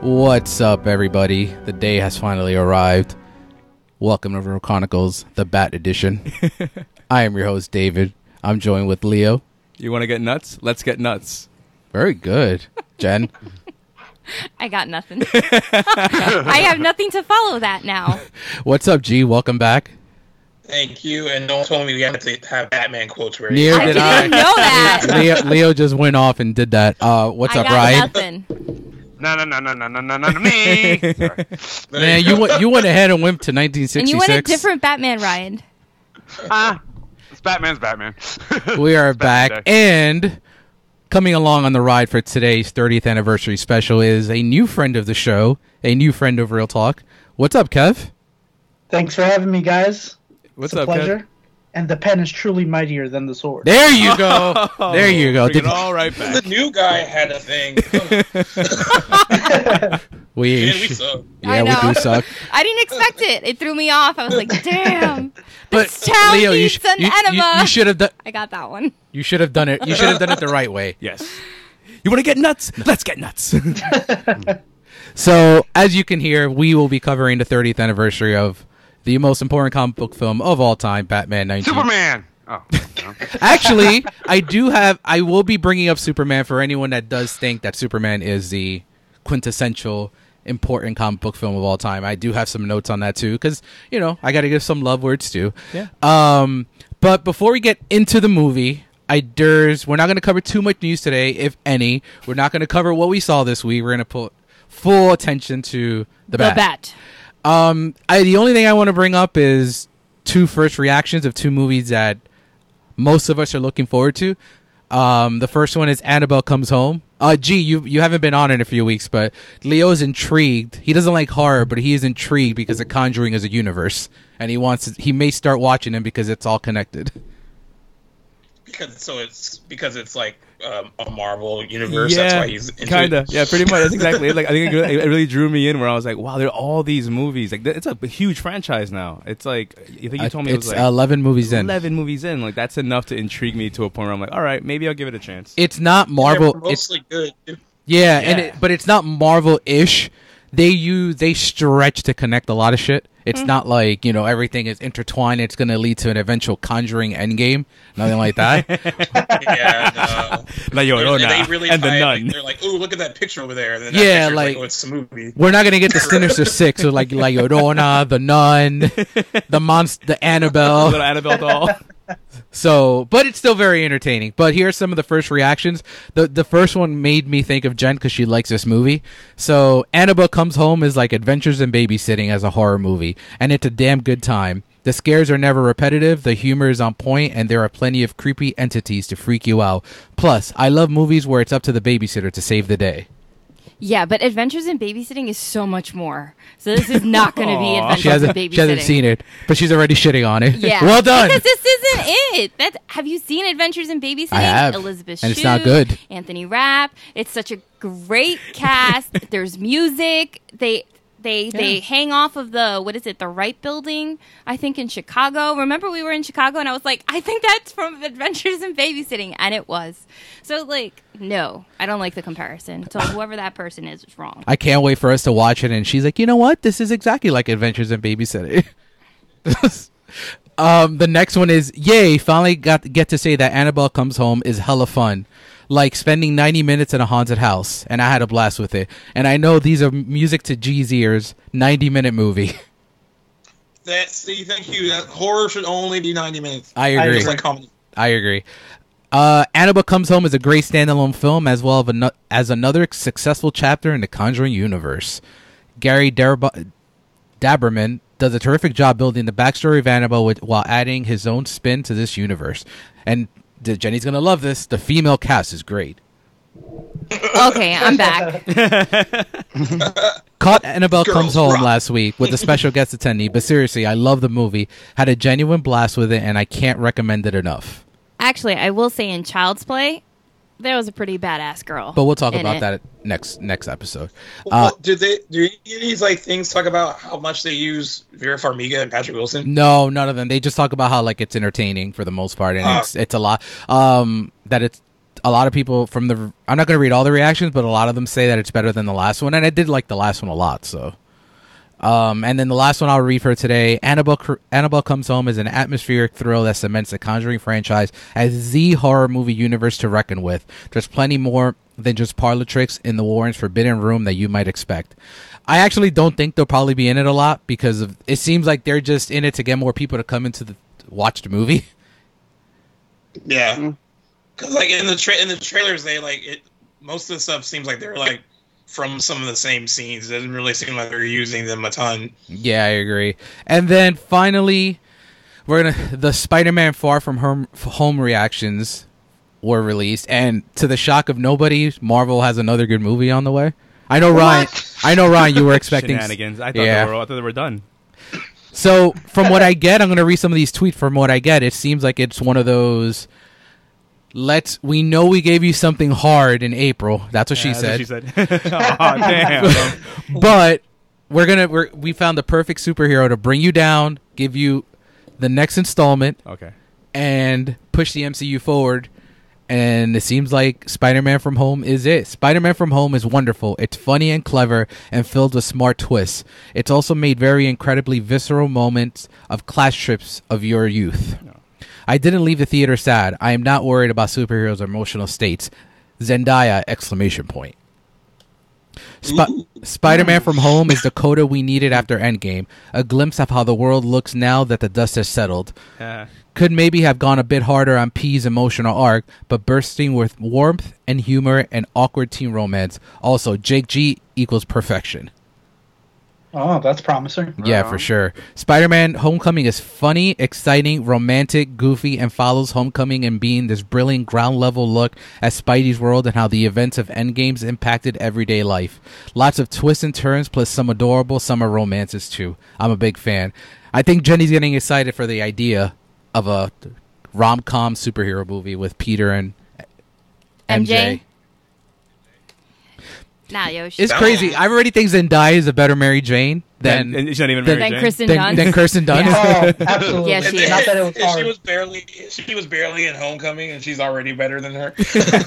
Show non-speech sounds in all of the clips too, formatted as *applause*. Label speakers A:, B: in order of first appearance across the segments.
A: What's up, everybody? The day has finally arrived. Welcome to Real Chronicles, the Bat Edition. *laughs* I am your host, David. I'm joined with Leo.
B: You want to get nuts? Let's get nuts.
A: Very good. Jen,
C: I got nothing. *laughs* I have nothing to follow that
A: *laughs*
C: now.
A: what's up, G? Welcome back.
D: Thank you, and don't tell me we have to have Batman quotes ready.
A: Near
C: I
A: did
C: didn't
A: I.
C: know that.
A: Leo, Leo just went off and did that. Uh, what's
C: I
A: up,
C: got
A: Ryan?
C: nothing.
E: No, no, no, no, no, no, no, no, no, me. Sorry.
A: Man, you went, you went ahead and went to
C: And
A: 1966.
C: you went a different Batman, Ryan.
E: Ah, it's Batman's Batman.
A: we are
E: It's Batman
A: back
E: Day.
A: and coming along on the ride for today's 30th anniversary special is a new friend of the show a new friend of real talk what's up kev
F: Thanks for having me, guys.
B: What's
F: it's a
B: up,
F: pleasure.
B: Kev?
F: And the pen is truly mightier than the sword.
A: there you go there you go
B: Bring
A: Did-
B: it all right back.
D: *laughs* the new guy had a
B: *laughs*
D: thing. Come on, man,
A: we,
D: we suck.
A: yeah
C: I
A: we
C: know.
A: do suck
C: *laughs* I didn't expect it. It threw me off. I was like, damn.
A: but
C: town
A: leo you,
C: needs
A: sh-
C: an
A: you,
C: enema.
A: you, you should have done
C: I got that one.
A: you should have done it you should have done it the right
C: *laughs*
A: way
B: Yes. You want to get nuts? Let's get nuts.
A: So, as you can hear, we will be covering the 30th anniversary of the most important comic book film of all time, Batman 19.
E: Superman. Oh, no.
A: Actually, I do have. I will be bringing up Superman for anyone that does think that Superman is the quintessential important comic book film of all time. I do have some notes on that too, because you know I got to give some love words too.
B: Yeah.
A: Um, but before we get into the movie. I dares we're not going to cover too much news today, if any. We're not going to cover what we saw this week. We're going to put full attention to the,
C: The bat.
A: um, I, the only thing I want to bring up is two first reactions of two movies that most of us are looking forward to. Um, the first one is Annabelle Comes Home. Uh, gee, you you haven't been on in a few weeks, but Leo's intrigued. He doesn't like horror, but he is intrigued because The Conjuring is a universe, and he wants to, he may start watching them because it's all connected.
D: because so it's because it's like um, a Marvel universe. that's why he's into
B: kind of.
D: it.
B: Yeah, pretty much. That's exactly it. Like I think it really, it really drew me in where I was like, wow, there are all these movies. Like th- it's a b- huge franchise now. It's like I think you told me it
A: it's
B: was like
A: eleven movies in.
B: eleven movies in. Like that's enough to intrigue me to a point where I'm like, all right, maybe I'll give it a chance.
A: It's not Marvel.
D: They're
A: It's
D: mostly good.
A: Yeah, and
B: Yeah.
A: it, but it's not Marvel ish. They use they stretch to connect a lot of shit. It's not like you know everything is intertwined. It's going to lead to an eventual Conjuring Endgame, nothing like that.
D: Yeah, no.
B: like yo,
D: They're-
B: *laughs* no,
D: they
B: nah.
D: really
B: and the
D: tie it, like,
B: nun.
D: they're like, "Ooh, look at that picture over there." And then that
A: Yeah,
D: picture's
A: like-
D: oh, it's a movie.
A: We're not going to get the Sinister Six or like La Llorona, the Nun, the monster, the Annabelle.
B: Little Annabelle
D: *laughs*
B: doll.
A: So, but it's still very entertaining. But here are some of the first reactions. The the first one made me think of Jen because she likes this movie. So, Annabelle Comes Home is like Adventures in Babysitting as a horror movie, and it's a damn good time. The scares are never repetitive, the humor is on point, and there are plenty of creepy entities to freak you out. Plus, I love movies where it's up to the babysitter to save the day.
C: Yeah, but Adventures in Babysitting is so much more. So this is not going to be
B: Aw.
C: Adventures
A: She hasn't
C: in Babysitting.
A: she hasn't seen it, but she's already shitting on it.
C: Yeah.
A: well done.
C: *laughs* Because this isn't it. That's, have you seen Adventures in Babysitting?
A: I have.
C: Elizabeth
A: And it's
C: Shue,
A: not good.
C: Anthony Rapp. It's such a
A: *laughs*
C: great cast. There's music. They they they hang off of the what is it? The Wright Building, I think in Chicago. Remember we were in Chicago and I was like, I think that's from Adventures in Babysitting, and it was. So like, no, I don't like the comparison. So whoever that person is is wrong.
A: I can't wait for us to watch it. And she's like, you know what? This is exactly like Adventures in Babysitting. *laughs* um, the next one is, yay! Finally got get to say that Annabelle Comes Home is hella fun. Like spending 90 minutes in a haunted house, and I had a blast with it. And I know these are music to G's ears. 90 minute movie. *laughs*
D: That see, thank you. That horror should only be ninety minutes.
A: I
F: I
A: agree.
D: Just like comedy.
A: I agree. Uh, Annabelle Comes Home is a great standalone film, as well of ano- as another successful chapter in the Conjuring universe. Gary Darab- Daberman does a terrific job building the backstory of Annabelle with, while adding his own spin to this universe. And the- Jenny's gonna love this. The female cast is great.
C: Okay, I'm back.
A: Caught Annabelle
D: Girls
A: Comes Home
D: rock.
A: last week with a special guest attendee, but seriously, I love the movie. Had a genuine blast with it, and I can't recommend it enough.
C: Actually, I will say in Child's Play, there was a pretty badass girl.
A: But we'll talk
C: in
A: about
C: it.
A: that next next episode. Uh,
D: Well, do they do any of these like things talk about how much they use Vera Farmiga and Patrick Wilson?
A: No, none of them. They just talk about how like it's entertaining for the most part, and
D: Ah.
A: it's it's a lot. Um, that it's a lot of people from the. I'm not gonna read all the reactions, but a lot of them say that it's better than the last one, and I did like the last one a lot. So, um, and then the last one I'll read for today, Annabelle. Cr- Annabelle Comes Home is an atmospheric thrill that cements the Conjuring franchise as the horror movie universe to reckon with. There's plenty more than just parlor tricks in the Warrens' forbidden room that you might expect. I actually don't think they'll probably be in it a lot because of, it seems like they're just in it to get more people to come into the to watch the movie. *laughs* Mm-hmm.
D: Yeah, because like in the tra- in the trailers, they like it. Most of the stuff seems like they're like from some of the same scenes. It doesn't really seem like they're using them a ton.
A: Yeah, I agree. And then finally, we're gonna the Spider-Man Far From Home, home reactions were released, and to the shock of nobody, Marvel has another good movie on the way. I know Ryan. I know Ryan.
B: *laughs*
A: You were expecting
B: shenanigans. I thought,
A: Yeah.
B: they were, I thought they were done.
A: So from what I get, I'm gonna read some of these tweets. From what I get, it seems like it's one of those. Let's. We know we gave you something hard in April. That's what she
B: Yeah,
A: said.
B: that's what she said. *laughs* Aw,
D: *laughs*
B: damn.
A: but we're gonna we're, we found the perfect superhero to bring you down, give you the next installment,
B: okay.
A: and push the MCU forward. And it seems like Spider Man From Home is it. Spider Man From Home is wonderful. It's funny and clever and filled with smart twists. It's also made very incredibly visceral moments of class trips of your youth. I didn't leave the theater sad. I am not worried about superheroes' emotional states. Zendaya! Exclamation point. Sp- Spider-Man from Home is the coda we needed after Endgame, a glimpse of how the world looks now that the dust has settled
B: Yeah.
A: could maybe have gone a bit harder on P's emotional arc, but bursting with warmth and humor and awkward teen romance. Also, Jake G equals perfection.
F: Oh, that's promising.
A: Yeah, for sure. Spider Man Homecoming is funny, exciting, romantic, goofy, and follows Homecoming in being this brilliant ground level look at Spidey's world and how the events of Endgames impacted everyday life. Lots of twists and turns, plus some adorable summer romances, too. I'm a big fan. I think Jenny's getting excited for the idea of a rom com superhero movie with Peter and MJ.
C: MJ? Nah, Yoshi.
A: It's crazy. I already think Zendaya is a better Mary Jane than,
B: and, and she's not even
A: then
B: Mary
C: Than
B: Jane.
C: Kristen
A: than,
C: Dunst.
A: than Kirsten Dunst. *laughs*
C: Yeah.
F: Oh, absolutely.
C: Yeah, she is.
F: Not that it was
D: And she
F: hard.
D: was barely she was barely in Homecoming, and she's already better
A: *laughs*
D: than her.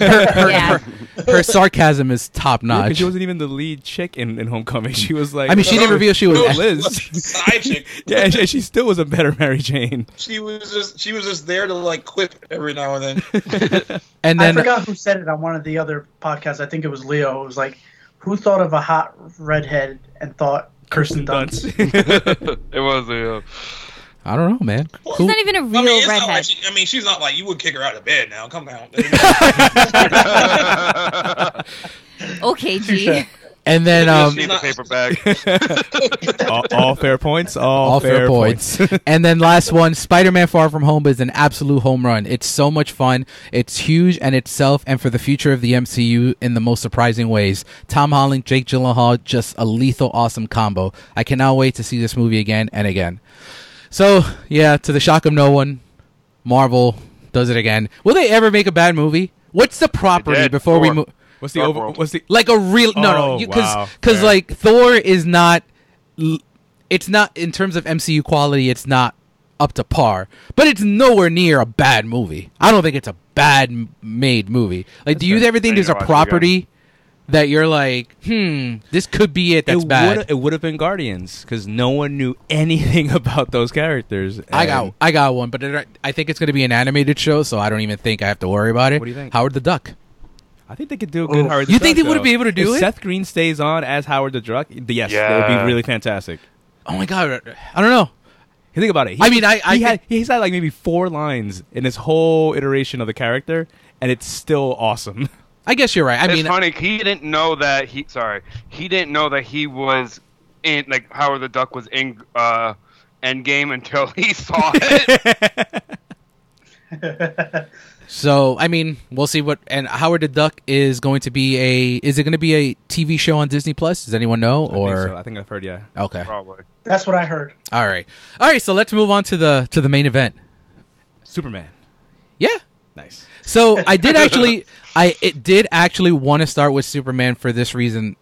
C: yeah.
A: Her sarcasm is top
B: Yeah, 'cause
A: notch.
B: she wasn't even the lead chick in, in Homecoming. She was like,
A: I mean, she didn't reveal she was.
B: No,
A: actually-
B: Liz.
D: *laughs* Side chick.
B: *laughs* yeah, and she, she still was a better Mary Jane.
D: She was just she was just there to like quip every now and
A: *laughs*
D: then.
A: And
F: I
A: then
F: forgot who said it on one of the other podcasts. I think it was Leo. It was like, who thought of a hot redhead and thought Kirsten Dunst?
E: it was uh,
A: I don't know, man.
C: She's
A: Who,
C: not even a
D: I
C: real
D: mean, it's not like
C: redhead.
D: she, I mean, she's not like you would kick her out of bed now. Come
A: *laughs*
D: on.
C: Okay, G.
F: Touche.
A: and then
E: just
A: um,
E: need the
D: not-
E: paper bag.
B: *laughs* all, all fair points. All,
A: all fair, points. and then last one, Spider-Man: Far From Home is an absolute home run. It's so much fun. It's huge and itself, and for the future of the MCU in the most surprising ways. Tom Holland, Jake Gyllenhaal, just a lethal, awesome combo. I cannot wait to see this movie again and again. So yeah, to the shock of no one, Marvel does it again. Will they ever make a bad movie? What's the property
E: did,
A: before we
E: Thor.
A: move?
B: What's the
E: Dark
B: over?
E: World.
B: What's the?
A: like a real no no
B: Oh,
A: because
B: wow.
A: because
B: Fair.
A: like Thor is not l- it's not in terms of MCU quality it's not up to par but it's nowhere near a bad movie I don't think it's a bad m- made movie like do you
B: fair.
A: ever think
E: I
A: there's a
E: didn't watch it again.
A: property that you're like hmm this could be it that's
B: it
A: bad
B: Would, it would have been Guardians because no one knew *laughs* anything about those characters.
A: I
B: and-
A: got I got one but it, I think it's gonna be an animated show so I don't even think I have to worry about it
B: What do you think?
A: Howard the Duck
B: I think they could do a good Howard. the
A: You think
B: Duck,
A: they wouldn't
B: though.
A: be able to do
B: if
A: it?
B: Seth Green stays on as Howard the Duck. th- Yes, that would
E: Yeah.
B: be really fantastic.
A: oh my god I don't know
B: Think about it. He,
A: I mean, I- I
B: he had he's had like maybe four lines in his whole iteration of the character, and it's still awesome. *laughs*
A: I guess you're right I
E: it's
A: mean
E: funny. He didn't know that he. Sorry, he didn't know that he was in. Like Howard the Duck was in uh, Endgame until he saw it.
A: So I mean, we'll see what. And Howard the Duck is going to be a. Is it going to be a TV show on Disney Plus? Does anyone know?
B: I
A: Or
B: think, so. I think I've heard. Yeah,
A: okay,
E: Probably.
F: That's what I heard.
A: all right, all right. So let's move on to the to the main event.
B: Superman.
A: Yeah.
B: Nice.
A: So I did actually, I it did actually want to start with Superman for this reason.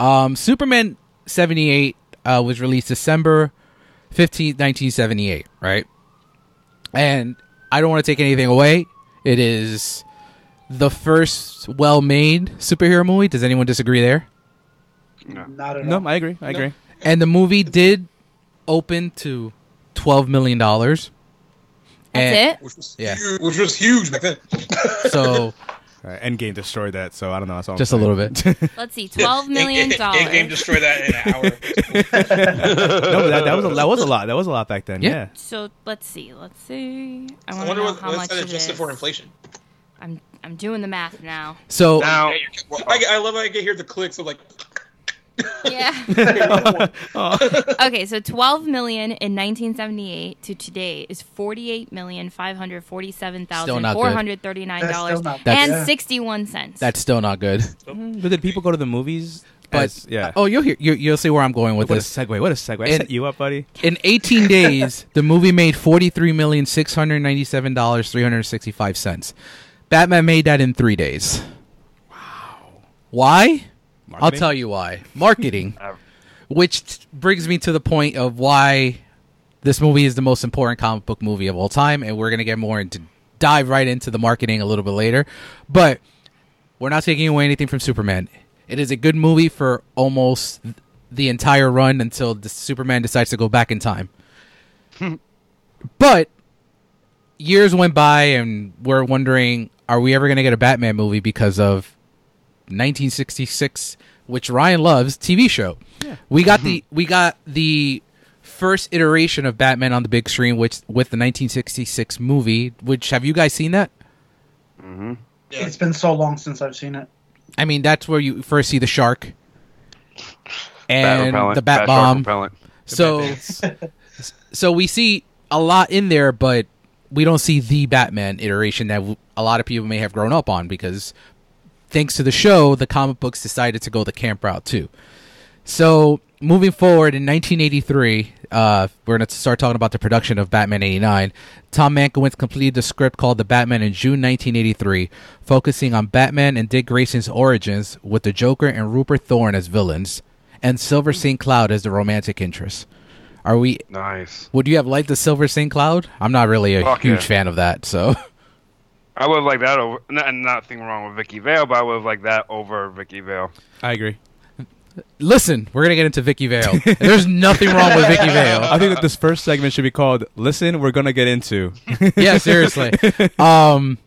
A: Um, Superman seventy eight uh, was released December fifteenth, nineteen seventy eight. Right. And I don't want to take anything away. It is the first well-made superhero movie. Does anyone disagree there?
F: Not at
B: No,
F: all.
B: I agree. I agree.
A: And the movie did open to twelve million dollars.
C: That's
D: Which was,
A: Yeah.
D: huge, which was huge back then.
A: So
B: All right, Endgame destroyed that, so I don't know. That's all.
A: just a little bit.
C: it. Let's see, twelve
D: *laughs*
C: million
D: Endgame
C: dollars.
D: destroyed that in
C: *laughs*
D: an
B: *laughs*
D: hour.
B: no, but that, that was a, that was a lot. That was a lot back then.
A: Yeah.
B: Yeah.
C: So let's see, let's see. I
D: I
C: want to
D: wonder
C: know
D: what,
C: how
D: what's
C: much
D: that
C: it is.
D: adjusted for inflation.
C: I'm I'm doing the math now.
A: So
E: Now,
D: Well, I, I love how I can hear the clicks of like.
C: Yeah. *laughs* Okay, so 12 million in 1978 to today is 48 million five hundred forty-seven
A: Still
C: thousand
A: not
C: four
A: good.
C: hundred thirty-nine
F: That's still
C: dollars
F: not bad.
A: That's-
C: and 61 cents.
A: that's still not good.
B: But did people go to the movies?
A: But
B: as- yeah.
A: oh, you'll hear, you, you'll see where I'm going with
B: what a
A: this.
B: segue! What a segue! I
A: And-
B: set you up, buddy.
A: In
B: *laughs*
A: 18 days, the movie made forty-three million six hundred ninety-seven dollars three hundred sixty-five cents. Batman made that in three days. Wow. Why? I'll
B: Marketing?
A: tell you why.
B: *laughs*
A: Marketing,
E: Uh,
A: which t- brings me to the point of why this movie is the most important comic book movie of all time, and we're gonna get more into dive right into the marketing a little bit later, but we're not taking away anything from Superman. It is a good movie for almost the entire run until the Superman decides to go back in time. but years went by, and we're wondering: Are we ever going to get a Batman movie because of 1966, which Ryan loves, TV show? We got the we got the first iteration of Batman on the big screen, which with the 1966 movie. Which have you guys seen that?
D: Yeah.
F: It's been so long since I've seen it.
A: I mean, that's where you first see the shark
E: bat
A: and
E: repellent,
A: the
E: bat
A: bat
E: shark
A: bomb.
E: repellent.
A: So, *laughs* so we see a lot in there, but we don't see the Batman iteration that w- a lot of people may have grown up on because, thanks to the show, the comic books decided to go the camp route too. So, moving forward in 1983, uh, we're going to start talking about the production of Batman 89. Tom Mankiewicz completed the script called The Batman in June 1983, focusing on Batman and Dick Grayson's origins with the Joker and Rupert Thorne as villains and Silver St. Cloud as the romantic interest. Are we
E: Nice.
A: would you have liked the Silver St. Cloud? I'm not really a
E: Fuck
A: huge
E: yeah.
A: fan of that, so *laughs*
E: I would like that over. Not, nothing wrong with Vicky Vale, but I would like that over Vicky Vale.
B: I agree.
A: listen, we're gonna get into Vicky Vale. There's nothing wrong with Vicky Vale.
B: I think that this first segment should be called "Listen, We're Gonna Get Into." *laughs*
A: *laughs* yeah, seriously. Um,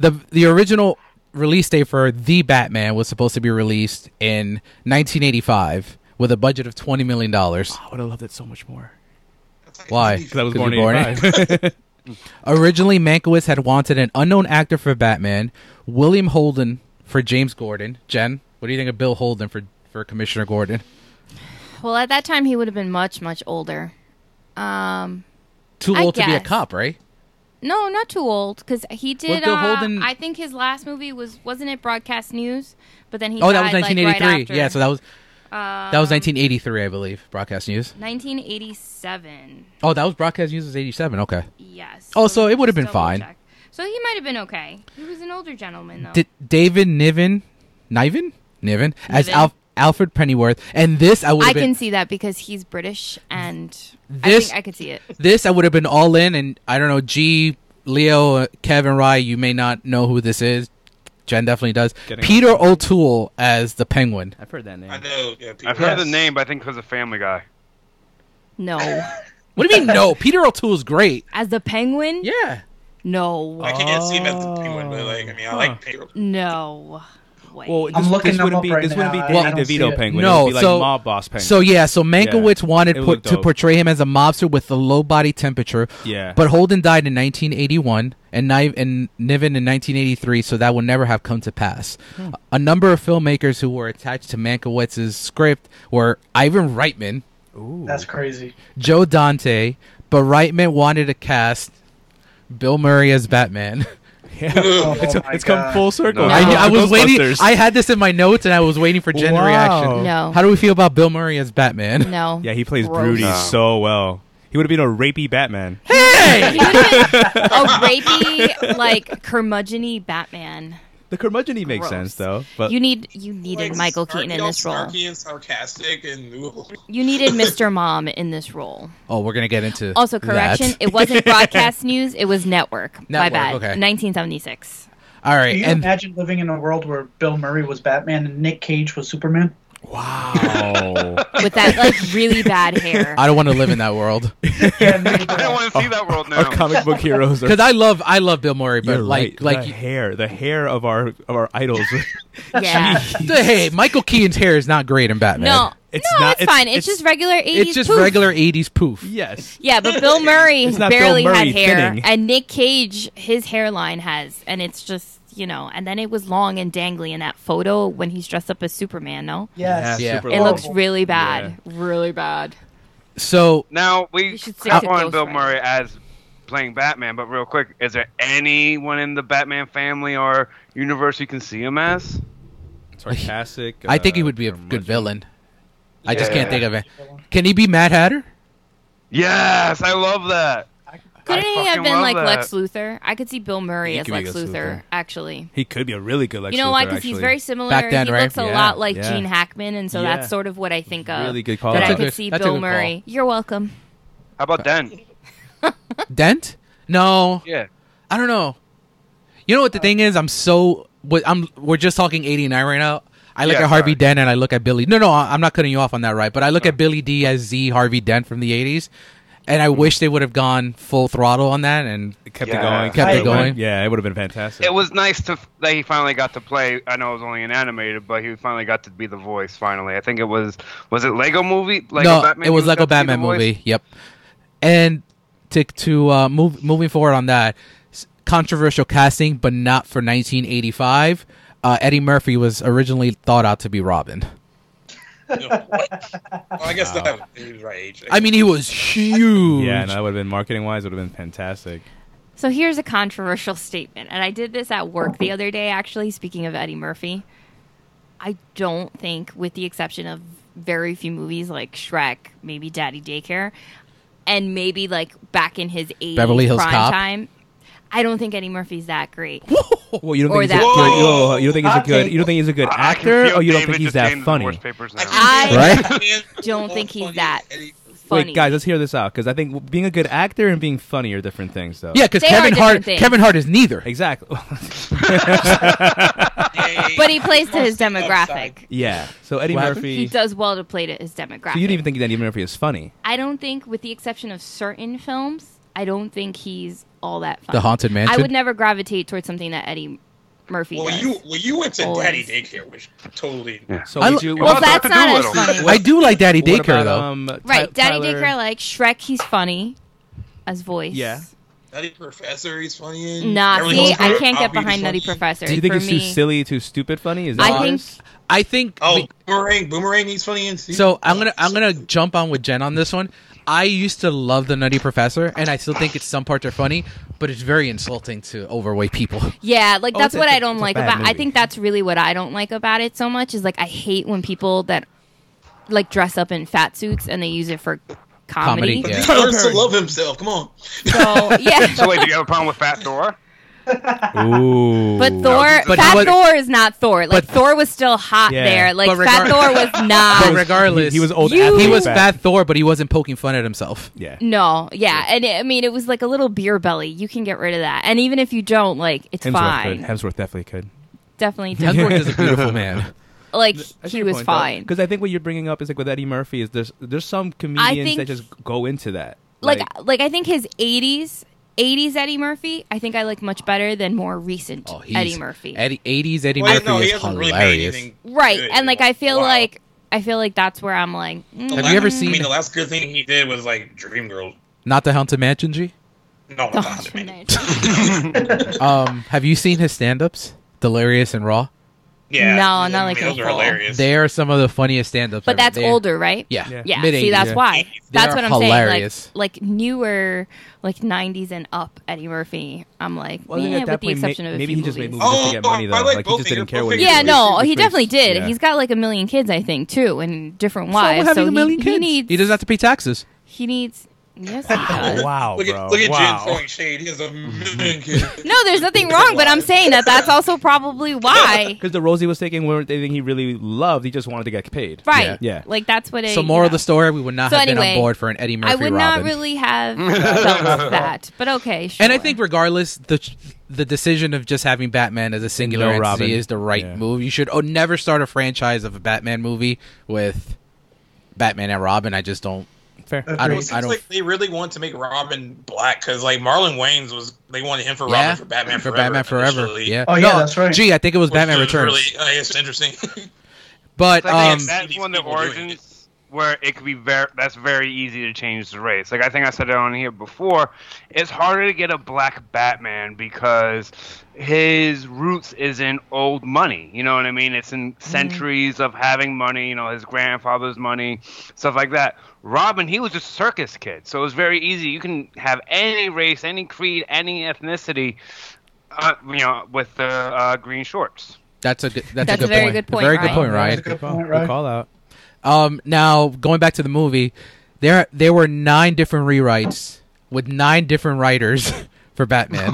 A: the the original release date for the Batman was supposed to be released in 1985 with a budget of 20 million dollars.
B: I would have loved it so much more.
A: Why?
B: Because I was
A: 'Cause
B: born,
A: you were
B: in *laughs*
A: born
B: 85.
A: Originally, Mankiewicz had wanted an unknown actor for Batman, William Holden for James Gordon. Jen, what do you think of Bill Holden for for Commissioner Gordon?
C: well, at that time he would have been much much older. Um
A: Too
C: I
A: old to be a
C: guess.
A: cop, right?
C: no, not too old cuz he did
A: Bill
C: uh,
A: Holden-
C: I think his last movie was wasn't it Broadcast News? But then he
A: oh, that was
C: died, like, right
A: 1983.
C: after. Um,
A: yeah, so that was that was 1983, I believe. Broadcast News.
C: 1987.
A: Oh, that was Broadcast News was 87. Okay.
C: Yes.
A: Oh, so it would have been
C: double
A: fine.
C: check. So he might have been okay. He was an older gentleman though.
A: D- David Niven, Niven, Niven as
C: Niven.
A: Al- Alfred Pennyworth, and this I would
C: I
A: have been
C: can see that because he's British and
A: This-
C: I think I could see it.
A: this I would have been all in, and I don't know. G, Leo, uh, Kevin, Rye, you may not know who this is. Jen definitely does.
B: Getting-
A: Peter O'Toole as the Penguin.
B: I've heard that name.
D: I know. Yeah, people,
E: I've heard the
F: Yes.
E: name, but I think because of Family Guy.
C: No.
A: What do you mean? *laughs* no, Peter O'Toole's great.
C: As the penguin?
A: Yeah,
C: No.
D: I can't see him as the penguin, but like, I mean, I like Pedro.
C: No. Wait.
B: Well, this,
F: I'm looking
B: this
F: them
B: wouldn't
F: up
B: be
F: right
B: this wouldn't be
F: now.
B: Danny
F: I- I don't see
B: DeVito
F: it.
B: penguin.
A: No,
B: it would be like
A: so-
B: mob boss penguin.
A: So yeah, so Mankiewicz wanted
B: It
A: put,
B: looked
A: to
B: dope.
A: portray him as a mobster with a low body temperature.
B: Yeah.
A: But Holden died in 1981 and Niv- and Niven in 1983, so that will never have come to pass.
B: Hmm.
A: A number of filmmakers who were attached to Mankiewicz's script were Ivan Reitman,
F: That's crazy.
A: Joe Dante, but Reitman wanted to cast Bill Murray as
B: *laughs*
A: Batman.
B: yeah.
D: Oh,
B: *laughs* it's
F: my
B: it's come
F: God.
B: full circle.
E: No.
A: I, knew- I was waiting.
B: Ghostbusters.
A: I had this in my notes, and I was waiting for Jen's
B: Wow.
A: reaction.
C: No.
A: How do we feel about Bill Murray as Batman?
C: no.
B: yeah, he plays
C: Gross.
B: Broody
E: No.
B: so well. He would have been a rapey Batman.
C: *laughs* He would've been a rapey, like curmudgeony Batman.
B: The curmudgeon he makes
C: Gross.
B: sense though. But
C: You need you needed
D: like,
C: Michael
D: snarky,
C: Keaton in
D: all
C: this role.
D: snarky and sarcastic and ooh. *laughs*
C: You needed Mr. Mom in this role.
A: *laughs* Oh, we're gonna get into
C: Also,
A: that.
B: *laughs*
C: correction, it wasn't broadcast news; it was network. My
A: Network,
C: bad.
A: okay.
C: 1976.
A: All right,
F: Can you
A: and
F: imagine living in a world where Bill Murray was Batman and Nick Cage was Superman?
B: Wow.
C: with that like really
B: *laughs*
C: bad hair.
A: I don't want to live in that world
F: Yeah, maybe
E: I *laughs* don't want to see that world
B: our
E: now.
B: comic book heroes are.
A: because I love I love Bill Murray, but
B: You're
A: like
B: right.
A: *laughs*
B: the
A: like
B: hair, the hair of our of our *laughs* idols.
C: yeah.
A: hey, Michael Keaton's hair is not great in Batman.
C: No,
B: It's
C: no,
B: not-
C: it's,
B: it's-
C: fine. It's,
B: it's-
C: just regular 80s.
A: it's just
C: poof.
A: regular '80s poof.
B: yes.
C: Yeah,
B: *laughs*
C: but Bill Murray
B: It's not
C: barely
B: Bill Murray
C: had hair,
B: thinning.
C: and Nick Cage, his hairline has, and it's just you know, and then it was long and dangly in that photo when he's dressed up as Superman. No,
F: Yes.
A: Yeah.
B: super
C: it
B: long.
C: looks really bad, really bad.
A: So
E: Now
C: You
E: we
C: should stick
E: crap
C: to
E: on
C: Ghost
E: Bill
C: Rider.
E: Murray as playing Batman, but real quick, is there anyone in the Batman family or universe you can see him as?
B: sarcastic.
A: I think he
B: uh,
A: would be a
B: curmudgeon.
A: good villain. I just can't
E: Yeah.
A: think of it. Can he be Mad
C: *laughs*
A: Hatter?
E: Yes, I love that.
C: Couldn't
E: fucking
C: he have been
E: love
C: like
E: that.
C: Lex Luthor? I could see Bill Murray
B: He
C: as
B: could be
C: Lex
B: Lex
C: Luthor,
B: Luthor.
C: actually.
B: He could be a really good Lex
C: you know
B: Luthor,
C: why? Because he's
B: actually.
C: very similar.
A: Back then,
C: he
A: right?
C: looks a
B: Yeah,
C: lot like
B: yeah.
C: Gene Hackman, and so
B: Yeah.
C: that's sort of what I think of.
B: Really good call.
C: That I
A: That's a
C: could
A: good-
C: see
A: that's a
C: Bill
A: good call.
C: Murray. You're welcome.
E: How about Dent?
A: Dent? No,
E: Yeah.
A: I don't know. You know what the
E: Uh,
A: thing is? I'm so what I'm. We're just talking '89 right now. I look
E: Yeah,
A: at Harvey
E: sorry. Uh.
A: Dent and I look at Billy. No, no, I- I'm not cutting you off on that, right? But I look at Billy D as Z Harvey Dent from the '80s, and I
E: Mm-hmm.
A: wish they would have gone full throttle on that. And
B: It kept
E: Yeah.
B: it going.
A: Kept
F: it
B: went.
A: going.
B: Yeah, it would have been fantastic.
E: It was nice to that he finally got to play. I know it was only an animated, but he finally got to be the voice. Finally, I think it was was it Lego movie? Lego
A: no,
E: Batman
A: it was
E: he
A: Lego
E: got to be the
A: Batman
E: voice?
A: movie. Yep. And to to uh, move moving forward on that s- controversial casting, but not for 1985. Uh, Eddie Murphy was originally thought out to be Robin.
D: You know, what? well, I guess that he was right age.
A: I mean, he was huge.
B: Yeah, and that would have been marketing wise. Would have been fantastic.
C: So here's a controversial statement, and I did this at work the other day, actually, speaking of Eddie Murphy. I don't think, with the exception of very few movies like Shrek, maybe Daddy Daycare, and maybe like back in his 80s
A: Beverly Hills
C: prime
A: Cop?
C: time, I don't think Eddie Murphy's that great.
B: *laughs* Well, you don't
C: Or
B: think he's
C: that-
B: a good.
D: Whoa!
B: whoa, You don't think he's a
F: Hot
B: good.
F: take.
B: You don't think he's a good
E: I- I can
B: actor,
E: feel
B: or you don't
E: David
B: think he's
E: just
B: that
E: naming the
B: funny?
E: worst papers now.
C: *laughs* I
A: Right?
C: *laughs* don't think he's
D: *laughs*
C: that funny.
B: Wait, guys, let's hear this out because I think being a good actor and being funny are different things, though.
A: Yeah, because
C: They are
A: Kevin
C: different
A: Hart.
C: things.
A: Kevin Hart is neither.
B: exactly. *laughs*
C: But he plays to
D: *laughs*
C: his demographic.
B: yeah. So Eddie
A: What happened?
B: Murphy.
C: He does well to play to his demographic.
B: So you don't even think that Eddie Murphy is funny?
C: I don't think, with the exception of certain films, I don't think he's all that funny.
A: The Haunted Mansion.
C: I would never gravitate towards something that Eddie Murphy
D: Well,
C: does.
D: you well you went to
C: Always.
D: Daddy Daycare, which totally.
B: So
A: I
B: would
A: li-
B: you,
C: well,
E: What about
C: that's
E: Dr.
C: not as
E: Dolittle?
C: funny.
A: I do like Daddy
B: what
A: Daycare
B: about,
A: though.
B: um, Ty-
C: right, Daddy
B: Tyler-
C: Daycare, like Shrek, he's funny as voice.
B: Yeah.
D: Nutty Professor, he's funny. in.
C: Nah,
D: Everything
C: see,
D: else
C: I
D: is
C: can't get
D: copy,
C: behind
D: he's
C: Nutty
D: funny.
C: Professor.
B: Do you think
C: For
B: it's
C: me,
B: too silly, too stupid funny? Is that
C: I
B: what it
C: think
B: is?
A: I think.
D: Oh,
A: we-
D: boomerang, boomerang, he's funny. In
A: so I'm gonna I'm gonna jump on with Jen on this one. I used to love the Nutty Professor, and I still think it's some parts are funny, but it's very insulting to overweight people.
C: Yeah, like
B: Oh, it's
C: that's
B: a-
C: what
B: it's
C: I
B: a-
C: don't
B: it's a
C: like
B: bad
C: about. I
B: movie.
C: think that's really what I don't like about it so much is like I hate when people that like dress up in fat suits and they use it for comedy.
A: Comedy, yeah.
D: He learns to love himself. Come on.
C: So yeah.
A: *laughs*
E: So wait, do you have a problem with Fat Thor?
B: Ooh.
C: But Thor,
A: But
C: Fat
A: what-
C: Thor is not Thor. Like
A: but-
C: Thor was still hot
B: Yeah.
C: there. Like
A: But
C: Fat
A: regard-
C: Thor
A: *laughs*
C: was
A: But
C: not.
A: regardless,
B: he, he was old.
C: You-
B: athlete
A: he was
B: back.
A: Fat Thor, but he wasn't poking fun at himself.
B: Yeah.
C: No, yeah, and it, I mean it was like a little beer belly. You can get rid of that, and even if you don't, like it's
B: Hemsworth could.
C: fine.
B: Hemsworth definitely could.
C: Definitely,
A: Hemsworth *laughs*
C: definitely.
A: is a beautiful man.
C: like he was fine.
B: Because I think what you're bringing up is like with Eddie Murphy is there's there's some comedians
C: think-
B: that just go into that.
C: Like, uh, like I think his '80s, '80s Eddie Murphy, I think I like much better than more recent
A: *laughs* Oh, he's
C: Eddie Murphy.
A: Eddie, 80s Eddie
D: Well,
A: Murphy
D: no, he
A: is
D: hasn't really made
A: hilarious.
D: anything.
C: right,
D: good
C: and
D: in
C: like
D: a
C: I feel
D: while.
C: like I feel like that's where I'm like, mm, *laughs*
D: The
A: Have
D: last-
A: you ever
D: I
A: seen-
D: mean, the last good thing he did was like Dreamgirls.
A: Not the Haunted Mansion, G.
D: No,
C: don't
D: not to me.
C: mention it.
A: Um, have you seen his stand-ups? Delirious and Raw.
D: Yeah,
C: No,
D: I
C: not
D: mean,
C: like
D: those
C: a
D: are
C: full.
D: hilarious.
A: They are some of the funniest stand-ups.
C: but
A: ever.
C: that's
A: They-
C: older, right?
A: Yeah,
B: Yeah.
C: Yeah,
A: Mid-eighties.
C: see, that's
B: Yeah.
C: why.
A: They
C: that's
A: are
C: what I'm
A: hilarious.
C: saying. Like, like newer, like '90s and up Eddie Murphy. I'm like,
B: Well, I
C: yeah,
B: think at
C: with
B: that
C: the
B: point, may-
C: exception of a
B: maybe he
C: few
B: just made
C: movies.
B: movies
D: Oh,
B: to get
D: oh,
B: money though.
D: I
B: like
D: like
B: he
D: both
B: just didn't
D: of your
B: care what.
D: movies.
B: he
C: Yeah,
B: did.
C: no,
B: He
C: he
B: just-
C: definitely did.
B: yeah.
C: He's got like a million kids, I think, too, and different
A: So
C: wives.
A: having a
C: he-
A: million
C: he,
A: kids.
C: needs.
A: he doesn't have to pay taxes.
C: He needs.
A: *laughs*
C: Yes, he does.
G: Wow,
D: Look
G: bro.
D: at, look at
G: wow.
D: Jin throwing shade. He has a
A: Mm-hmm.
D: million
A: *laughs*
D: kids.
C: No, there's nothing wrong, but I'm saying that that's also probably why.
B: Because the roles he was taking weren't anything he really loved. He just wanted to get paid.
C: Right.
B: Yeah.
C: Like that's what it
A: So moral
C: yeah.
A: of the story, we would not
C: So
A: have been
C: anyway,
A: on board for an Eddie Murphy
C: I would
A: Robin.
C: not really have felt that, but okay, sure.
A: And I think regardless the the decision of just having Batman as a singular
B: No
A: entity
B: Robin.
A: is the right
B: Yeah.
A: move. You should oh, never start a franchise of a Batman movie with Batman and Robin. I just don't.
B: Fair.
A: I
D: Well,
A: don't.
D: it seems
A: I don't.
D: like they really want to make Robin black because like Marlon Wayans was they wanted him for
A: yeah,
D: Robin for Batman
A: for
D: forever.
A: Batman Forever.
D: initially,
A: Yeah.
F: Oh, yeah, that's right.
A: Gee, I think it was
D: which
A: Batman
D: is
A: Returns.
D: Really, I guess it's interesting. *laughs*
A: But
E: Like, I
A: um,
E: think that's
D: These
E: one of the
D: people doing it.
E: origins where it could be very. That's very easy to change the race. Like I think I said it on here before. It's harder to get a black Batman because his roots is in old money. You know what I mean? It's in centuries of having money. You know, his grandfather's money, stuff like that. Robin, he was just a circus kid, so it was very easy. You can have any race, any creed, any ethnicity. Uh, you know, with the uh, green shorts.
A: that's a good. That's,
C: That's
A: a good
C: a very
A: point.
C: good point,
A: Very good
C: Ryan.
A: point,
F: That's
A: Ryan.
F: a good
B: Good
F: point, right?
B: call out.
A: Um, now going back to the movie, there there were nine different rewrites with nine different writers *laughs* for Batman.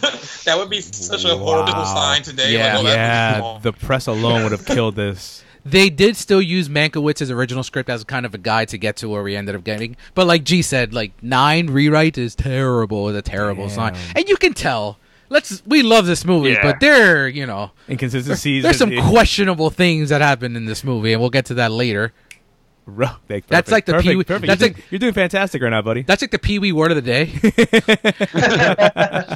D: that would be such a horrible
B: Wow.
D: sign today.
A: Yeah.
D: like, oh, that
B: Yeah,
D: was
B: the press alone would have killed this.
A: they did still use Mankiewicz's original script as kind of a guide to get to where we ended up getting. But like G said, like nine rewrite is terrible. Is a terrible sign,
B: Damn.
A: and you can tell. Let's we love this movie,
E: Yeah.
A: but there you know
B: Inconsistencies.
A: there's some
B: is- *laughs*
A: questionable things that happen in this movie, and we'll get to that later.
B: Ro- like,
A: That's
B: perfect,
A: like the
B: perfect,
A: Pee Wee-
B: perfect.
A: that's
B: you're,
A: like-
B: doing, you're doing fantastic right now, buddy.
A: That's like the Pee Wee word of the day. *laughs*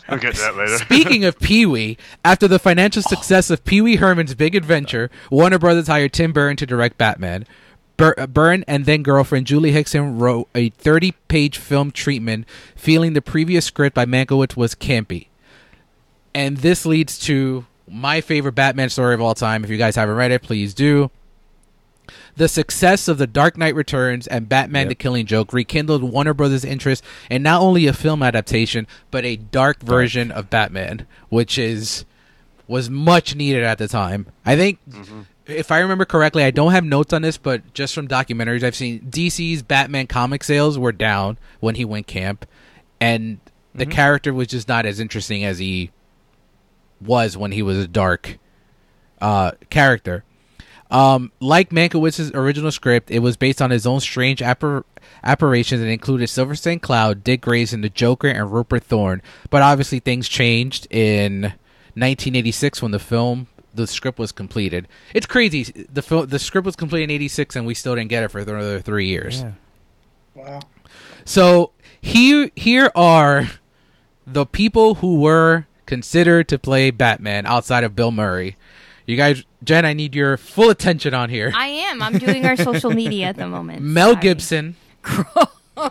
E: We'll get to that later. *laughs*
A: Speaking of Pee Wee, after the financial success of Pee Wee Herman's Big Adventure, Warner Brothers hired Tim Burton to direct Batman. Bur- uh, Burton and then girlfriend Julie Hickson wrote a 30 page film treatment, feeling the previous script by Mankiewicz was campy. And this leads to my favorite Batman story of all time. If you guys haven't read it, please do. The success of The Dark Knight Returns and Batman the Killing Joke rekindled Warner Brothers' interest in not only a film adaptation, but a dark version of Batman, which is was much needed at the time. I think if I remember correctly, I don't have notes on this, but just from documentaries I've seen, DC's Batman comic sales were down when he went camp, and the character was just not as interesting as he was when he was a dark uh, character. Um, like Mankiewicz's original script, it was based on his own strange appar- apparitions and included Silver St. Cloud, Dick Grayson, the Joker, and Rupert Thorne. But obviously, things changed in 1986 when the film, the script was completed. It's crazy. The film, the script was completed in 86, and we still didn't get it for another three years.
B: Yeah.
F: Wow.
A: So here here are the people who were considered to play Batman outside of Bill Murray. You guys, Jen, I need your full attention on here.
C: I am. I'm doing our social media at the moment.
A: Mel
C: Sorry. *laughs*
A: Gibson,
C: he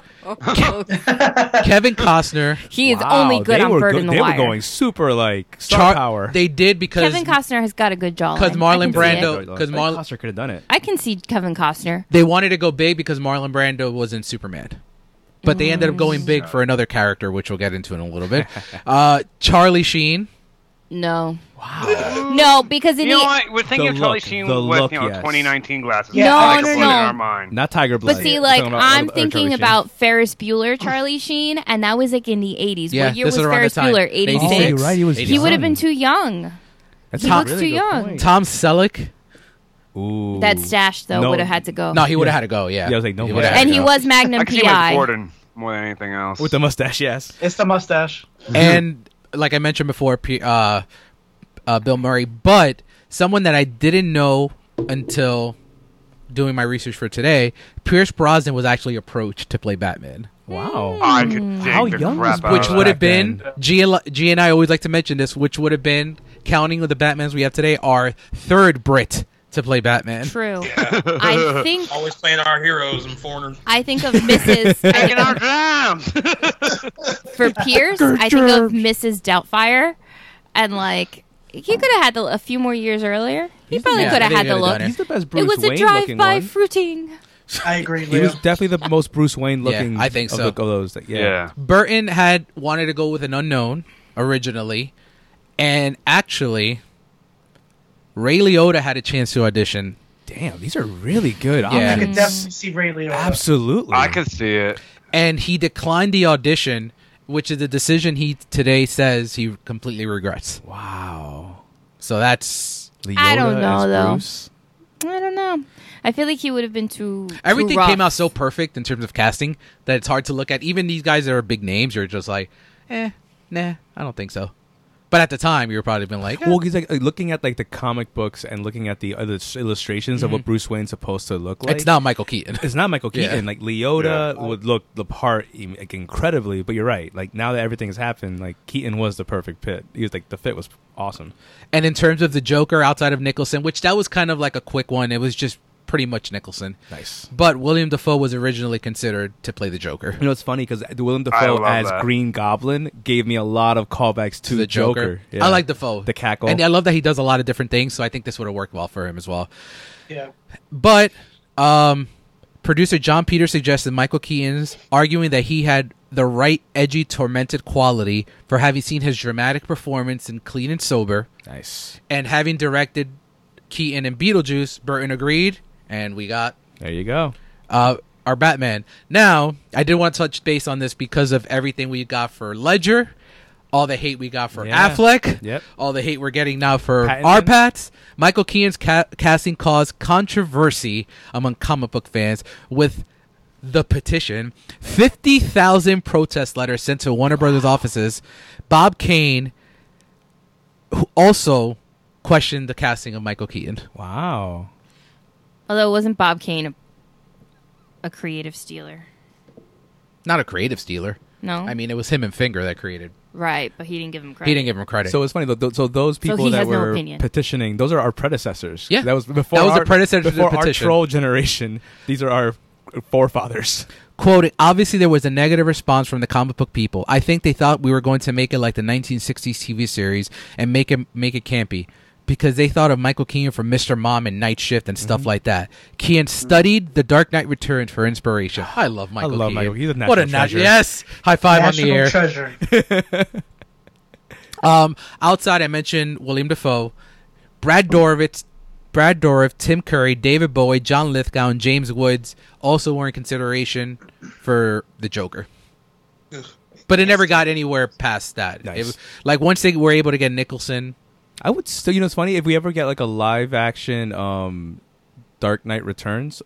A: Kevin Costner,
C: is
B: Wow,
C: only good
B: they
C: on
B: were
C: Bird
B: go-
C: and the
B: They
C: Wire.
B: were going super like *laughs* star
A: Char-
B: power.
A: They did because
C: Kevin Costner has got a good jaw.
A: because
C: line. I
A: Marlon
C: can see it.
A: Brando- 'cause Mar-
B: Marlon could have done it.
C: I can see Kevin Costner.
A: they wanted to go big because Marlon Brando was in Superman. But they ended up going big
B: Mm.
A: for another character, which we'll get into in a little
B: *laughs*
A: bit. Uh, Charlie Sheen.
C: No. Wow. No, because in
E: You know
C: the
E: what? We're thinking
B: The
E: of Charlie
B: look,
E: Sheen
B: the
E: with
B: look,
E: you know
B: yes.
E: 2019 glasses.
F: Yeah,
E: It's
F: No,
E: like
C: no,
E: a blend in
C: no.
E: our mind.
B: Not Tiger Blood.
C: But see,
B: You're
C: like
B: talking about-
C: I'm
B: or- or
C: thinking
B: Charlie Sheen.
C: about Ferris Bueller, Charlie Sheen, and that was like in the 80s.
A: Yeah,
C: what year
A: this
C: was
A: is around
C: Ferris
A: the time.
C: Bueller? 86.
A: Oh, you're
B: right, he was
C: He would have been
B: young.
C: too young.
B: That's
A: He
B: a
A: looks
B: really
C: too
B: good
C: young.
B: point.
A: Tom Selleck.
B: Ooh.
C: That stash though
B: No.
C: would have had to go.
A: No, he would have had to go. Yeah,
B: Yeah, I was like, no
A: He
B: way.
A: would've had
C: and
A: to
C: he
A: go.
C: was
E: *laughs* I
C: Magnum
E: can see him with
C: PI.
E: Gordon more than anything else.
B: with the mustache. Yes.
F: It's the mustache.
A: and like I mentioned before, P- uh, uh, Bill Murray, but someone that I didn't know until doing my research for today, Pierce Brosnan was actually approached to play Batman,
B: Wow.
E: I could dig
B: How
E: the
B: young
E: crap
B: was-
E: out
A: which
E: of
A: would
E: that.
A: have been G and, G and I always like to mention this, which would have been counting with the Batmans we have today, our third Brit to play Batman.
C: *laughs* True. I think
D: *laughs* always playing our heroes and foreigners.
C: I think of Mrs. I
E: Taking
C: think
E: our
C: of,
E: jams.
C: for Pierce. I think of Mrs. Doubtfire, and like he could have had the, a few more years earlier. He probably
A: yeah,
C: could have
A: they
C: had the
A: could've
C: look.
A: done
B: He's the best Bruce
C: It was a
B: Wayne looking
C: drive-by
B: one.
C: fruiting.
F: I agree,
B: he
F: Leo.
B: was definitely the most Bruce Wayne
A: Yeah,
B: looking.
A: I think
B: of
A: so.
B: the- of those. like, *laughs* yeah.
E: yeah.
A: Burton had wanted to go with an unknown originally, and actually, Ray Liotta had a chance to audition
B: Damn, these are really good.
A: Yeah.
F: I
B: options.
F: could definitely see Ray Leo.
B: Absolutely.
E: I could see it.
A: and he declined the audition, which is the decision he today says he completely regrets.
B: Wow.
A: So that's
C: I don't
B: Leota
C: know,
B: as
C: though.
B: Bruce?
C: I don't know. I feel like he would have been too. too
A: everything
C: rough.
A: came out so perfect in terms of casting that it's hard to look at. Even these guys that are big names, you're just like, eh, nah, I don't think so. But at the time, you were probably been like, eh.
B: Well, he's like like, looking at like the comic books and looking at the other s- illustrations of what Bruce Wayne's supposed to look like.
A: Mm-hmm. it's not Michael Keaton. *laughs*
B: It's not Michael
A: Yeah.
B: Keaton. Like Leota would look the part im- like, incredibly, but you're right. Like now that everything has happened, like Keaton was the perfect fit. He was like the fit was awesome.
A: And in terms of the Joker outside of Nicholson, which that was kind of like a quick one, it was just pretty much Nicholson.
B: Nice.
A: But William Defoe was originally considered to play the Joker.
B: You know, it's funny because Willem
E: I
B: Dafoe
E: love
B: as
E: that.
B: Green Goblin gave me a lot of callbacks to
A: the Joker.
B: Yeah.
A: I like Defoe.
B: The cackle.
A: And I love that he does a lot of different things, so I think this would have worked well for him as well.
F: Yeah.
A: But um, producer John Peter suggested Michael Keaton's, arguing that he had the right edgy, tormented quality for having seen his dramatic performance in Clean and Sober
B: nice.
A: and having directed Keaton and Beetlejuice. Burton agreed, and we got
B: There you go.
A: uh, our Batman. Now, I did want to touch base on this because of everything we got for Ledger, all the hate we got for
B: Yeah.
A: Affleck,
B: Yep.
A: all the hate we're getting now for
B: Pattinson.
A: our Pats. Michael Keaton's ca- casting caused controversy among comic book fans with the petition 50,000 protest letters sent to Warner Brothers offices. Bob Kane who also questioned the casting of Michael Keaton.
B: Wow.
C: Although it wasn't Bob Kane a, a creative stealer.
A: Not a creative stealer.
B: Oh.
C: No.
A: I mean, it was him and Finger that created
C: right, but he didn't give him credit.
A: He didn't give him credit.
B: So it's funny. Though, th- so those people
C: he
B: that
C: has no
B: were
C: opinion.
B: petitioning, those are our predecessors.
A: Yeah.
B: that was before
A: That was the
B: our,
A: predecessor to the
B: before our
A: petition.
B: troll generation. These are our forefathers.
A: Quoted, obviously there was a negative response from the comic book people. I think they thought we were going to make it like the 1960s TV series and make it make it campy because they thought of Michael Keaton from Mr. Mom and Night Shift and stuff like that. Keaton studied The Dark Knight Returns for inspiration. I love Michael.
B: love
A: Keaton.
B: Michael. He's a
A: what a
B: national
A: nat-
B: treasure.
A: yes. High five on
F: National
A: *laughs* the air.
F: treasure.
A: Um, outside, I mentioned William Defoe, Brad Dorovitz, Brad Dorif, Tim Curry, David Bowie, John Lithgow, and James Woods also were in consideration for the Joker. But it never got anywhere past that.
B: Nice.
A: It was- like once they were able to get Nicholson,
B: I would still, you know, it's funny if we ever get like a live action um, Dark Knight Returns.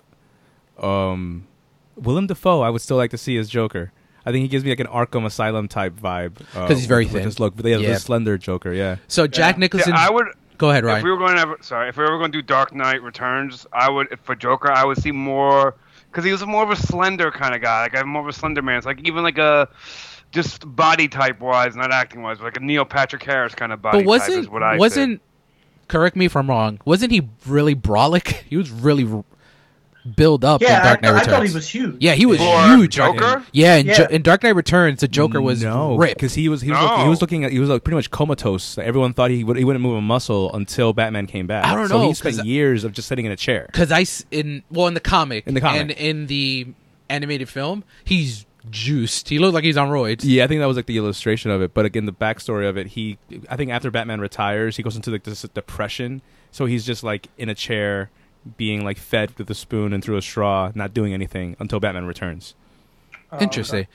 B: Um, Willem Dafoe, I would still like to see as Joker. I think he gives me like an Arkham Asylum type vibe uh,
A: 'Cause he's very
B: with
A: thin.
B: This look, but yeah,
A: Yeah.
B: the slender Joker, yeah.
A: so Jack
E: Yeah,
A: Nicholson.
E: I would.
A: go ahead,
E: If
A: Ryan.
E: we were going to ever, sorry, if we were going to do Dark Knight Returns, I would if for Joker, I would see more because he was more of a slender kind of guy. Like I'm more of a slender man. It's like even like a just body type wise, not acting wise, but like a Neil Patrick Harris kind of body.
A: but
E: type
A: wasn't
E: is what I
A: wasn't correct me if I'm wrong. Wasn't he really brolic? *laughs* He was really r- build up
F: Yeah,
A: in
F: I-
A: Dark Knight
F: I,
A: Returns.
F: thought he was huge.
A: Yeah, he was
E: For
A: huge.
E: Joker?
A: Dark- Yeah, in,
F: Yeah.
A: Jo- in Dark Knight Returns, the Joker was
B: no
A: ripped.
B: because he was he was,
E: No.
B: look- he was looking at he was like pretty much comatose. Like, everyone thought he would he wouldn't move a muscle until Batman came back.
A: I don't
B: So
A: know,
B: he spent
A: 'cause-
B: years of just sitting in a chair.
A: because I s- in well in the comic
B: In the comic.
A: and in the animated film he's juiced. He looked like he's on roids.
B: Yeah, I think that was like the illustration of it. But again, the backstory of it, he, I think after Batman retires, he goes into like this depression. So he's just like in a chair, being like fed with a spoon and through a straw, not doing anything until Batman returns. Oh,
A: Interesting.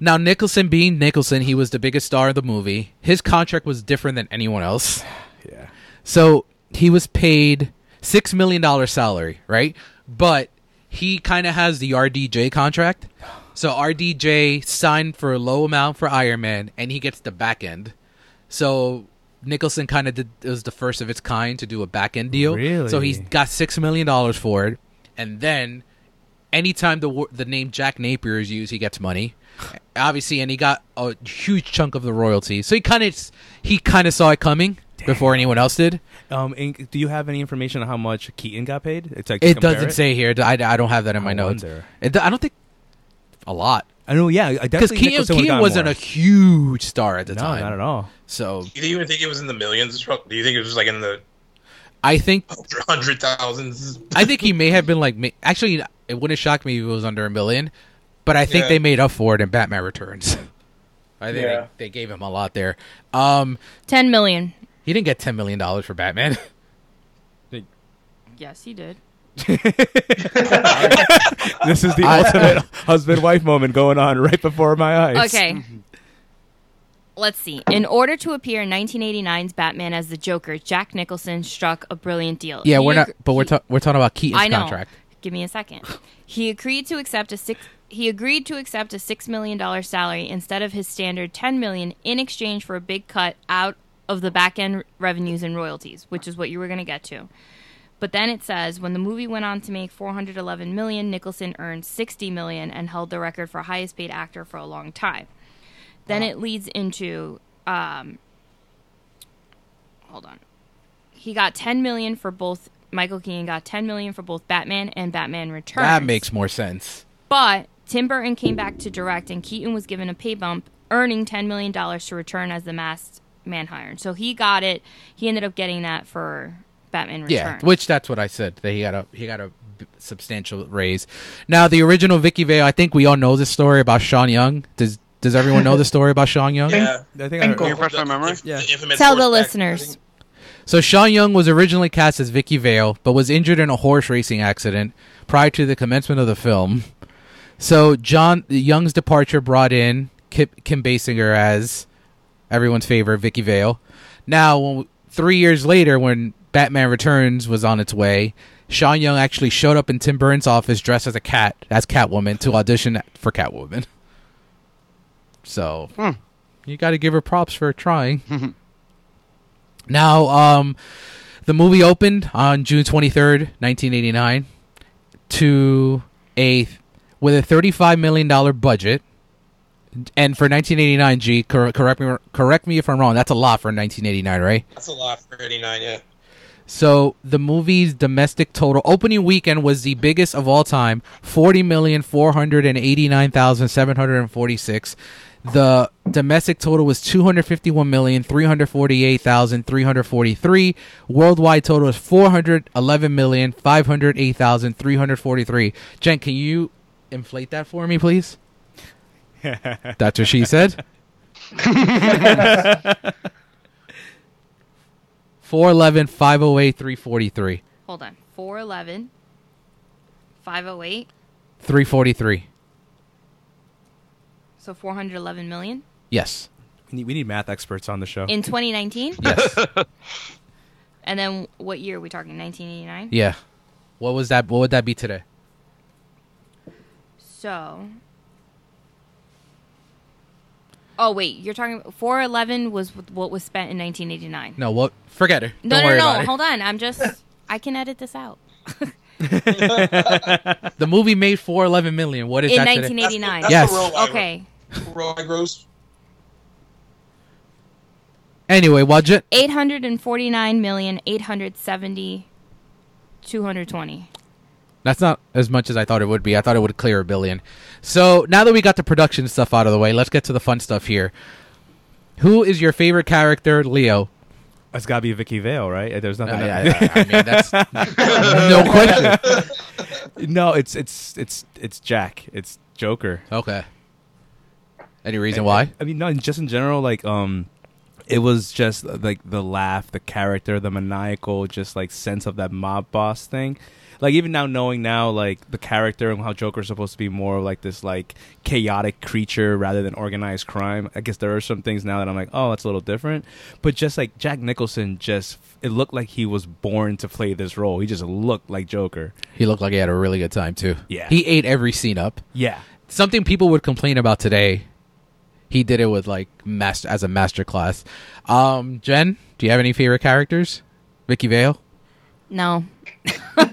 A: Now Nicholson being Nicholson, he was the biggest star of the movie. His contract was different than anyone else,
B: *sighs* Yeah.
A: so he was paid six million dollar salary, right? But he kind of has the RDJ contract. So RDJ signed for a low amount for Iron Man, and he gets the back end. So Nicholson kind of did was the first of its kind to do a back end deal. So he's
B: Really?
A: got six million dollars for it, and then anytime the wo- the name Jack Napier is used, he gets money. Obviously, and he got a huge chunk of the royalty. So he kind of he kind of saw it coming before anyone else did.
B: Um, and do you have any information on how much Keaton got paid? It's like to
A: It
B: compare
A: doesn't say here. I, I don't have that in my
B: I
A: notes.
B: wonder.
A: It, I don't think a lot
B: I know. Yeah, I
A: because
B: definitely.
A: Keaton,
B: Nicholson would've
A: Keaton
B: gotten
A: wasn't
B: more.
A: a huge star at the
B: no,
A: time.
B: not
A: *laughs*
B: at all. *laughs*
A: So
D: Do you even think it was in the millions? Do you think it was like in the
A: I think
D: hundred thousands?
A: I think he may have been like ma- actually it wouldn't shock me if it was under a million, but I think
D: Yeah.
A: they made up for it in Batman Returns. I think
F: Yeah.
A: they, they gave him a lot there. Um,
C: Ten million.
A: he didn't get ten million dollars for Batman.
C: Yes, he did.
B: this is the
A: I-
B: ultimate husband-wife moment going on right before my eyes.
C: Okay.
A: Mm-hmm.
C: Let's see. In order to appear in 1989's Batman as the Joker, Jack Nicholson struck a brilliant deal.
A: Yeah,
C: He
A: we're not,
C: ag-
A: but we're
C: he-
A: ta- we're talking about Keaton's
C: I know.
A: contract.
C: Give me a second. He agreed to accept a six. He agreed to accept a six million dollar salary instead of his standard ten million in exchange for a big cut out of the back end revenues and royalties, which is what you were going to get to. But then it says when the movie went on to make 411 million, Nicholson earned 60 million and held the record for highest paid actor for a long time. Then it leads into um, hold on. He got 10 million for both Michael Keaton got 10 million for both Batman and Batman Returns.
A: That makes more sense.
C: But Tim Burton came back to direct, and Keaton was given a pay bump, earning ten million dollars to return as the masked Manhunter. So he got it. He ended up getting that for Batman Returns.
A: Yeah, which that's what I said. That he got a he got a b- substantial raise. Now the original Vicky Vale. I think we all know this story about Sean Young. Does Does everyone know the story about Sean Young?
D: Yeah.
B: I think I,
F: Ankle.
B: heard-
E: refresh my memory?
D: Yeah.
B: Yeah.
C: Tell the listeners.
A: So Sean Young was originally cast as Vicky Vale, but was injured in a horse racing accident prior to the commencement of the film. So John Young's departure brought in Kim, Kim Basinger as everyone's favorite Vicky Vale. Now, when- three years later, when Batman Returns was on its way, Sean Young actually showed up in Tim Burton's office dressed as a cat, as Catwoman, to audition for Catwoman. So you got to give her props for trying. Now, um, the movie opened on June 23rd, 1989, to a with a 35 million dollar budget. And for 1989, G, cor- correct me correct me if I'm wrong. That's a lot for 1989, right?
D: That's a lot for 89, yeah.
A: So the movie's domestic total opening weekend was the biggest of all time, forty million four hundred and eighty nine thousand seven hundred and forty six. The domestic total was two hundred fifty one million three hundred forty eight thousand three hundred forty three. Worldwide total is four hundred eleven million five hundred eight thousand three hundred forty three. Jen, can you inflate that for me, please? That's what she said. Four eleven five oh eight three forty three.
C: Hold on. 411, 508,
A: Three forty three.
C: so 411 million
A: Yes.
B: we need- we need math experts on the show.
C: in 2019.
A: Yes.
C: And then what year are we talking? 1989.
A: yeah. What was that? What would that be today?
C: So. Oh wait, you're talking 411 was what was spent in 1989.
A: No. What? Forget it.
C: No,
A: Don't
C: no,
A: worry
C: no.
A: about
C: Hold on. I'm just. I can edit this out.
A: it. The movie made four eleven million. What is
C: In
A: that today?
C: 1989.
A: Yes.
C: Okay.
D: Roy Gross.
A: Anyway, while Jen,
C: Eight hundred and forty-nine million eight hundred seventy two hundred twenty.
A: that's not as much as I thought it would be. I thought it would clear a billion. So now that we got the production stuff out of the way, let's get to the fun stuff here. Who is your favorite character, Leo?
B: It's got to be Vicky Vale, right? Uh, There's
A: I,
B: nothing.
A: I- I- I mean, that's no question.
B: *laughs* no, it's it's it's it's Jack. It's Joker.
A: Okay. Any reason why?
B: I mean, no, just in general, like, um, it was just uh, like the laugh, the character, the maniacal, just like sense of that mob boss thing. Like even now, knowing now, like the character and how Joker's supposed to be more of, like this, like chaotic creature rather than organized crime. I guess there are some things now that I'm like, oh, that's a little different. But just like Jack Nicholson, just it looked like he was born to play this role. He just looked like Joker.
A: He looked like he had a really good time too.
B: Yeah.
A: He ate every scene up.
B: Yeah,
A: something people would complain about today. He did it with like master as a master class. Um, Jen, do you have any favorite characters? Vicky Vale. *laughs*
C: No. *laughs*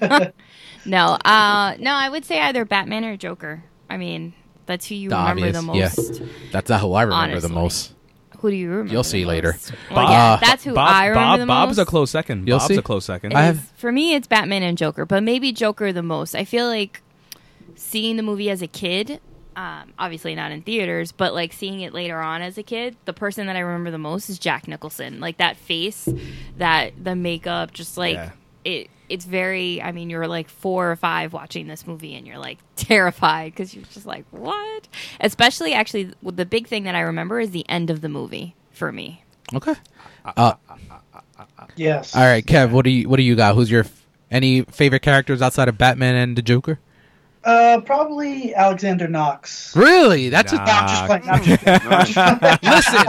C: no. Uh, no. I would say either Batman or Joker. I mean, that's who you
A: The
C: remember the
A: obvious, yeah.
C: most.
A: That's not who I remember
C: Honestly.
A: the most.
C: Who do you remember?
A: You'll
C: the
A: see later.
C: most? Well, yeah,
A: Bob-
C: that's who
B: Bob,
C: I remember
B: Bob,
C: the
B: Bob's
C: most.
B: a close second.
A: You'll
B: Bob's
A: see.
B: a close second.
A: I
C: It
A: have-
C: is- for me it's Batman and Joker, but maybe Joker the most. I feel like seeing the movie as a kid, um, obviously not in theaters, but like seeing it later on as a kid, the person that I remember the most is Jack Nicholson. Like that face, that the makeup, just like
B: Yeah.
C: it. It's very. I mean, you're like four or five watching this movie, and you're like *laughs* terrified because you're just like, what? Especially, actually, the big thing that I remember is the end of the movie for me.
A: Okay.
F: Yes.
A: All right, Kev. What do you What do you got? Who's your f- Any favorite characters outside of Batman and the Joker?
F: Uh, probably Alexander Knox.
A: Really? That's
F: No, I'm just playing. I'm just playing.
A: a listen.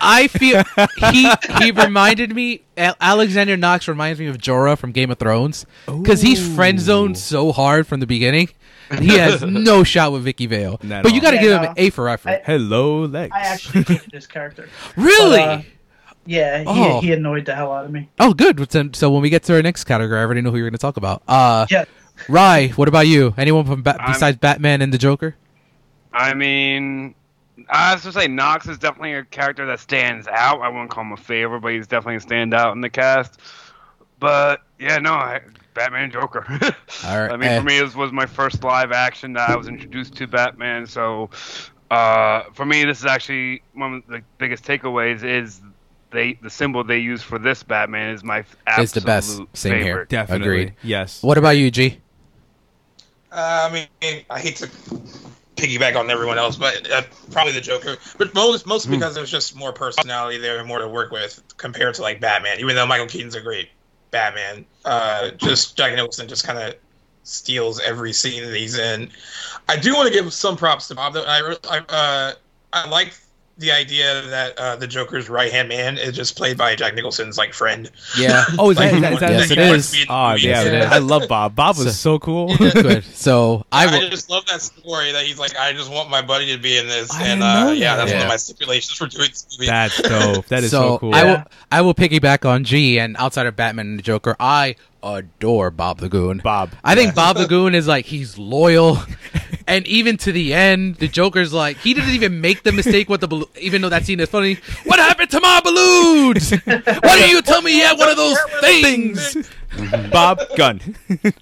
A: I feel he he reminded me. A- Alexander Knox reminds me of Jorah from Game of Thrones because he's friend zoned so hard from the beginning. He has no shot with Vicky Vale,
B: Not at
A: but you
B: all.
A: got to
F: Yeah,
A: give him
F: no.
A: an A for effort.
F: I-
B: Hello, Lex.
A: *laughs*
F: I actually hated this character.
A: really?
F: But, uh, Yeah, he,
A: Oh.
F: he annoyed the hell out
A: *laughs*
F: of me.
A: oh, good. So, so when we get to our next category, I already know who you're going to talk about. Uh,
F: Yeah,
A: Rye, what about you? Anyone from ba-
E: I'm-
A: besides Batman and the Joker?
E: *laughs* I mean, I was to say Knox is definitely a character that stands out. I wouldn't call him a favorite, but he's definitely a standout in the cast. But yeah, no, I, Batman and Joker. *laughs*
A: All right,
E: I mean,
A: eh.
E: for me, this was my first live action that I was introduced to Batman. So uh, for me, this is actually one of the biggest takeaways is. They, the symbol they use for this Batman is my absolute
A: It's the best. Same here.
B: *laughs*
E: favorite.
B: Definitely.
A: Agreed.
B: Yes.
A: What about you, G?
D: Uh, I mean, I hate to piggyback on everyone else, but uh, probably the Joker. But most, mostly because there's just more personality there and more to work with compared to like Batman. Even though Michael Keaton's a great Batman, uh, just Jack Nicholson just kind of steals every scene that he's in. I do want to give some props to Bob. Though. I re- I, uh, I like the idea that uh, the Joker's right hand man is just played by Jack Nicholson's like friend.
A: Yeah.
B: Oh, is that,
D: Like,
B: is that, is that
A: Yes, it
B: that-
A: is.
B: Oh, yeah.
A: Yes, it is.
B: I love Bob. Bob was
A: So- *laughs*
B: so, cool.
A: good. So I
D: I,
A: will.
D: just love that story that he's like, I just want my buddy to be in this,
B: I didn't
D: and
B: know
D: uh, yeah,
B: that.
D: that's one
A: Yeah.
D: of my stipulations for doing this movie.
B: That's dope. That is so, cool.
A: I will
F: Yeah.
A: I will piggyback on G and outside of Batman and the Joker, I adore Bob the Goon.
B: Bob. *laughs*
A: I think Bob the Goon is like he's loyal. And even to the end, the Joker's like he didn't even make the mistake with the balloon. Even though that scene is funny, what happened to my balloons? Why didn't you tell me you had one of those things? *laughs*
B: Bob *laughs* Gun.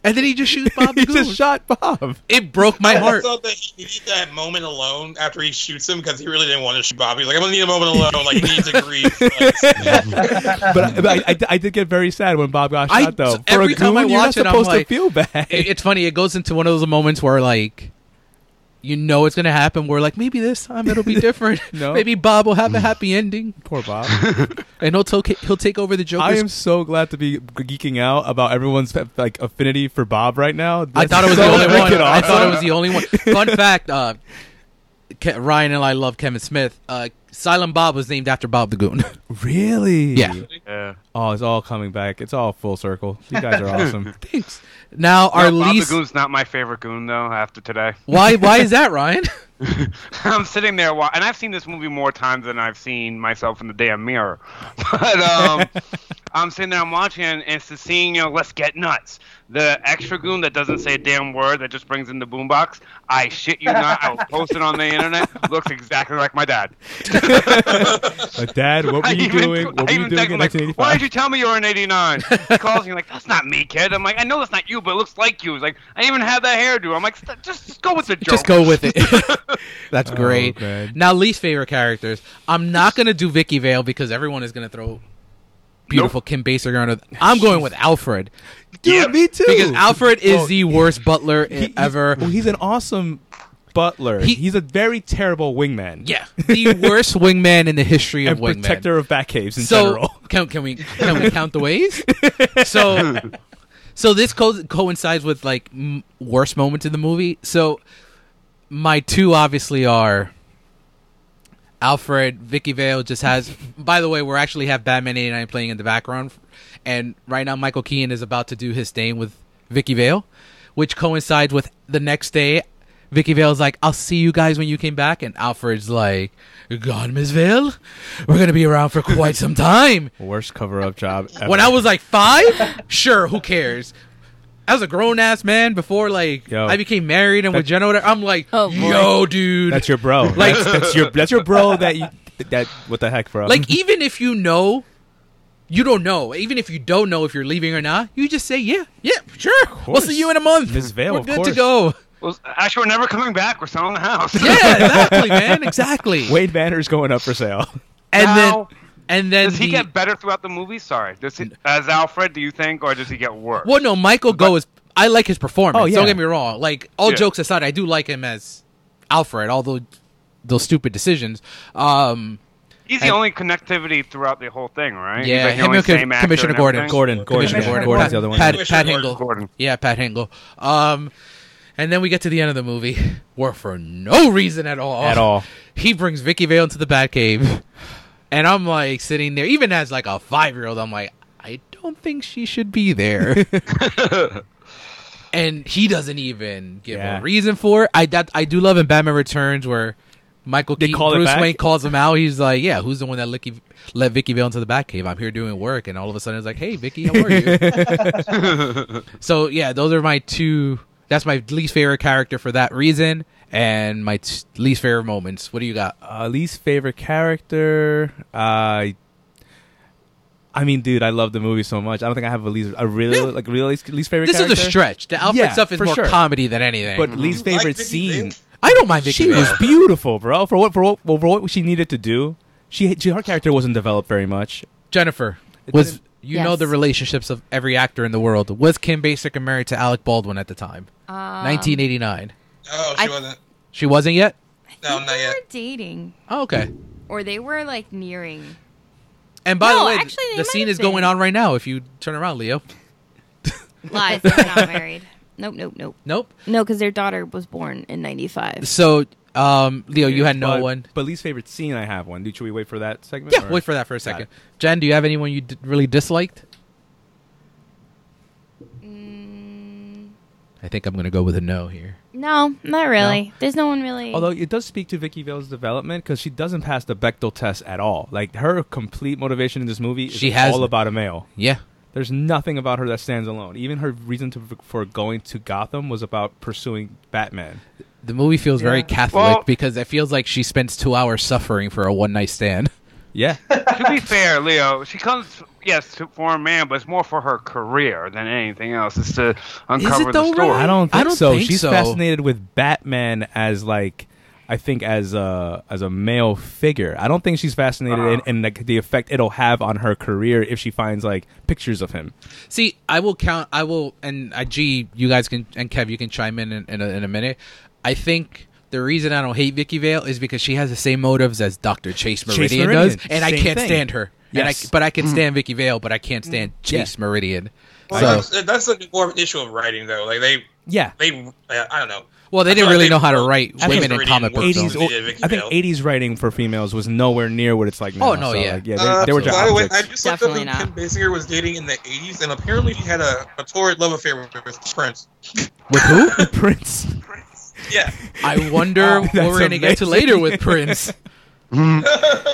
A: And then he just shoots Bob the
B: *laughs* he
A: Goon.
B: just shot Bob.
A: it broke my
D: I
A: heart.
D: thought that he needed that moment alone after he shoots him because he really didn't want to shoot Bobby. He's like, I'm gonna need a moment alone. Like, he needs
B: *laughs*
D: a grief. Like,
B: But, I, but I, I, I did get very sad when Bob got shot,
A: I-
B: though. For
A: every
B: a
A: time I
B: goon, you're not
A: watch it, I'm
B: supposed
A: like-
B: to feel bad.
A: It- it's funny. It goes into one of those moments where like. You know it's gonna happen. We're like, maybe this time it'll
B: *laughs*
A: be different.
B: No.
A: Maybe Bob will have a happy ending,
B: *laughs* Poor Bob.
A: and he'll take he'll take over the
B: I
A: Joker's
B: am so glad to be geeking out about everyone's like affinity for Bob right
A: *laughs*
B: now.
A: I
B: That's
A: thought it was
B: so
A: the only
B: freaking
A: one. I
B: awesome.
A: thought it was the only one.
B: *laughs*
A: Fun fact: uh, Ke- Ryan and I love Kevin Smith. Uh, Silent Bob was named after Bob the Goon. *laughs*
B: Really?
A: Yeah.
E: Yeah.
B: Oh, it's all coming back. It's all full circle. You
A: *laughs*
B: guys are awesome.
A: Thanks. Now our
E: No, Bob
A: least.
E: the Goon's not my favorite goon though. After today,
A: Why? Why
E: *laughs*
A: is that, Ryan?
E: I'm sitting there, wa- and I've seen this movie more times than I've seen myself in the damn mirror. *laughs* But
B: *laughs*
E: um, I'm sitting there, I'm watching, and it's the scene, you know, let's get nuts. The extra goon that doesn't say a damn word that just brings in the boombox. I shit you not, I will post it on the
B: *laughs*
E: internet. Looks exactly like my dad.
B: But
A: *laughs*
B: Dad, what were
E: *laughs* I
B: you
E: even-
B: doing?
E: I
B: What were you
E: even
B: doing
E: text
B: in
E: him, like, Why
B: 1985?
E: did you tell me you were
B: *laughs*
E: in '89? He calls me like, "That's not me, kid." I'm like, "I know that's not you, but it looks like you." He's like, "I even have that hairdo." I'm like, "St- "Just, just go with the joke."
A: Just go with
E: *laughs*
A: it. *laughs* That's great.
B: Oh, man.
A: now, least favorite characters. I'm not gonna do Vicky Vale because everyone is gonna throw beautiful Kim Basinger under. th- I'm going with Alfred
B: Dude,
E: Yeah.
B: me too.
A: because Alfred is
B: Well,
A: the worst butler
B: he- he's-
A: ever.
B: Well, he's an awesome butler.
A: He-
B: he's a very terrible wingman.
A: yeah, the worst wingman in the history of
B: And
A: wingman.
B: protector of bat caves in
A: so
B: general.
A: *laughs* can, can we can we count the ways?
B: *laughs*
A: so so this co- coincides with like m- worst moments in the movie. So my two obviously are Alfred Vicky Vale just has. by the way, we're actually have Batman eighty nine playing in the background, and right now Michael Keaton is about to do his thing with Vicky Vale, which coincides with the next day. Vicky Vale's like, "I'll see you guys when you came back," and Alfred's like, "God, Miss Vale, we're gonna be around for quite some time."
B: Worst cover up job ever.
A: When I was like five, sure, who cares? I was a grown ass man before like
B: Yo.
A: I became married and with Jenna. whatever, I'm like,
C: Oh, boy.
A: yo, dude,
B: That's your bro.
A: Like-
B: that's, that's your that's your bro that you that what the heck, bro?
A: like even if you know, you don't know. Even if you don't know if you're leaving or not, you just say, yeah, yeah, sure. We'll
B: course.
A: see you in a month.
B: Miss Vale,
A: we're
B: of
A: good to
B: course.
A: go.
B: *laughs*
E: Well, actually, we're never coming back. We're selling the house.
A: Yeah, exactly, man, exactly.
B: Wade Banner's going up for sale.
A: and
E: Now-
A: then, and then
E: Does he
A: the-
E: get better throughout the movie? Sorry, does he, as Alfred, do you think, or does he get worse?
A: Well, no, Michael Go is. I like his performance.
B: Oh, yeah.
A: Don't get me wrong. Like all
E: Yeah.
A: jokes aside, I do like him as Alfred. Although those stupid decisions, um,
E: He's the
A: And-
E: only connectivity throughout the whole thing, right?
A: Yeah,
E: He's like the
A: him
E: only
A: and Com-
E: same actor
A: Commissioner
E: and
A: Gordon.
E: everything.
B: Gordon, Gordon,
A: Commissioner
F: yeah.
A: Gordon.
B: Gordon's the other one.
A: Pat,
D: Commissioner
A: Pat
D: Gordon.
A: Hingle.
E: Gordon.
A: Yeah, Pat Hingle. Um, and then we get to the end of the movie, *laughs* where for no reason at all,
B: At all.
A: he brings Vicky Vale into the Batcave, *laughs* and I'm like sitting there, even as like a five year old, I'm like, I don't think she should be
B: *laughs*
A: there. and he doesn't even give
B: Yeah.
A: a reason for it. I that I do love in Batman Returns where. Michael
B: They
A: Keaton,
B: call it
A: Bruce
B: back?
A: Wayne calls him out. He's like, "Yeah, who's the one that Licky, let Vicky Vale into the Batcave? I'm here doing work." And all of a sudden, it's like, "Hey, Vicky, how are you?" So yeah, those are my two. That's my least favorite character for that reason, and my t- least favorite moments. What do you got?
B: Uh, least favorite character. Uh, I mean, dude, I love the movie so much. I don't think I have a least, a really like really least, least favorite.
A: This
B: character,
A: is a stretch. The Alfred
B: Yeah,
A: stuff is
B: for
A: more
B: sure.
A: comedy than anything.
B: But
A: But
B: least
D: You like
B: favorite
D: Vicky
B: scene.
D: Vale?
A: I don't mind Vicky.
B: She
A: Vale.
B: was beautiful, bro. For what for what for what she needed to do. She, she her character wasn't developed very much.
A: Jennifer
B: It
A: was.
B: didn't-
A: You know the
C: Yes.
A: relationships of every actor in the world. Was Kim Basic and married to Alec Baldwin at the time?
C: Uh, Um,
A: 1989.
D: Oh, she
C: I-
D: wasn't.
A: She wasn't yet.
D: No,
C: they
D: not yet.
C: were dating,
A: Oh, okay.
C: or they were like nearing.
A: And by the
C: No,
A: way,
C: actually, they
A: the
C: might
A: scene
C: have
A: is going
C: been.
A: on right now. If you turn around, Leo. *laughs*
C: Lies, they're not married. Nope, nope, nope.
A: Nope.
C: No, because their daughter was born in '95.
A: So, um, Leo, you had no
B: but,
A: one.
B: But least favorite scene, I have one. Do should we wait for that segment?
A: Yeah,
B: or-
A: wait for that for a second.
B: it.
A: Jen, do you have anyone you d- really disliked?
C: Mm,
A: I think I'm gonna go with a no here.
C: no, not really. There's no one really.
B: Although it does speak to Vicky Vale's development because she doesn't pass the Bechtel test at all. Like her complete motivation in this movie is
A: She has-
B: all about a male.
A: Yeah,
B: There's nothing about her that stands alone. Even her reason to, for going to Gotham was about pursuing Batman.
A: the movie feels very
F: Yeah.
A: Catholic
E: Well-
A: because it feels like she spends two hours suffering for a one night stand.
D: *laughs*
B: Yeah,
E: to be fair, Leo, she comes yes to- for a man, but it's more for her career than anything else. It's to uncover the
A: though,
E: story.
A: Ryan?
B: I don't think
A: I don't
B: so.
A: think
B: She's
A: so.
B: fascinated with Batman as like. I think as a as a male figure, I don't think she's fascinated
D: Uh-huh.
B: in, in like the effect it'll have on her career if she finds like pictures of him.
A: See, I will count. I will, and I, G, you guys can, and Kev, you can chime in in, in, a, in a minute. I think the reason I don't hate Vicky Vale is because she has the same motives as Doctor Chase Meridian,
B: Meridian,
A: does, and I
B: same
A: can't
B: thing.
A: stand her. And I,
B: Yes. Mm-hmm.
A: but I can stand Vicky Vale, but I can't stand Chase Meridian.
D: Well,
A: So,
D: that's, that's a more of an issue of writing, though. Like they,
B: Yeah,
D: they, uh, I don't know.
A: well, they
D: I feel
A: didn't
D: like
A: really
D: they
A: know how to
D: wrote
A: write
D: Chase
A: women in
D: Meridian
A: comic
D: worse
A: books.
D: than
B: eighties.
A: though.
D: they did Vicky
B: I think
D: Vale.
B: eighties writing for females was nowhere near what it's like now.
A: Oh, no,
B: so,
A: yeah.
B: like, yeah, they,
D: Uh,
B: they were just
D: by the way, I
B: objects.
D: just looked up
C: Definitely
D: that Kim
C: not.
D: Basinger was dating in the '80s, and apparently she had a, a torrid love affair with, with Prince.
A: With
D: *laughs*
A: who?
B: Prince. Oh,
D: Yeah,
A: I
B: *laughs*
A: wonder what
B: That's
A: we're gonna get to
B: amazing.
A: later with
B: *laughs*
A: Prince.
D: I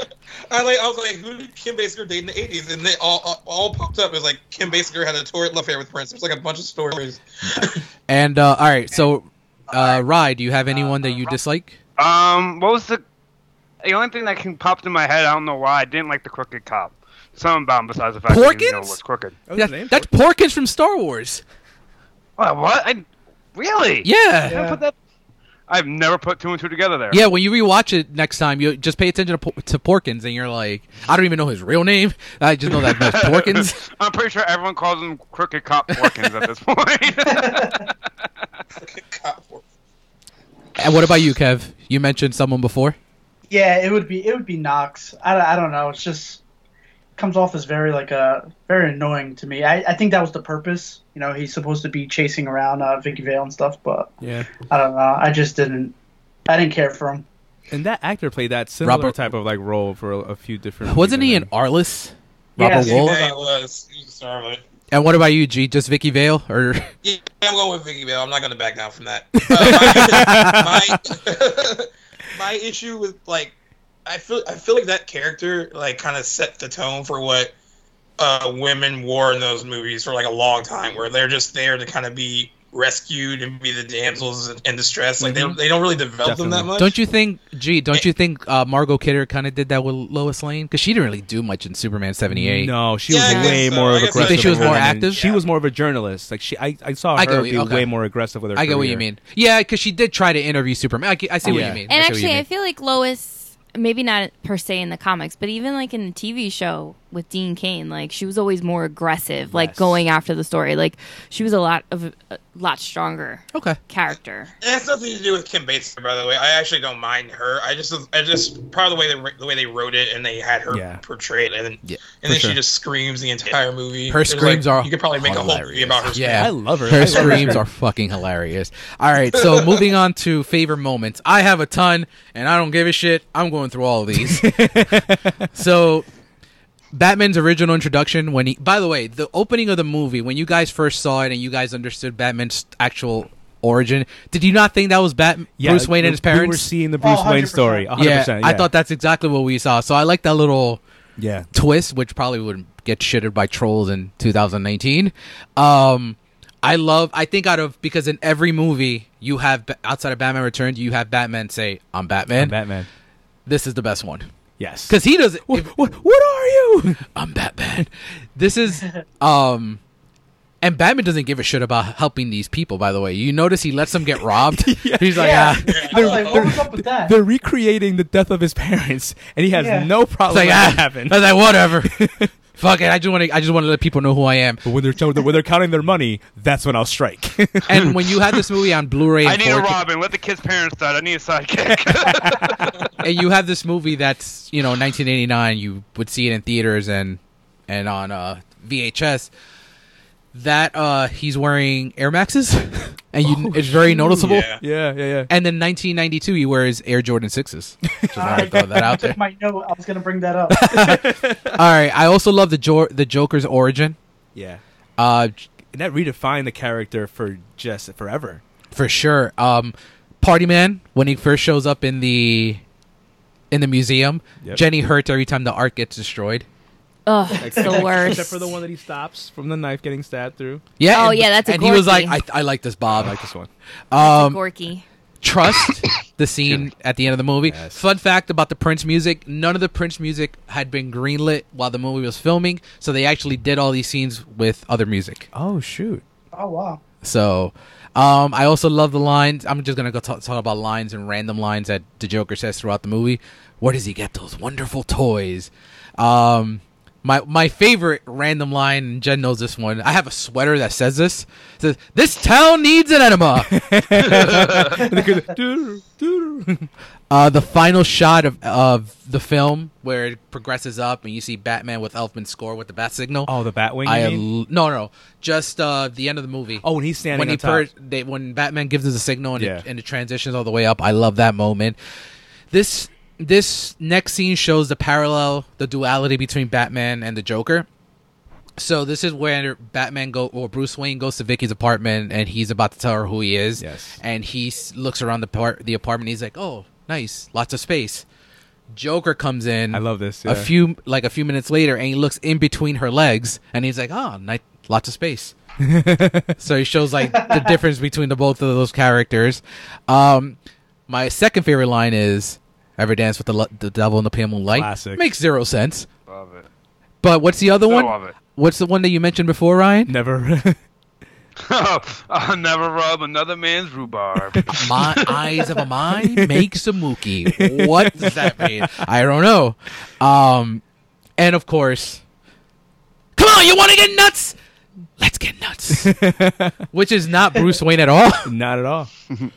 D: like. I was like, who did Kim Basinger date in the '80s? And they all all, all popped up. It was like Kim Basinger had a torrid love affair with Prince. There's like a bunch of stories.
A: And uh, all right, so uh, Rye, do you have anyone
D: uh,
A: that you dislike?
E: Um, what was the the only thing that can popped in my head? I don't know why I didn't like the crooked cop. Something about him besides the fact that he
A: Porkins?
E: was crooked.
A: That- that's Porkins from Star Wars.
E: What? what? I, really?
A: Yeah.
E: I
A: yeah.
F: Yeah.
E: put that- I've never put two and two together there.
A: when you rewatch it next time, you just pay attention to, Por- to Porkins, and you're like, I don't even know his real name. I just know that
B: *laughs*
A: that's Porkins.
E: *laughs* I'm pretty sure everyone calls him Crooked Cop Porkins at this point.
D: God, poor-
A: And what about you, Kev? You mentioned someone before.
F: Yeah, it would be it would be Knox. I, I don't know. It's just comes off as very like uh, very annoying to me. I, I think that was the purpose. You know, he's supposed to be chasing around uh, Vicky Vale and stuff, but
B: Yeah,
F: I don't know. I just didn't. I didn't care for him.
B: and that actor played that similar
A: Robert-
B: type of like role for a, a few different.
A: Wasn't he
B: reasons.
A: in Artless? Robert
F: Yes.
A: Wool?
D: Yeah, it was. He was a star of it.
A: And what about you, G? Just Vicky Vale, or *laughs*
D: Yeah, I'm going with Vicky Vale. I'm not going to back down from that. Uh, my, *laughs* my, my issue with like, I feel I feel like that character like kind of set the tone for what uh, women wore in those movies for like a long time, where they're just there to kind of be rescued and be the damsels in, in distress. Like they don't, they don't really develop them that
B: Definitely.
D: much.
A: Mm-hmm. don't you think? G, don't you think uh, Margot Kidder kind of did that with Lois Lane? Because she didn't really do much in Superman '78.
B: No, she
D: Yeah, I
B: was
D: guess
B: way
D: so.
B: more
D: I
B: of
D: guess
B: aggressive.
A: You think she was
B: with
A: more
B: women.
A: active?
B: She was more of a journalist. Like she, I, I saw her
A: I get what
B: be
A: you- okay.
B: way more aggressive with her.
A: I get what
B: career.
A: you mean. Yeah, because she did try to interview Superman. I, get- I see what
B: Yeah.
A: you mean. I
C: and
A: see what you
C: actually, I
A: mean.
C: feel like Lois, maybe not per se in the comics, but even like in the TV show, with Dean Kane. Like she was always more aggressive,
B: Yes.
C: like going after the story. Like she was a lot of a lot stronger
A: Okay.
C: character.
D: It has nothing to do with Kim Bates, by the way. I actually don't mind her. I just, I just probably the way they the way they wrote it and they had her
B: Yeah.
D: portrayed, and then
A: Yeah,
D: and then
B: sure.
D: she just screams the entire movie.
A: Her
D: There's,
A: screams
D: like,
A: are
D: You could probably make a whole movie
A: hilarious.
D: about her.
A: Yeah.
B: I love her. I
A: Her
B: love
A: screams are fucking hilarious. All right,
B: *laughs*
A: so moving on to favorite moments. I have a ton, and I don't give a shit. I'm going through all of
B: *laughs*
A: these. so, Batman's original introduction when he. By the way, the opening of the movie when you guys first saw it and you guys understood Batman's actual origin. Did you not think that was Bat Bruce Wayne and his
B: We were
A: parents?
B: seeing the Bruce
F: Oh,
B: Wayne story.
F: 100%.
B: 100%,
A: yeah,
B: yeah,
A: I thought that's exactly what we saw. So I like that little
B: Yeah,
A: *laughs* twist, which probably would get shitted by trolls in 2019. Um, I love. I think out of because in every movie you have Ba- outside of Batman Returns, you have Batman say, "I'm Batman."
B: I'm Batman.
A: This is the best one
B: Yes,
A: because he does.
B: What,
A: if-
B: what, what
A: *laughs*
B: are you?
A: I'm Batman. This
B: *laughs*
A: is um and Batman doesn't give a shit about helping these people by the way. You notice he lets them get
B: *laughs*
A: robbed. He's like,
F: Yeah.
A: ah.
E: *laughs*
A: It's
F: I was like, what was up with that?
B: They're recreating the death of his *laughs* parents, and he has
F: Yeah.
B: no problem
A: like,
B: letting
A: ah.
B: that happen.
A: I was like,
B: *laughs*
A: whatever. Fuck it. I just want to I just want to let people know who I am.
B: But when they're told- when they're counting their money, that's when I'll strike. *laughs*
A: And when you had this movie on Blu-ray
E: I
A: and
E: need a
A: 4K
E: Robin. Let the kid's parents die. I need a
B: *laughs*
E: sidekick.
A: and you have this movie that's you know 1989 you would see it in theaters and and on uh vhs that uh he's wearing air maxes *laughs* and you it's very noticeable
D: Yeah.
B: yeah, yeah, yeah.
A: and then 1992 he wears air jordan sixes just wanted to throw that out
F: *laughs*
A: there
F: Took my note. I was gonna bring that up.
A: all right i also love the jo- the joker's origin
B: Yeah.
A: uh
B: And that redefined the character for just forever.
A: for sure um party man when he first shows up in the in the museum
B: Yep.
A: jenny hurts every time the art gets destroyed
C: Ugh, it's the worst.
B: Except for the one that he stops from the knife getting stabbed through.
A: yeah
C: Oh,
A: and-
C: yeah, that's a
A: and he was
C: Gorky.
A: like I, I like this bob
B: I like this one.
A: um
C: Gorky.
A: trust the scene at the end of the movie.
B: Yes.
A: Fun fact about the Prince music: none of the Prince music had been greenlit while the movie was filming, so they actually did all these scenes with other music.
B: Oh
E: *laughs*
B: shoot.
F: Oh wow.
A: So, um, I also love the lines. I'm just gonna go talk, talk about lines and random lines that the Joker says throughout the movie. Where does he get those wonderful toys? Um, my my favorite random line, and Jen knows this one. I have a sweater that says this. It says, "This town needs an enema." Uh, the final shot of of the film where it progresses up and you see Batman with Elfman's score with the bat signal.
B: oh, the Batwing.
A: I
B: you
A: l-
B: mean?
A: no no just uh the end of the movie.
B: Oh, when he's standing
A: when
B: on
A: he
B: top.
A: per- they, when Batman gives us a signal and
B: Yeah.
A: it, and it transitions all the way up. I love that moment. This this next scene shows the parallel, the duality between Batman and the Joker. So this is where Batman go or Bruce Wayne goes to Vicky's apartment and he's about to tell her who he is.
B: Yes.
A: And he s- looks around the par- the apartment. He's like, "Oh, nice, lots of space." Joker comes in.
B: I love this,
A: A
B: yeah.
A: few like a few minutes later, and he looks in between her legs, and he's like, "Oh, ni- lots of space." so he shows like the difference between the both of those characters. Um, my second favorite line is, "Ever dance with the, lo- the devil in the pale moonlight?"
B: Classic.
A: Makes zero sense.
E: Love it.
A: But what's the other
E: Still
A: one?
E: love it. *laughs*
A: What's the one that you mentioned before, Ryan?
B: Never. *laughs*
E: I'll never rub another man's
B: *laughs*
E: rhubarb.
A: My eyes of a mind makes a mookie. What does that mean? I don't know. Um, and of course, come on, you want to get nuts? Let's get
B: *laughs*
A: nuts. Which is not Bruce Wayne at all.
B: Not at
E: *laughs*
B: all.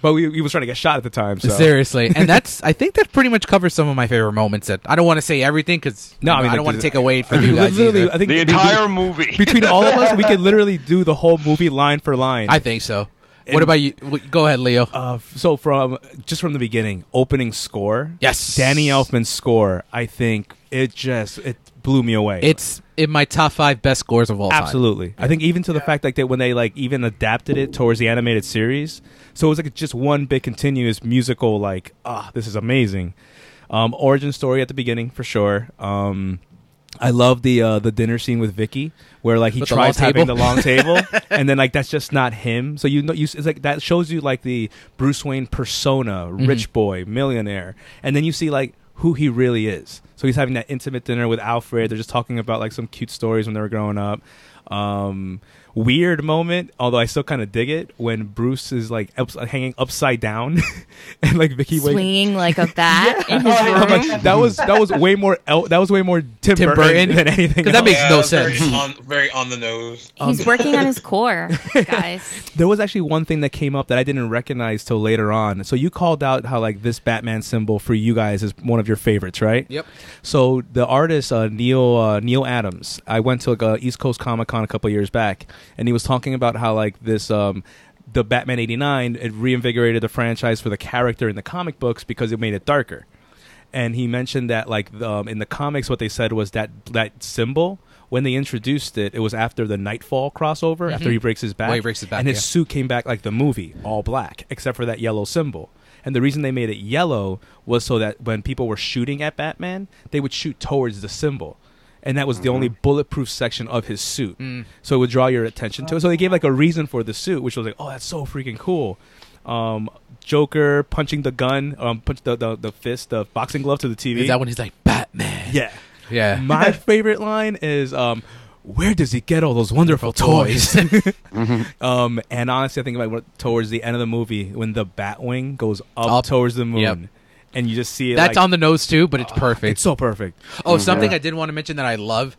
B: But we, he was trying to get shot at the time. So.
A: Seriously, and that's I think that pretty much covers some of my favorite moments. That I don't want to say everything because
B: No, I mean,
A: I don't
B: like,
A: want to
B: this-
A: take away from
B: *laughs*
A: you guys.
B: Literally,
A: either.
B: I think
E: the
B: we-
E: entire movie.
B: *laughs* between all of us, we could literally do the whole movie line for line.
A: I think so. What
B: And-
A: about you? w- Go ahead, Leo.
B: Uh, f- so from just from the beginning, opening score.
A: Yes.
B: Danny Elfman's score. I think it just it blew me away.
A: It's in my top five best scores of all time.
B: absolutely. I think even to the fact like that when they like even adapted it towards the animated series, so it was like just one big continuous musical. Like ah, this is amazing. Um, origin story at the beginning for sure. Um, I love the uh, the dinner scene with Vicky, where like he
A: With the
B: tries
A: long
B: having
A: table.
B: the long table, *laughs* and then like that's just not him. So you know, you it's like that shows you like the Bruce Wayne persona,
A: Mm-hmm.
B: rich boy, millionaire, and then you see like who he really is. So he's having that intimate dinner with Alfred. They're just talking about like some cute stories when they were growing up. Um, weird moment, although I still kind of dig it when Bruce is like ups- uh, hanging upside down, *laughs* and like Vicky wakes.
C: swinging like a
A: *laughs*
C: bat in his
B: *laughs* I'm
C: room.
B: like, that was that was way more el- that was way more Tim,
A: Tim
B: Burton,
A: Burton.
B: than
A: *laughs*
B: anything.
A: 'Cause that
B: else.
A: makes no
D: that's very
A: sense.
D: on- very on
A: *laughs*
D: the nose.
C: He's working on his core, guys.
B: There was actually one thing that came up that I didn't recognize till later on. So you called out how like this Batman symbol for you guys is one of your favorites, right?
A: Yep.
B: So the artist uh, Neil uh, Neil Adams, I went to like a East Coast Comic Con a couple years back, and he was talking about how like this. Um, the Batman '89 it reinvigorated the franchise for the character in the comic books because it made it darker and he mentioned that like the, um, in the comics what they said was that that symbol when they introduced it it was after the nightfall crossover after he breaks his back
A: Well, he breaks his back,
B: and his
A: yeah.
B: suit came back like the movie all black except for that yellow symbol and the reason they made it yellow was so that when people were shooting at batman they would shoot towards the symbol and that was the
A: Mm-hmm.
B: only bulletproof section of his suit
A: Mm.
B: so it would draw your attention to it so they gave like a reason for the suit which was like oh that's so freaking cool um, Joker punching the gun, um, punch the, the the fist, the boxing glove to the TV.
A: Is that when he's like Batman?
B: yeah.
A: Yeah. *laughs*
B: My favorite line is, um, "Where does he get all those wonderful toys?"
A: *laughs*
B: um, and honestly, I think about what- towards the end of the movie when the Batwing goes up,
A: Up.
B: towards the moon,
A: Yep.
B: and you just see it.
A: That's
B: like, Uh,
A: on the nose too, but it's perfect.
B: It's so perfect.
A: Oh, something I did want to mention that I love.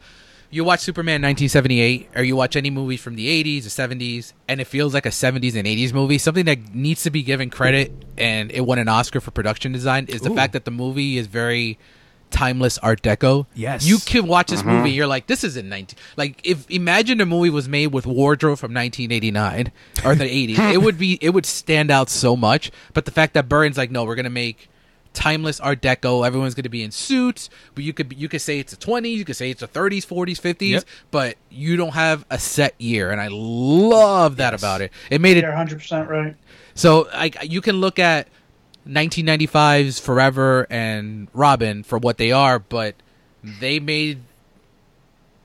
A: You watch Superman 1978, or you watch any movie from the 80s or 70s, and it feels like a 70s and 80s movie. Something that needs to be given credit, and it won an Oscar for production design, is the fact that the movie is very timeless Art Deco.
B: Yes.
A: you can watch this movie. You're like, this isn't 19. Like, if imagine a movie was made with wardrobe from 1989 or the 80s, it would be it would stand out so much. But the fact that Burton's like, no, we're gonna make timeless art deco everyone's going to be in suits but you could you could say it's the 20s you could say it's the 30s 40s 50s
B: Yep.
A: but you don't have a set year and i love that about it it made it
F: You're 100 percent right.
A: so like you can look at 1995's forever and robin for what they are but they made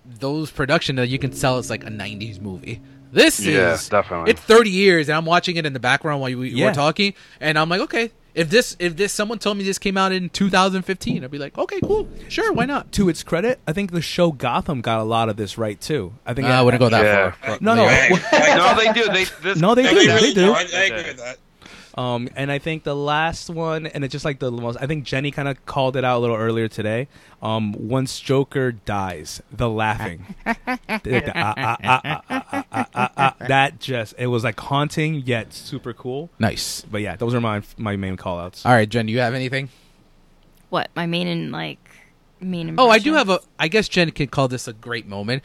A: those production that you can sell as like a 90s movie this
E: Yeah,
A: is
E: definitely.
A: it's 30 years and i'm watching it in the background while you, you
B: Yeah.
A: were talking and i'm like okay if this if this someone told me this came out in 2015 i'd be like okay cool sure why not
B: To its credit, I think the show Gotham got a lot of this right too. I think
A: Nah, Ah, i wouldn't go that
E: Yeah.
A: far
B: No, no.
A: Yeah.
B: Well,
E: *laughs* no, they do. They this,
B: No, they
D: I
B: do. *laughs*
D: agree
B: They
D: with-
B: do.
D: no, I, I agree with that.
B: Um, and I think the last one, and it's just like the most. I think Jenny kind of called it out a little earlier today. Um, once Joker dies, the
A: *laughs*
B: laughing, The- the ah, ah, ah, ah, ah, ah, ah, ah, ah. that just it was like haunting yet super cool.
A: nice
B: But yeah, those are my my main call outs.
A: all right jen do you have anything
C: What my main and like main.
A: Oh, I do have
C: impression?
A: a. I guess Jen could call this a great moment.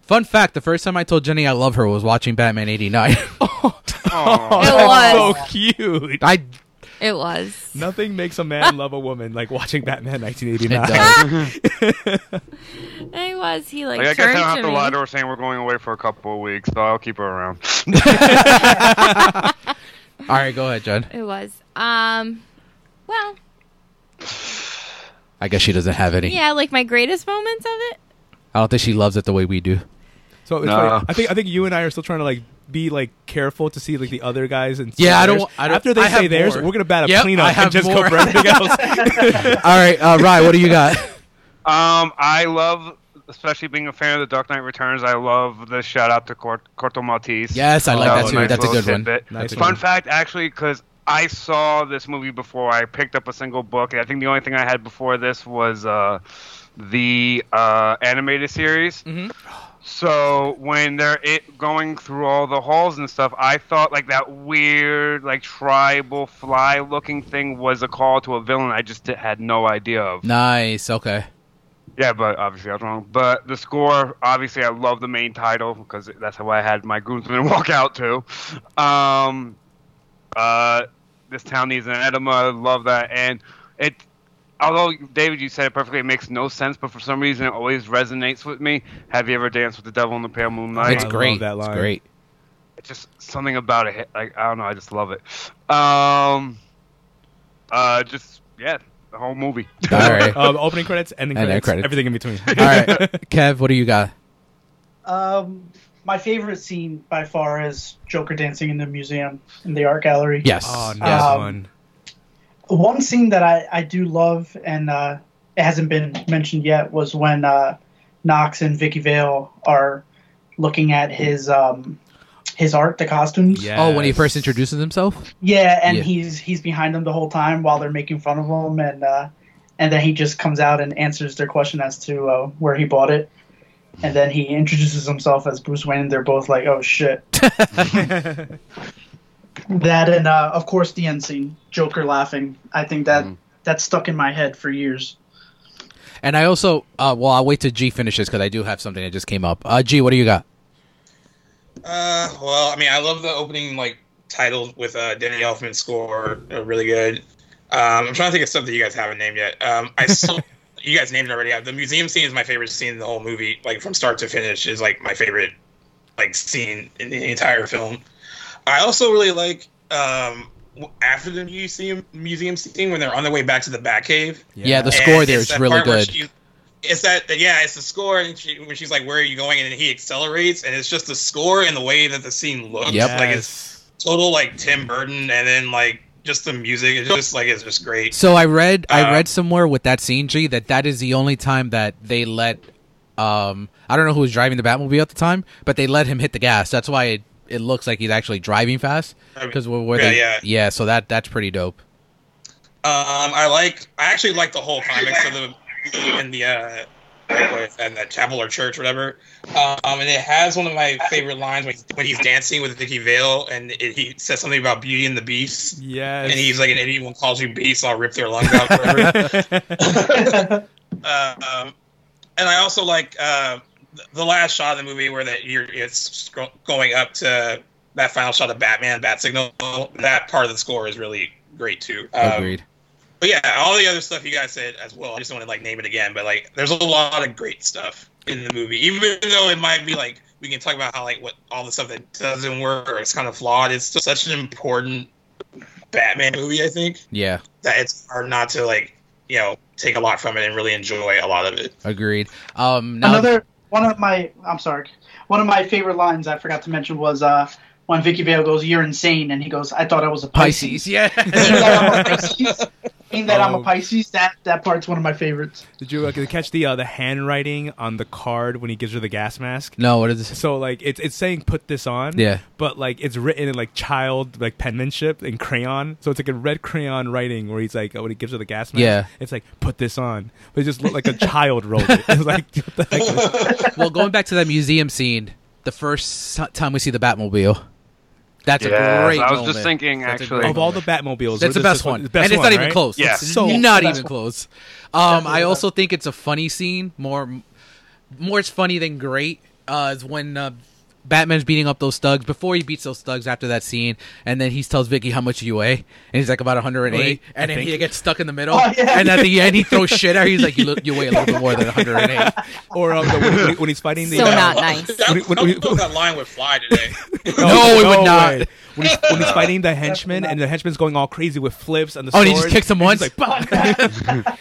A: Fun fact: the first time I told Jenny I love her was watching Batman '89.
E: Aw.
C: It was.
B: so cute.
A: *laughs* I
C: It was.
B: Nothing makes a man love a woman like watching
A: it
B: Batman 1989.
A: does.
C: It was. He like,
E: Like, I guess I
C: turned
E: don't have
C: to
E: to
C: me.
E: lie to her saying we're going away for a couple of weeks, so I'll keep her around. *laughs*
A: All right, go ahead, Jen.
C: It was. Um. Well,
A: I guess she doesn't have any.
C: yeah, like my greatest moments of it.
A: I don't think she loves it the way we do.
B: *laughs* so it's
E: No.
B: funny. I think I think you and I are still trying to like be like careful to see like the other guys and
A: Yeah, I
B: theirs.
A: don't- I don't-
B: after they
A: I
B: say
A: have
B: theirs
A: more.
B: we're gonna bat a
A: Yep, I
B: cleanup
A: have
B: and just
A: more.
B: go for everything
A: *laughs*
B: else
A: *laughs* All right, uh, Rye, what do you got?
E: Um, I love, especially being a fan of the Dark Knight Returns. I love the shout out to Cort- Corto Maltese.
A: Yes, I like
E: That
A: that
E: was
A: too.
E: nice
A: That's a
E: little
A: good one.
E: tidbit.
B: Nice
E: Fun
B: one.
E: fact, actually, because I saw this movie before. I picked up a single book, and I think the only thing I had before this was uh, the uh, animated series.
B: Mm-hmm.
E: So when they're it going through all the halls and stuff, I thought like that weird, like tribal fly-looking thing was a call to a villain. I just di- had no idea
A: *laughs*
E: of.
A: Nice. Okay.
E: Yeah, but obviously I was wrong. But the score, obviously, I love the main title because that's how I had my groomsmen *laughs* walk out to. Um, uh, this town needs an enema. I love that, and it. Although David, you said it perfectly, it makes no sense, but for some reason it always resonates with me. Have you ever danced with the devil in the pale moonlight?
A: It's
B: love
A: great.
B: that
A: It's
B: line. *laughs*
A: great.
E: It's just something about it. Like I don't know, I just love it. Um, uh, just yeah, the whole movie.
A: All
B: *laughs*
A: right. All
B: um, opening credits, ending
A: And then credits.
B: credits, everything in between.
A: right, Kev, what do you got?
F: Um, my favorite scene by far is Joker dancing in the museum in the art gallery.
A: Yes.
B: *laughs* Oh,
F: nice
B: nice
F: Um,
B: one.
F: one. One scene that I, I do love and uh, it hasn't been mentioned yet was when uh, Knox and Vicky Vale are looking at his um his art, the costumes.
B: Yeah.
A: Oh, when he
B: Yes.
A: first introduces himself.
F: Yeah, and
A: Yeah.
F: he's he's behind them the whole time while they're making fun of him, and uh, and then he just comes out and answers their question as to uh, where he bought it, and then he introduces himself as Bruce Wayne. And they're both like, "Oh shit!" that and uh, of course the end scene, Joker laughing. I think that that stuck in my head for years.
A: And I also, uh, well, I'll wait till G finishes because I do have something that just came up. Uh, G, what do you got?
D: Uh, well, I mean, I love the opening like title with uh, Danny Elfman's score, uh, really good. Um, I'm trying to think of something you guys haven't named yet. Um, I still, you guys named it already. Uh, The museum scene is my favorite scene in the whole movie. Like from start to finish is like my favorite like scene in the entire film. I also really like um, w- after the museum museum scene when they're on their way back to the Batcave.
A: Yeah, the score
D: And
A: there
D: it's
A: is
D: that
A: really
D: part where
A: good.
D: she- it's that yeah, it's the score, and she, when she's like, "Where are you going?" and then he accelerates, and it's just the score and the way that the scene looks.
A: Yep.
D: like it's total like Tim Burton, and then like just the music. It's just like it's just great.
A: So I read, I
D: Uh,
A: read somewhere with that scene, G, that that is the only time that they let, um, I don't know who was driving the Batmobile at the time, but they let him hit the gas. That's why it, it looks like he's actually driving fast
D: I mean, um,
A: because where, where
D: yeah,
A: they,
D: yeah.
A: So that that's pretty dope.
D: Um, I like. I actually like the whole comics of the in the uh, like, what is that, in the chapel or church, whatever. Um, and it has one of my favorite lines when he's, when he's dancing with Vicky Vale, and it, he says something about Beauty and the Beast,
B: Yes.
D: and he's like, "And anyone calls you Beast, I'll rip their lungs
A: *laughs*
D: out." Whatever. um, and I also like uh, th- the last shot of the movie where that you're it's scro- going up to that final shot of Batman Bat Signal. That part of the score is really great too. Um,
A: Agreed.
D: But yeah, all the other stuff you guys said as well. I just want to like name it again, but like there's a lot of great stuff in the movie, even though it might be like we can talk about how like what all the stuff that doesn't work or it's kind of flawed. It's still such an important Batman movie, I think
A: Yeah.
D: that it's hard not to like you know take a lot from it and really enjoy a lot of it.
A: Agreed. Um, now,
F: Another one of my I'm sorry, one of my favorite lines I forgot to mention was uh, when Vicky Vale goes, "You're insane," and he goes, "I thought I was a Pisces."
A: Pisces. Yeah.
F: Being that I'm a Pisces, being that I'm
B: Oh.
F: a Pisces, that that part's one of my favorites.
B: *laughs* Did you uh, catch the uh, the handwriting on the card when he gives her the gas mask?
A: *laughs* no. What is this?
B: So like it's it's saying put this on.
A: Yeah.
B: But like it's written in like child like penmanship in crayon. So it's like a red crayon writing where he's like oh, when he gives her the gas mask.
A: Yeah.
B: It's like put this on. But it just looked like a child wrote it. *laughs* It's like what *laughs* the heck is this?
A: well, going back to that museum scene, the first s- time we see the Batmobile, that's
E: Yes,
A: a great.
E: I was
A: moment.
E: just thinking,
A: That's a
E: actually.
A: great
B: of all the
A: moment.
B: Batmobiles.
A: That's the
B: this
A: best
B: is
A: one,
B: the best
A: and it's
B: one,
A: not even
B: right?
A: close.
E: Yeah.
A: It's
B: So-
A: not
F: That's
A: even
F: the best
A: close. Um,
F: That's
A: I
F: the
A: also think it's a funny scene, more more it's funny than great. Uh, is when uh, Batman's beating up those thugs before he beats those thugs after that scene, and then he tells Vicky how much you weigh, and he's like about 108,
B: Wait,
A: and
B: I
A: then he
B: think-
A: gets stuck in the *laughs* middle,
F: Oh, yeah.
A: and at the end he throws shit at her. He's like, you, lo- you weigh a little bit more than 108.
B: *laughs* Or um, the, when, when- when he's fighting the
C: So
B: uh,
C: not nice.
D: That,
B: What do- what do
D: I
B: you-
D: thought that line would fly
B: *laughs*
D: today.
A: No, it would not.
B: oh, way. When he's, when he's fighting the henchman and the henchman's going all crazy with flips and the
A: Oh,
B: sword,
A: and he just kicks him
B: he's
A: once?
B: Like, "Bah!"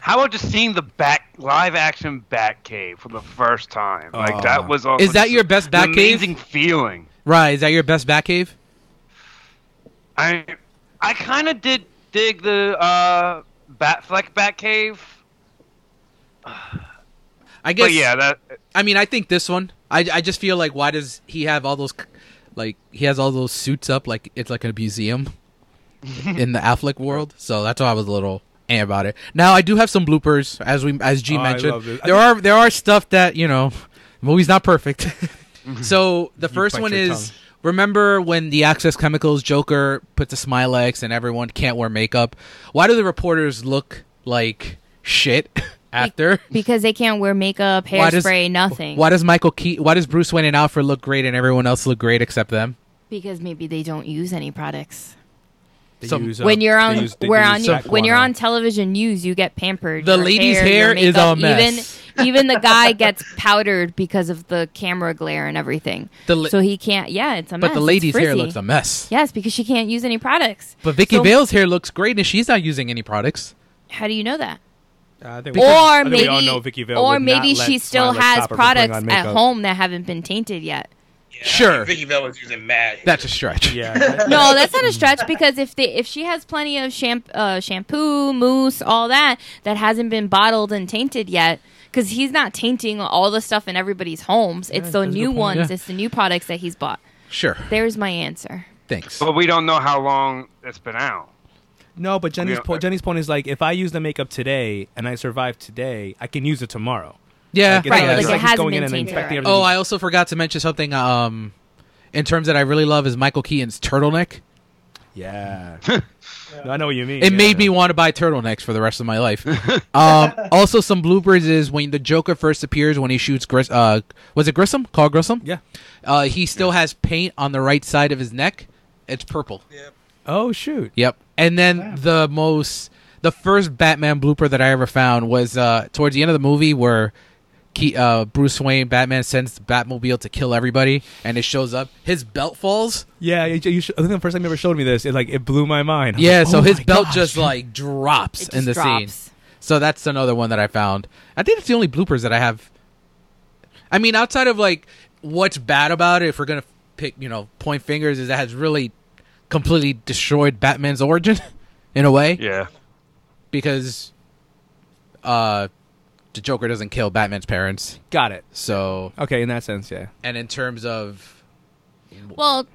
E: How about just seeing the back live action Batcave for the first time? Like
B: Oh.
E: that was also
A: Is that
E: just
A: your best
E: an
A: Batcave?
E: Amazing feeling.
A: *laughs* right? Is that your best Batcave?
E: I I kind of did dig the uh, Batfleck Batcave,
A: I guess.
E: but yeah, that
A: I mean, I think this one. I, I just feel like why does he have all those, c- like he has all those suits up like it's like a
B: *laughs*
A: museum, in the Affleck world. So that's why I was a little eh about it. Now I do have some bloopers as we as G
B: Oh, I
A: mentioned.
B: love this.
A: There are there are stuff that you know, movie's not
B: *laughs*
A: perfect. *laughs* so the first
B: bite
A: one
B: your
A: is
B: tongue.
A: remember when the Access Chemicals Joker puts a smilex and everyone can't wear makeup. Why do the reporters look like shit *laughs* after?
C: because they can't wear makeup,
A: Why does-
C: hairspray, nothing.
A: Why does Michael Keaton? Why does Bruce Wayne and Alfred look great and everyone else look great except them?
C: Because maybe they don't use any products.
B: They
A: Some-
B: use, uh,
C: when you're
B: they
C: on,
B: use- they
C: we're
B: use
C: on,
B: Zach
C: when you're
B: Guano.
C: on television news, you get pampered.
A: The
C: Your
A: lady's hair
C: hair, your
A: is a
C: makeup,
A: mess.
C: Even, even the guy gets powdered because of the camera glare and everything.
A: The la-
C: so he can't. Yeah, it's a mess.
A: But the
C: It's
A: lady's hair
C: frizzy.
A: looks a mess.
C: Yes, because she can't use any products.
A: But Vicky
C: So-
A: Vale's hair looks great, and she's not using any products.
C: How do you know that?
B: Uh, I think we- I
C: Or
B: think
C: maybe,
B: we all know Vicky Vale
C: or
B: would not
C: maybe
B: let
C: she still
B: Smilex
C: has
B: stop her from putting
C: products
B: on
C: at
B: makeup.
C: home that haven't been tainted yet.
D: Yeah,
A: Sure.
D: I think Vicky Vale was using mad.
A: That's a stretch.
B: Yeah.
C: no, that's not a stretch because if they, if she has plenty of shamp, uh, shampoo, mousse, all that that hasn't been bottled and tainted yet, because he's not tainting all the stuff in everybody's homes. It's the
B: that's a
C: new
B: good point,
C: ones.
A: yeah.
C: It's the new products that he's bought.
A: Sure.
C: There's my answer.
A: Thanks.
B: Oh,
E: But we don't know how long it's been out.
B: *laughs* No, but Jenny's
E: Yeah.
B: po- Jenny's point is like if I use the makeup today and I survive today, I can use it tomorrow.
A: Yeah.
B: Like, it's
C: Uh, Right,
B: not
C: like
B: it's
C: it
B: he's
C: hasn't
B: going
C: been
B: in and
C: tainted,
B: inspecting
C: right.
B: everything.
A: Oh, I also forgot to mention something. Um, in terms that I really love is Michael Keaton's turtleneck.
B: yeah. No, I know what you mean.
A: It
B: *laughs* yeah.
A: made me want to buy turtlenecks for the rest of my life. *laughs* um, also, some bloopers is when the Joker first appears when he shoots Gris- uh, was it Grissom? Carl Grissom?
B: Yeah.
A: Uh, he still has paint on the right side of his neck. It's purple.
D: Yeah.
B: Oh shoot.
A: Yep. And then the most, the first Batman blooper that I ever found was uh, towards the end of the movie where Ke- uh, Bruce Wayne, Batman sends the Batmobile to kill everybody, and it shows up. His belt
B: *laughs*
A: falls.
B: Yeah, you, you sh- I think the first time you ever showed me this, it like it blew my mind. I was
A: Yeah.
B: like,
A: so
B: "Oh
A: his
B: my
A: belt
B: gosh."
A: just like drops
C: It
A: in
C: just
A: the
C: drops.
A: scene. So that's another one that I found. I think it's the only bloopers that I have. I mean, outside of like what's bad about it, if we're gonna pick, you know, point fingers, is that has really completely destroyed Batman's origin *laughs* in a way.
E: Yeah.
A: because uh the Joker doesn't kill Batman's parents.
B: got it.
A: So
B: Okay, in that sense, yeah.
A: and in terms of
C: Well,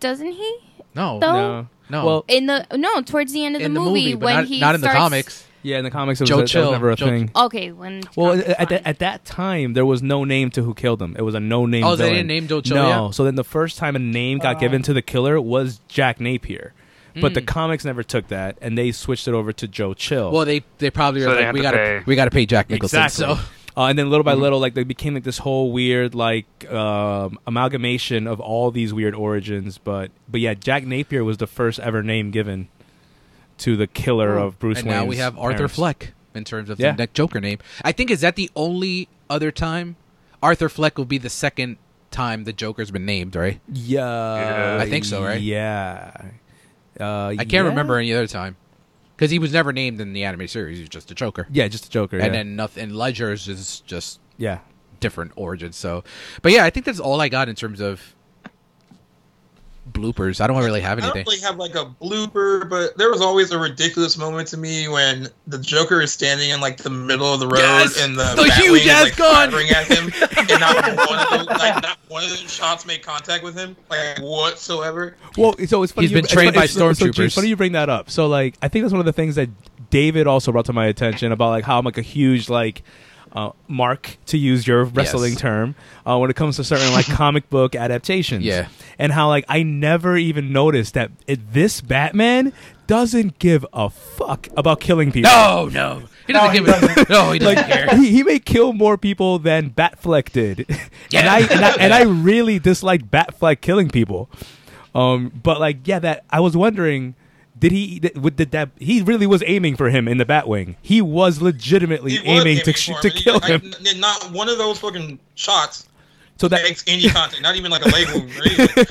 C: doesn't he?
A: no
C: Though-
B: No.
A: No.
B: Well,
C: In the no, towards the end of
A: in
C: the, movie,
A: but
C: when
A: not,
C: he
A: not in the
C: starts-
A: comics.
B: yeah, in the comics it was,
A: Joe
B: that was
A: Chill.
B: never a
A: Joe-
B: thing.
C: Okay, when
B: Well,
C: comics,
B: at,
C: fine.
B: that at that time, there was no name to who killed him. It was a no name.
A: Oh, they
B: villain.
A: didn't name Joe Oh. Chill
B: No.
A: yet?
B: So then the first time a name got given to the killer was Jack Napier, but the comics never took that, and they switched it over to Joe Chill.
A: Hmm. Well, they they probably
E: So
A: are
E: they
A: like
E: have
A: we
E: to
A: gotta
E: pay.
A: we gotta pay Jack Nicholson. So
B: Uh, and then little by little, like they became like this whole weird like um, amalgamation of all these weird origins. But but yeah, Jack Napier was the first ever name given to the killer of Bruce
A: Oh. and
B: Wayne.
A: now we have Arthur Fleck in terms of
B: Yeah.
A: the next Joker name. I think is that the only other time Arthur Fleck will be the second time the Joker's been named, right?
B: Yeah,
A: I think so, right?
B: Yeah. Uh,
A: I can't remember any other time because he was never named in the animated series. He was just a Joker.
B: Yeah, just a Joker.
A: and
B: yeah.
A: then nothing. And Ledger's is just
B: yeah,
A: different origins. So, but yeah, I think that's all I got in terms of bloopers. I don't really have
D: I don't
A: anything.
D: really have like a blooper, but there was always a ridiculous moment to me when the Joker is standing in like the middle of the road
A: Yes!
D: and the,
A: The
D: Batwing
A: huge
D: is,
A: ass
D: like,
A: gun!
D: firing at him, and
B: *laughs*
D: not one of those, like not one of the shots made contact with him, like whatsoever.
B: Well, so it's funny.
A: He's
B: you-
A: been
B: it's
A: trained
B: funny-
A: by
B: it's- so- so
A: stormtroopers.
B: It's funny you bring that up. So, like, I think that's one of the things that David also brought to my attention about like how I'm like a huge like uh, mark to use your wrestling
A: Yes.
B: term uh, when it comes to
A: *laughs*
B: certain like comic book adaptations.
A: Yeah.
B: and how like I never even noticed that it, this Batman doesn't give a fuck about killing people.
A: no, Oh, no, he doesn't
F: No, he
A: give a *laughs* no. He doesn't care.
B: Like he, he may kill more people than Batfleck did, and
A: *laughs* Yeah.
B: I and I, and I really disliked Batfleck killing people. Um, but like, yeah, that I was wondering, did he? Did, would- did that? He really was aiming for him in the Batwing. He was legitimately
D: He was
B: aiming, to
D: for
B: sh-
D: him,
B: to
D: and he-
B: kill
D: like,
B: him.
D: n- Not one of those fucking shots
B: So that
D: makes any contact. Not even like a
B: *laughs*
D: leg wound. or anything.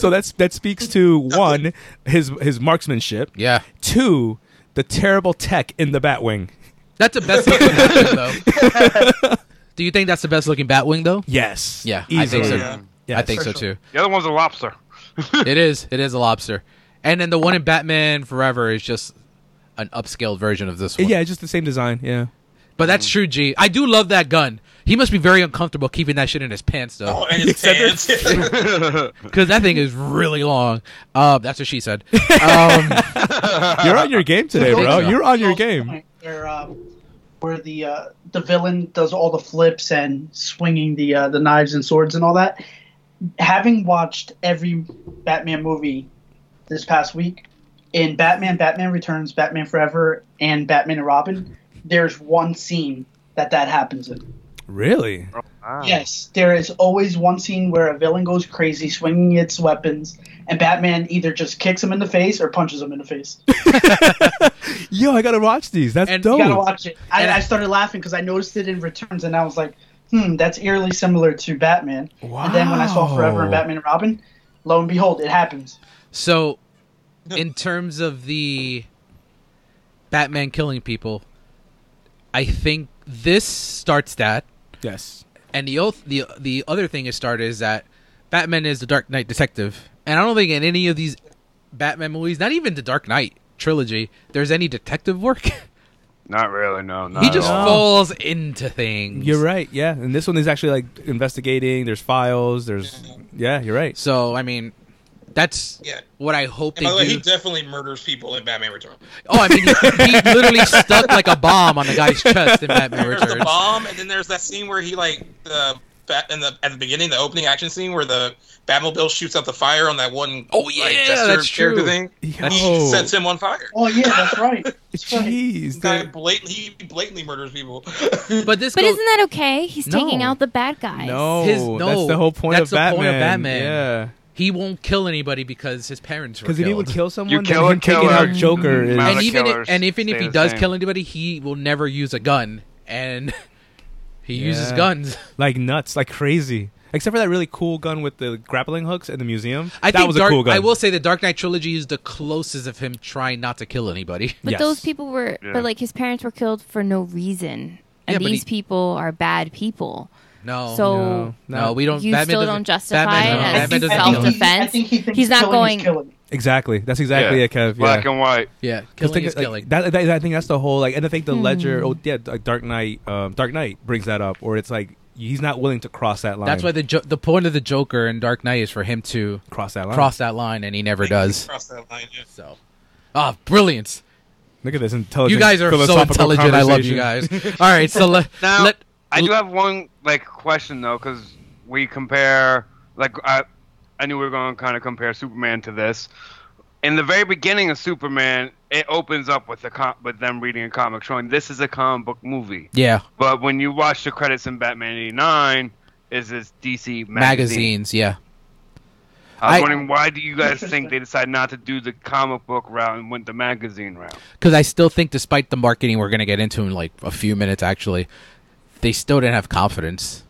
B: so that's that speaks
A: *laughs*
B: to one his his marksmanship.
A: Yeah,
B: Two, the terrible tech in the Batwing.
A: that's the best looking Batwing, though. *laughs* Do you think that's the best looking Batwing though?
B: Yes.
A: Yeah, I
B: Easily.
A: think so.
D: Yeah.
A: I think so
D: For
A: too.
D: sure.
E: The other one's a lobster.
A: It is. It is a lobster. And then the one in Batman Forever is just an upscaled version of this one.
B: Yeah, just the same design. Yeah.
A: But that's true, G. I do love that gun. He must be very uncomfortable keeping that shit in his pants,
D: Oh,
A: though,
D: and his hands. Oh.
A: because that thing is really long. Uh, that's what she said.
B: *laughs*
A: Um,
B: You're on your game today,
A: think
B: bro.
A: so.
B: You're on your
F: Also
B: game.
F: point Where, um, where the uh, the villain does all the flips and swinging the uh, the knives and swords and all that. Having watched every Batman movie this past week, in Batman, Batman Returns, Batman Forever, and Batman and Robin, there's one scene that that happens in.
B: Really?
E: Wow.
F: Yes, there is always one scene where a villain goes crazy, swinging its weapons, and Batman either just kicks him in the face or punches him in the face.
B: Yo, I gotta watch these. That's
A: And-
B: dope.
F: You gotta watch it. I,
A: And-
F: I started laughing because I noticed it in Returns, and I was like, "Hmm, that's eerily similar to Batman." And then when I saw Forever and
B: Wow.
F: Batman and Robin, lo and behold, it happens.
D: *laughs*
A: so, in terms of the Batman killing people, I think this starts that,
B: Yes.
A: and the oath, the the other thing it started is that Batman is the Dark Knight detective, and I don't think in any of these Batman movies, not even the Dark Knight trilogy, there's any detective work. *laughs*
E: Not really. No. Not
A: he
E: at
A: just
E: all.
A: falls into things.
B: You're right. Yeah, and this one is actually like investigating. There's files. There's yeah. You're right.
A: So I mean, that's
D: *laughs* Yeah.
A: what I hope
D: And
A: they
D: by the way,
A: do.
D: he definitely murders people in Batman Returns.
A: oh, I mean, he,
D: *laughs*
A: he literally stuck like a bomb on the guy's chest in *laughs* Batman
D: There's the
A: Returns.
D: bomb, and then there's that scene where he like the bat in the at the beginning, the opening action scene where the Batmobile shoots out the fire on that one.
A: Oh,
D: like,
A: yeah,
D: jester
A: that's
D: character
A: true.
D: Thing.
A: That's-
D: He sets him on fire.
F: Oh yeah, that's right. That's right.
B: Jeez,
D: Guy
B: that-
D: blatantly, he blatantly murders people.
A: But this
C: But
A: goes-
C: isn't that okay? He's taking
A: No.
C: out the bad guys.
B: no,
A: His-
B: that's
A: no,
B: the whole point
A: that's
B: of
A: the
B: Batman.
A: point of Batman.
B: Yeah,
A: he won't kill anybody because his parents were
B: because if he would
A: killed.
B: kill someone,
E: You
B: then
E: kill a
B: him taking
E: killer,
B: out Joker is
E: amount
A: and
E: of
A: even if,
E: killers
A: and even if
E: stay
A: he
E: the
A: does
E: same.
A: kill anybody, he will never use a gun, and *laughs* he uses
B: Yeah.
A: guns.
B: like nuts, like crazy. Except for that really cool gun with the grappling hooks in the museum.
A: I
B: *laughs* that
A: think
B: was
A: Dark,
B: a cool gun.
A: I will say the Dark Knight trilogy is the closest of him trying not to kill anybody. *laughs*
C: But
B: Yes.
C: those people were,
E: Yeah.
C: but like his parents were killed for no reason, and
A: Yeah, but
C: these
A: he-
C: people are bad people.
A: No,
C: So-
B: No,
A: no, we don't.
C: you
A: Batman
C: still
A: doesn't-
C: don't justify
A: Batman,
B: it as
A: Batman
F: I
A: doesn't
F: think
A: kill
F: he-
A: him.
C: self-defense.
F: I think he thinks
C: He's not
F: killing is
C: going-
F: killing.
B: exactly. That's exactly it, Kev.
E: Black
B: yeah.
E: and white.
A: Yeah,
B: 'Cause
A: killing
B: think,
A: is
B: like,
A: killing.
B: that, that- I think that's the whole like, and I think the Ledger, oh yeah, like Dark Knight, um, Dark Knight brings that up, or it's like he's not willing to cross that line.
A: That's why the jo- the point of the Joker in Dark Knight is for him to
B: cross that line.
A: cross that line, and he never does.
D: *laughs* Cross that line. yeah.
A: So, ah, brilliance!
B: Look at this intelligent.
A: You guys are so
B: philosophical
A: intelligent. I love you guys.
B: conversation.
A: All right, so let,
E: *laughs* Now,
A: let
E: I do have one like question though, because we compare like I, I knew we were going to kind of compare Superman to this. In the very beginning of Superman, it opens up with the com- with them reading a comic showing this is a comic book movie.
A: yeah,
E: But when you watch the credits in Batman '89, is this DC magazine?
A: magazines. Yeah,
E: I was
A: I-
E: wondering why do you *laughs* guys think
F: Interesting.
E: they decided not to do the comic book route and went the magazine route?
A: because I still think, despite the marketing, we're gonna get into in like a few minutes. Actually, they still didn't have confidence.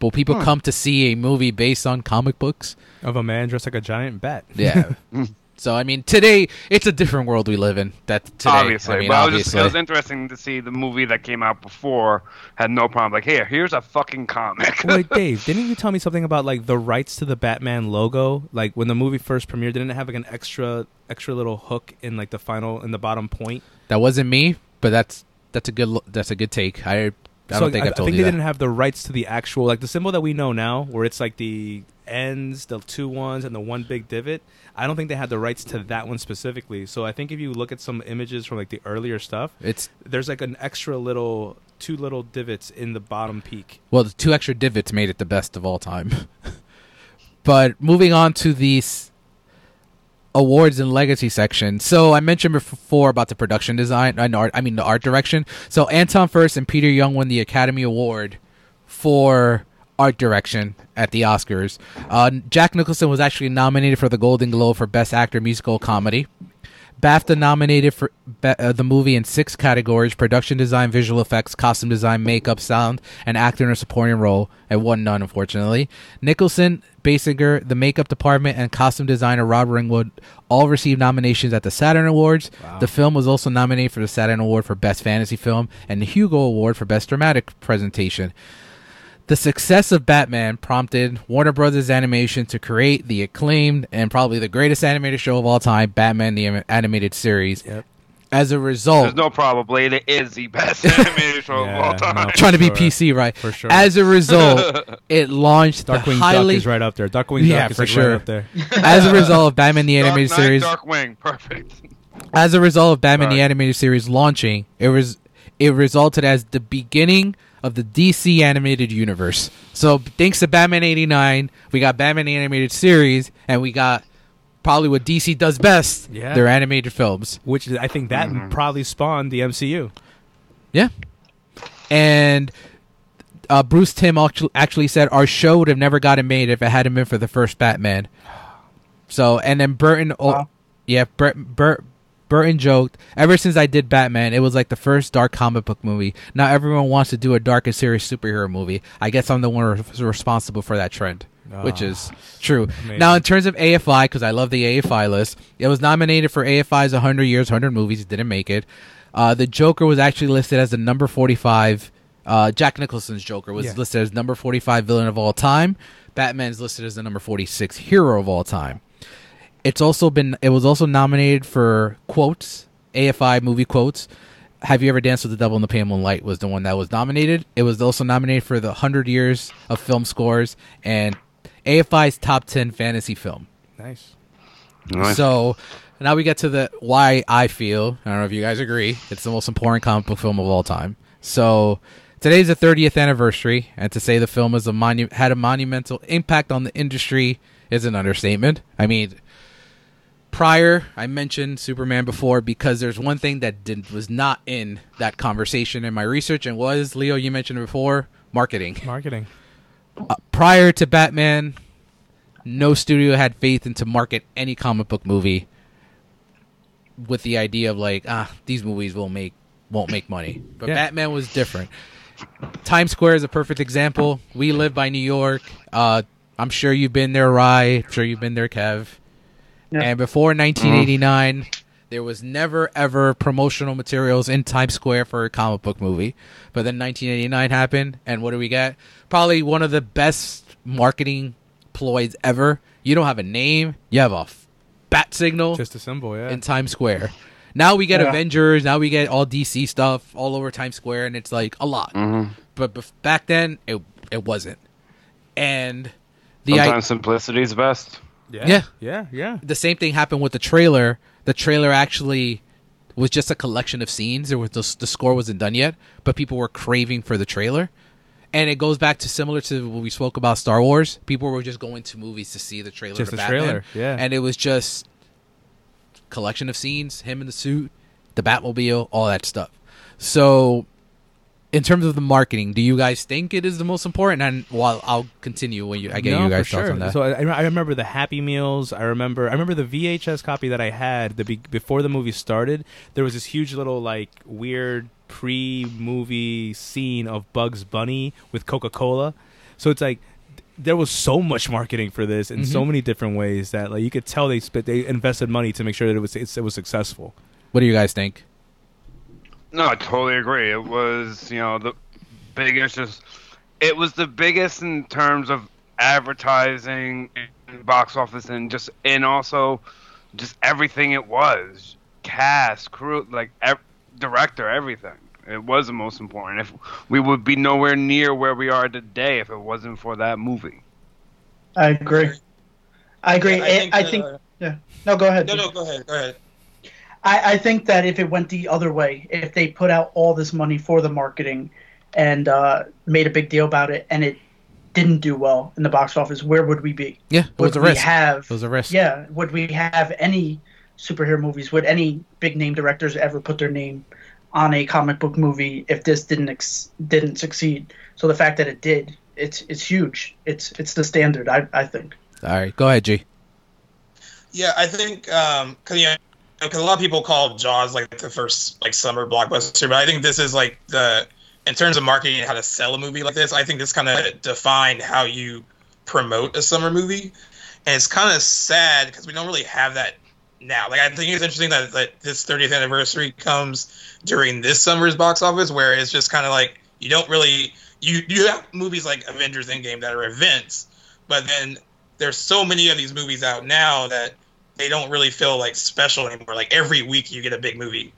A: Will people
E: Hmm.
A: come to see a movie based on comic books?
B: of a man dressed like a giant bat.
A: Yeah. *laughs* so I mean, today it's a different world we live in. That today,
E: obviously,
A: I mean,
E: but I was just,
A: obviously,
E: it was interesting to see the movie that came out before had no problem. Like, here, here's a fucking comic.
B: Wait, Dave, didn't you tell me something about like the rights to the Batman logo? Like when the movie first premiered, didn't it have like an extra extra little hook in like the final in the bottom point?
A: that wasn't me. But that's that's a good lo- that's a good take. I I don't
B: So,
A: think I, have told
B: think
A: you
B: they
A: that.
B: didn't have the rights to the actual like the symbol that we know now, where it's like the ends, the two ones, and the one big divot. I don't think they had the rights to that one specifically. So I think if you look at some images from like the earlier stuff,
A: It's
B: there's like an extra little two little divots in the bottom peak.
A: well, the two extra divots made it the best of all time. *laughs* but moving on to these awards and legacy section. So I mentioned before about the production design and art. I mean the art direction. So Anton First and Peter Young won the Academy Award for art direction at the Oscars. Uh, Jack Nicholson was actually nominated for the Golden Globe for Best Actor Musical Comedy. BAFTA nominated for ba- uh, the movie in six categories: production design, visual effects, costume design, makeup, sound, and actor in a supporting role. And won none, unfortunately. Nicholson, Basinger, the makeup department, and costume designer Rob Ringwood all received nominations at the Saturn Awards. The film was also nominated for the Saturn Award for Best Fantasy Film and the Hugo Award for Best Dramatic Presentation. The success of Batman prompted Warner Brothers Animation to create the acclaimed and probably the greatest animated show of all time, Batman the Anim- Animated Series.
B: Yep.
A: As a result,
E: *laughs* There's no probably. It is the best animated show *laughs*
B: Yeah,
E: of all time.
B: no.
A: trying to be
B: Sure.
A: PC, right?
B: For sure.
A: As a result,
E: *laughs*
A: it launched the
B: Darkwing
A: highly
B: Duck is right up there. Darkwing
A: Yeah,
B: Duck is
A: for
B: like,
A: sure.
B: right up there.
A: *laughs* as a result of Batman the Animated
E: Dark Knight,
A: Series.
E: Darkwing, perfect.
A: As a result of Batman the
E: Sorry.
A: Animated Series launching, it was it resulted as the beginning of the DC animated universe. So thanks to Batman '89, we got Batman the Animated Series, and we got probably what DC does best:
B: Yeah.
A: their animated films.
B: Which is, I think that probably spawned the MCU.
A: Yeah. And uh, Bruce Tim actu- actually said our show would have never gotten made if it hadn't been for the first Batman. So and then Burton, o-
F: Wow.
A: yeah, Bur- Bur- Burton joked. Ever since I did Batman, it was like the first dark comic book movie. Now everyone wants to do a dark and serious superhero movie. I guess I'm the one re- responsible for that trend. Which
B: Ah.
A: is true.
B: Amazing.
A: Now, in terms of AFI, because I love the AFI list, it was nominated for AFI's 100 Years, 100 Movies. It didn't make it. Uh, the Joker was actually listed as the number 45 Uh, Jack Nicholson's Joker was
B: Yeah.
A: listed as number 45 villain of all time. Batman's listed as the number 46 hero of all time. It's also been it was also nominated for quotes, AFI movie quotes. Have you ever danced with the devil in the pale moonlight was the one that was nominated. It was also nominated for the 100 years of film scores and AFI's top 10 fantasy film.
B: Nice.
E: Nice.
A: So now we get to the why I feel. I don't know if you guys agree. It's the most important comic book film of all time. So today's the 30th anniversary, and to say the film is a monu- had a monumental impact on the industry is an understatement. I mean, prior I mentioned Superman before because there's one thing that did, was not in that conversation in my research, and was Leo you mentioned before marketing
B: Marketing.
A: prior to Batman, no studio had faith in to market any comic book movie with the idea of like, ah, these movies will make won't make money. But
B: Yeah.
A: Batman was different. Times Square is a perfect example. We live by New York. Uh, I'm sure you've been there, Rye. I'm sure you've been there, Kev.
F: Yeah.
A: And before 1989, there was never ever promotional materials in Times Square for a comic book movie. But then 1989 happened, and what do we get? Probably one of the best marketing ploys ever. You don't have a name, you have a f- bat signal
B: Just a symbol, yeah.
A: in Times Square. Now we get
F: Yeah.
A: Avengers. Now we get all DC stuff all over Times Square, and it's like a lot. But bef- back then, it it wasn't. And the i-
E: Sometimes simplicity is best.
A: Yeah.
B: Yeah, yeah.
A: the same thing happened with the trailer. The trailer actually was just a collection of scenes. There was the, the score wasn't done yet, but people were craving for the trailer. And it goes back to similar to what we spoke about Star Wars. People were just going to movies to see the trailer.
B: Just
A: to
B: the
A: Batman.
B: trailer, yeah.
A: And it was just collection of scenes, him in the suit, the Batmobile, all that stuff. So, in terms of the marketing, do you guys think it is the most important? And while I'll continue when you, I get
B: No,
A: you
B: for
A: guys thoughts
B: sure.
A: on that.
B: So I, I remember the Happy Meals. I remember I remember the VHS copy that I had the be- before the movie started. There was this huge little like weird pre-movie scene of Bugs Bunny with Coca-Cola. So it's like th- there was so much marketing for this in
A: Mm-hmm.
B: so many different ways that like you could tell they spent they invested money to make sure that it was it's, it was successful.
A: what do you guys think?
E: No, I totally agree. It was, you know, the biggest just it was the biggest in terms of advertising and box office and just and also just everything it was. Cast, crew, like ev- director, everything. It was the most important. If we would be nowhere near where we are today if it wasn't for that movie.
F: I agree. I agree.
D: Yeah,
F: I, think, I
D: that-
F: think. uh, No, go ahead.
D: no, no, go ahead, go ahead.
F: I, I think that if it went the other way, if they put out all this money for the marketing and uh, made a big deal about it, and it didn't do well in the box office, where would we be?
A: Yeah, it
F: Would
A: was a
F: we
A: risk.
F: have?
A: It was a risk.
F: Yeah, would we have any superhero movies? Would any big name directors ever put their name on a comic book movie if this didn't ex- didn't succeed? So the fact that it did, it's it's huge. It's it's the standard. I I think. *laughs*
A: All right, go ahead, G.
D: Yeah, I think um, cause, you know, 'cause a lot of people call Jaws like the first like summer blockbuster, but I think this is like the in terms of marketing and how to sell a movie like this. I think this kind of defined how you promote a summer movie, and it's kind of sad because we don't really have that now. Like I think it's interesting that that this 30th anniversary comes during this summer's box office, where it's just kind of like you don't really you you have movies like Avengers Endgame that are events, but then there's so many of these movies out now that they don't really feel like special anymore. Like every week you get a big movie.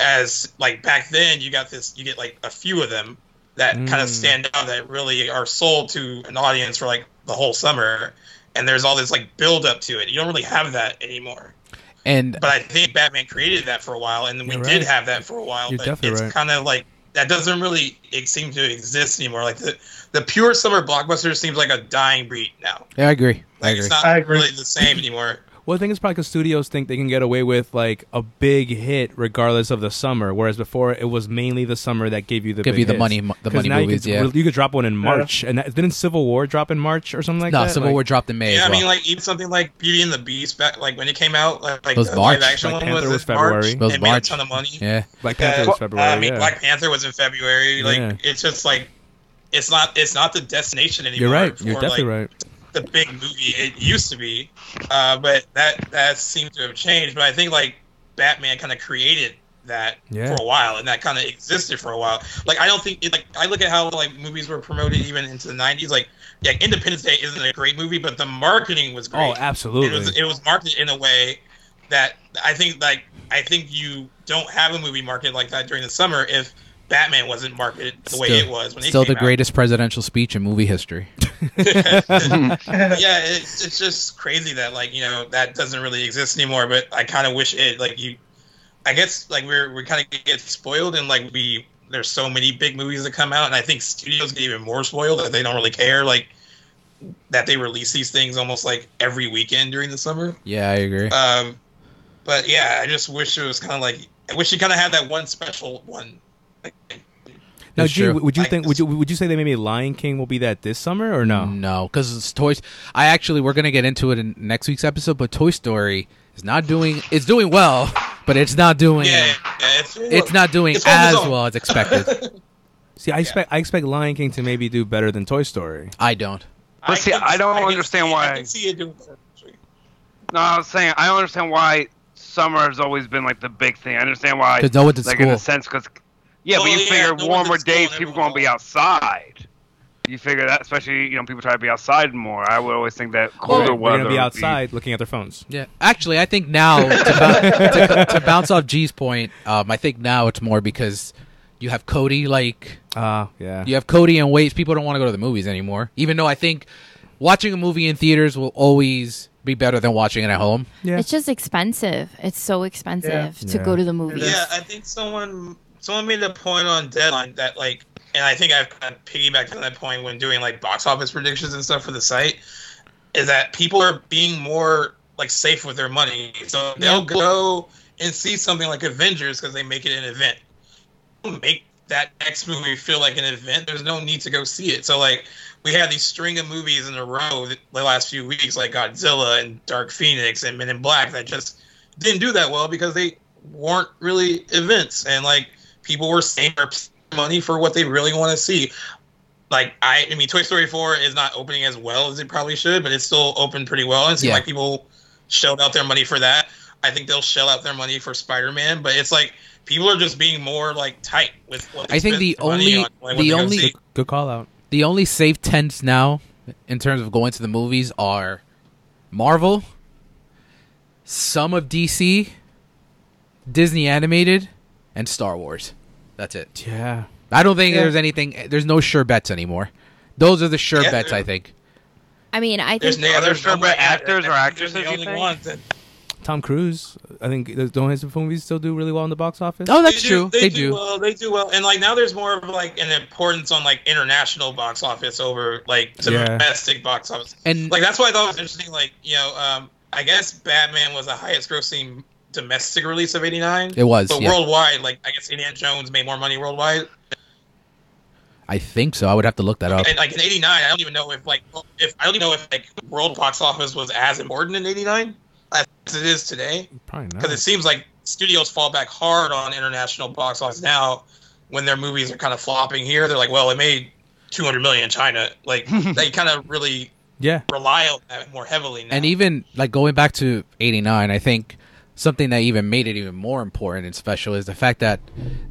D: As like back then you got this you get like a few of them that kind
B: Mm.
D: of stand out that really are sold to an audience for like the whole summer and there's all this like build up to it. You don't really have that anymore.
A: And
D: But I think Batman created that for a while and we
B: You're
D: did
B: right.
D: have that for a while.
B: You're
D: but
B: definitely
D: it's
B: right.
D: kind of like that doesn't really it seem to exist anymore. Like the the pure summer blockbuster seems like a dying breed now.
A: yeah, I agree. I
D: Like
A: agree.
D: it's not
F: I agree.
D: really the same
A: *laughs*
D: anymore.
B: Well, I think it's probably because studios think they can get away with like a big hit regardless of the summer, whereas before it was mainly the summer that gave you the
A: Give
B: big
A: you the
B: hits.
A: money- the
B: 'Cause
A: money
B: now
A: movies,
B: You
A: yeah.
B: could, you could drop one in March, and that, didn't Civil War drop in March or something like
A: no,
B: that?
A: Civil
B: Like,
A: War dropped in May
D: Yeah,
A: as
D: I
A: well.
D: mean, like even something like Beauty and the Beast, back like when it came out, like, like
A: It was
D: the
A: March.
D: live action
B: Black
D: one was,
B: Panther was
D: in March.
B: February. It
A: was
D: It made a
A: March.
D: ton of money.
A: yeah,
B: Black
D: Yeah,
B: Panther was February.
D: uh, I mean,
B: yeah.
D: Black Panther was in February. Like
B: Yeah.
D: it's just like it's not it's not the destination anymore.
B: You're right. You're
D: for,
B: definitely
D: like,
B: right.
D: The big movie it used to be, uh, but that that seems to have changed. But I think like Batman kind of created that
B: Yeah.
D: for a while, and that kind of existed for a while. Like I don't think it, like I look at how like movies were promoted even into the '90s. Like yeah, Independence Day isn't a great movie, but the marketing was great.
B: Oh, absolutely.
D: It was it was marketed in a way that I think like I think you don't have a movie marketed like that during the summer if Batman wasn't marketed the way
A: Still-
D: it was when it
A: Still
D: came
A: the
D: out.
A: greatest presidential speech in movie history.
D: But yeah, it's it's just crazy that like you know that doesn't really exist anymore. But I kind of wish it like you. I guess like we're we kind of get spoiled and like we there's so many big movies that come out and I think studios get even more spoiled that they don't really care like that they release these things almost like every weekend during the summer.
A: Yeah, I agree.
D: Um, but yeah, I just wish it was kind of like I wish you kind of had that one special one. Like,
B: now,
A: It's
B: G,
A: true.
B: would you
D: I-
B: think would you would you say that maybe Lion King will be that this summer or no?
A: No, because it's toys. I actually we're gonna get into it in next week's episode, but Toy Story is not doing. It's doing well, but it's not doing.
D: yeah, yeah, it's,
A: It's not doing
D: It's on
A: as
D: its own.
A: well as
D: *laughs*
A: expected.
B: See, I expect I expect Lion King to maybe do better than Toy Story.
A: I don't.
E: But see,
D: can-
E: I don't
D: can
E: understand
D: see-
E: why-
D: I can see it doing better.
E: No, I was saying I don't understand why summer has always been like the big thing. I understand why,
A: 'Cause no one's at
E: like in
A: school.
E: a sense, because yeah,
D: Oh,
E: but you
D: yeah,
E: figure
D: no one's at
E: warmer
D: school
E: days,
D: and
E: people
D: everyone-
E: gonna be outside. You figure that, especially you know, people try to be outside more. I would always think that
B: They're
E: colder
B: going
E: weather.
B: to be
E: would
B: outside looking at their phones.
A: Yeah, actually, I think now to, bou- to, to bounce off G's point, um, I think now it's more because you have Cody. Like
B: Uh, yeah.
A: you have Cody and Waits. People don't want to go to the movies anymore. Even though I think watching a movie in theaters will always be better than watching it at home.
B: Yeah.
C: It's just expensive. It's so expensive to
B: Yeah.
C: go to the movies.
D: Yeah, I think someone someone made a point on deadline that like, and I think I've kind of piggybacked on that point when doing like box office predictions and stuff for the site, is that people are being more like safe with their money, so they'll go and see something like Avengers because they make it an event. Make that next movie feel like an event. There's no need to go see it. So like. We had these string of movies in a row th- the last few weeks, like Godzilla and Dark Phoenix and Men in Black, that just didn't do that well because they weren't really events and like people were saving their money for what they really want to see like i i mean toy story 4 is not opening as well as it probably should but it's still open pretty well and it seemed
A: Yeah.
D: like people shelled out their money for that i think they'll shell out their money for spider-man but it's like people are just being more like tight with what they
A: I think
D: spend
A: the
D: their money
A: only-
D: on, like, what
A: the
D: they go
A: only-
D: see.
B: Good call out.
A: the only safe tents now in terms of going to the movies are Marvel, some of DC, Disney animated, and Star Wars. That's it.
B: Yeah.
A: I don't think
F: Yeah.
A: there's anything. There's no sure bets anymore. Those are the sure
D: Yeah.
A: bets. I think.
C: I mean, I
D: there's
C: think
D: no,
E: Are there
D: there's no
E: certain
D: way-
E: actors or
D: they're
E: actresses,
D: the
E: you
D: only
E: think?
D: ones that-
B: Tom Cruise. I think uh, don't his movies still do really well in the box office.
A: Oh, that's
D: they
A: true.
D: Do,
A: They, do.
D: well. They do well, and like now there's more of like an importance on like international box office over like
B: Yeah.
D: domestic box office.
A: And-
D: like that's why I thought it was interesting. Like you know, um, I guess Batman was the highest grossing domestic release of '89.
A: It was,
D: but
A: yeah.
D: worldwide, like I guess Indiana Jones made more money worldwide.
A: I think so. I would have to look that up.
D: And like in '89, I don't even know if like if I don't even know if like world box office was as important in '89 as it is today.
B: Probably
D: because it
B: not.
D: seems like studios fall back hard on international box office now when their movies are kind of flopping here. They're like, well, it made 200 million in China. Like they kind of really
B: Yeah.
D: rely on that more heavily now.
A: And even like going back to '89, I think something that even made it even more important and special is the fact that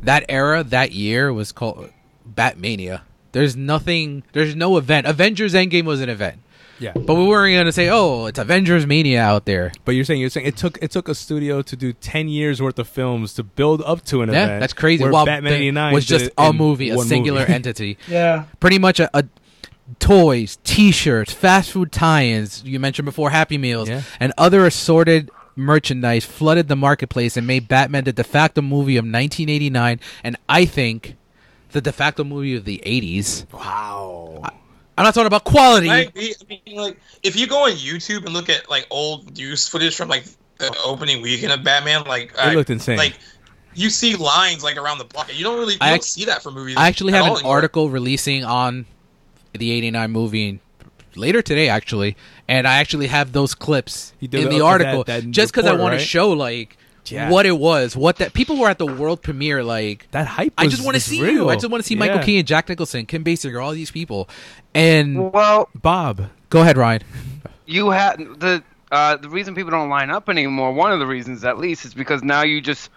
A: that era, that year, was called Batmania. There's nothing. There's no event. Avengers Endgame was an event,
B: Yeah.
A: but we weren't gonna say, "Oh, it's Avengers Mania out there."
B: But you're saying you're saying it took it took a studio to do ten years worth of films to build up to an
A: Yeah,
B: event.
A: that's crazy.
B: Where
A: While
B: Batman
A: Ba-
B: '89
A: was
B: did
A: just
B: it
A: a
B: in
A: movie, a
B: one
A: singular
B: movie.
A: entity.
F: Yeah.
A: Pretty much a, a toys, T-shirts, fast food tie-ins. You mentioned before Happy Meals
B: Yeah.
A: and other assorted merchandise flooded the marketplace and made Batman the de facto movie of 1989, and I think the de facto movie of the 80s.
B: wow.
A: I'm not talking about quality.
D: I agree. I mean, like if you go on YouTube and look at like old news footage from like the opening weekend of Batman, like
B: It looked insane.
D: Like you see lines like around the block. You don't really you
A: I
D: don't
A: ac-
D: see that for movies.
A: I actually
D: at
A: have
D: all
A: an
D: anymore.
A: article releasing on the 89 movie later today actually and I actually have those clips
B: You
A: in
B: did
A: the
B: that-
A: article
B: that- that
A: just cuz I
B: report,
A: want
B: right?
A: to show like
B: Yeah.
A: what it was what that people were at the world premiere like
B: *laughs* That hype.
A: I
B: was-
A: just want to
B: was
A: see
B: real.
A: you I just want to see Michael
B: Yeah.
A: Keaton Jack Nicholson Kim Basinger all these people and
E: Well,
B: Bob.
A: go ahead Ryan
E: you have the uh, the reason people don't line up anymore. One of the reasons, at least, is because now you just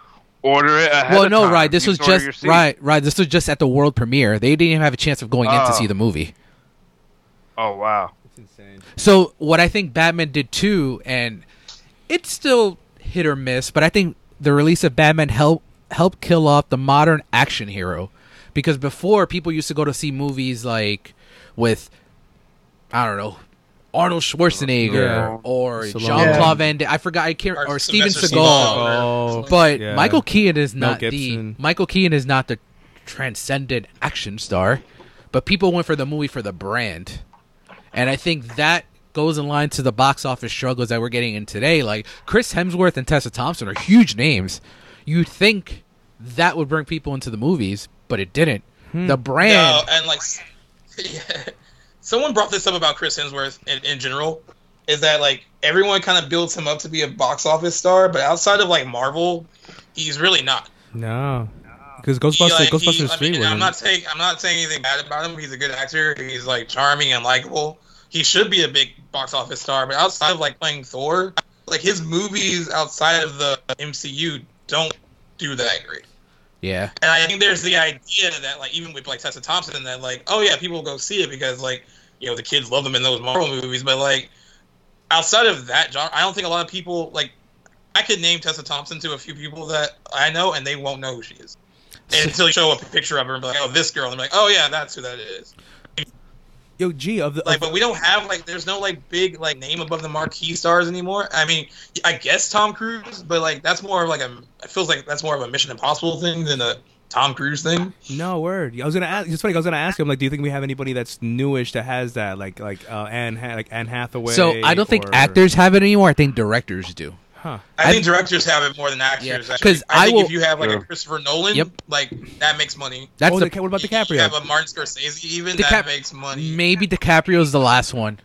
E: order it ahead
A: Well,
E: of
A: no,
E: time.
A: right. This
E: You
A: was
E: can order
A: just
E: your seat.
A: right, right. This was just at the world premiere. They didn't even have a chance of going in to
E: Oh.
A: see the movie.
E: Oh wow.
B: It's insane.
A: So what I think Batman did too, and it's still hit or miss, but I think the release of Batman helped help kill off the modern action hero, because before people used to go to see movies like with, I don't know. Arnold Schwarzenegger
B: Yeah.
A: or
B: Stallone.
A: Jean
F: Yeah.
A: Claude Van Damme. I forgot. I can't. Or, Steven
D: Sylvester
A: Seagal.
B: Seagal.
A: But
B: Yeah.
A: Michael Keaton is
B: Mel
A: not the
B: Gibson.
A: Michael Keaton is not the transcendent action star, but people went for the movie for the brand, and I think that goes in line to the box office struggles that we're getting in today. Like Chris Hemsworth and Tessa Thompson are huge names. You'd think that would bring people into the movies, but it didn't.
B: Hmm.
A: The brand,
D: No, and like, s- *laughs* yeah. someone brought this up about Chris Hemsworth in, in general. Is that like everyone kind of builds him up to be a box office star, but outside of like Marvel, he's really not.
B: No, because
D: He,
B: Ghostbusters,
D: like, he-
B: Ghostbusters
D: I
B: Three
D: mean, and
B: was.
D: I'm not saying I'm not saying anything bad about him. He's a good actor. He's like charming and likable. He should be a big box office star, but outside of like playing Thor, like his movies outside of the MCU don't do that great.
A: yeah,
D: And I think there's the idea that like even with like Tessa Thompson that like oh yeah people will go see it because like you know the kids love them in those Marvel movies, but like outside of that genre, I don't think a lot of people like. I could name Tessa Thompson to a few people that I know, and they won't know who she is And until you show a picture of her and be like, "Oh, this girl," and I'm like, "Oh yeah, that's who that is."
B: Yo, G of the.
D: Like, but we don't have like, there's no like big like name above the marquee stars anymore. I mean, I guess Tom Cruise, but like that's more of like a. It feels like that's more of a Mission Impossible thing than a Tom Cruise thing.
B: no word. I was gonna ask. It's funny. I was gonna ask him. Like, do you think we have anybody that's newish that has that? Like, like uh, Anne, ha- like Anne Hathaway.
A: so I don't think
B: or-
A: actors have it anymore. I think directors do.
B: Huh.
D: I,
A: I-
D: think directors have it more than actors.
A: Yeah,
D: actually.
A: 'cause
D: I,
A: I
D: think
A: will-
D: if you have like
E: Yeah.
D: a Christopher Nolan,
A: Yep.
D: like that makes money.
A: That's
B: oh,
A: the,
B: the, what about
D: If You have
B: DiCaprio?
D: a Martin Scorsese, even
A: DiCap-
D: that makes money.
A: Maybe DiCaprio's the last one.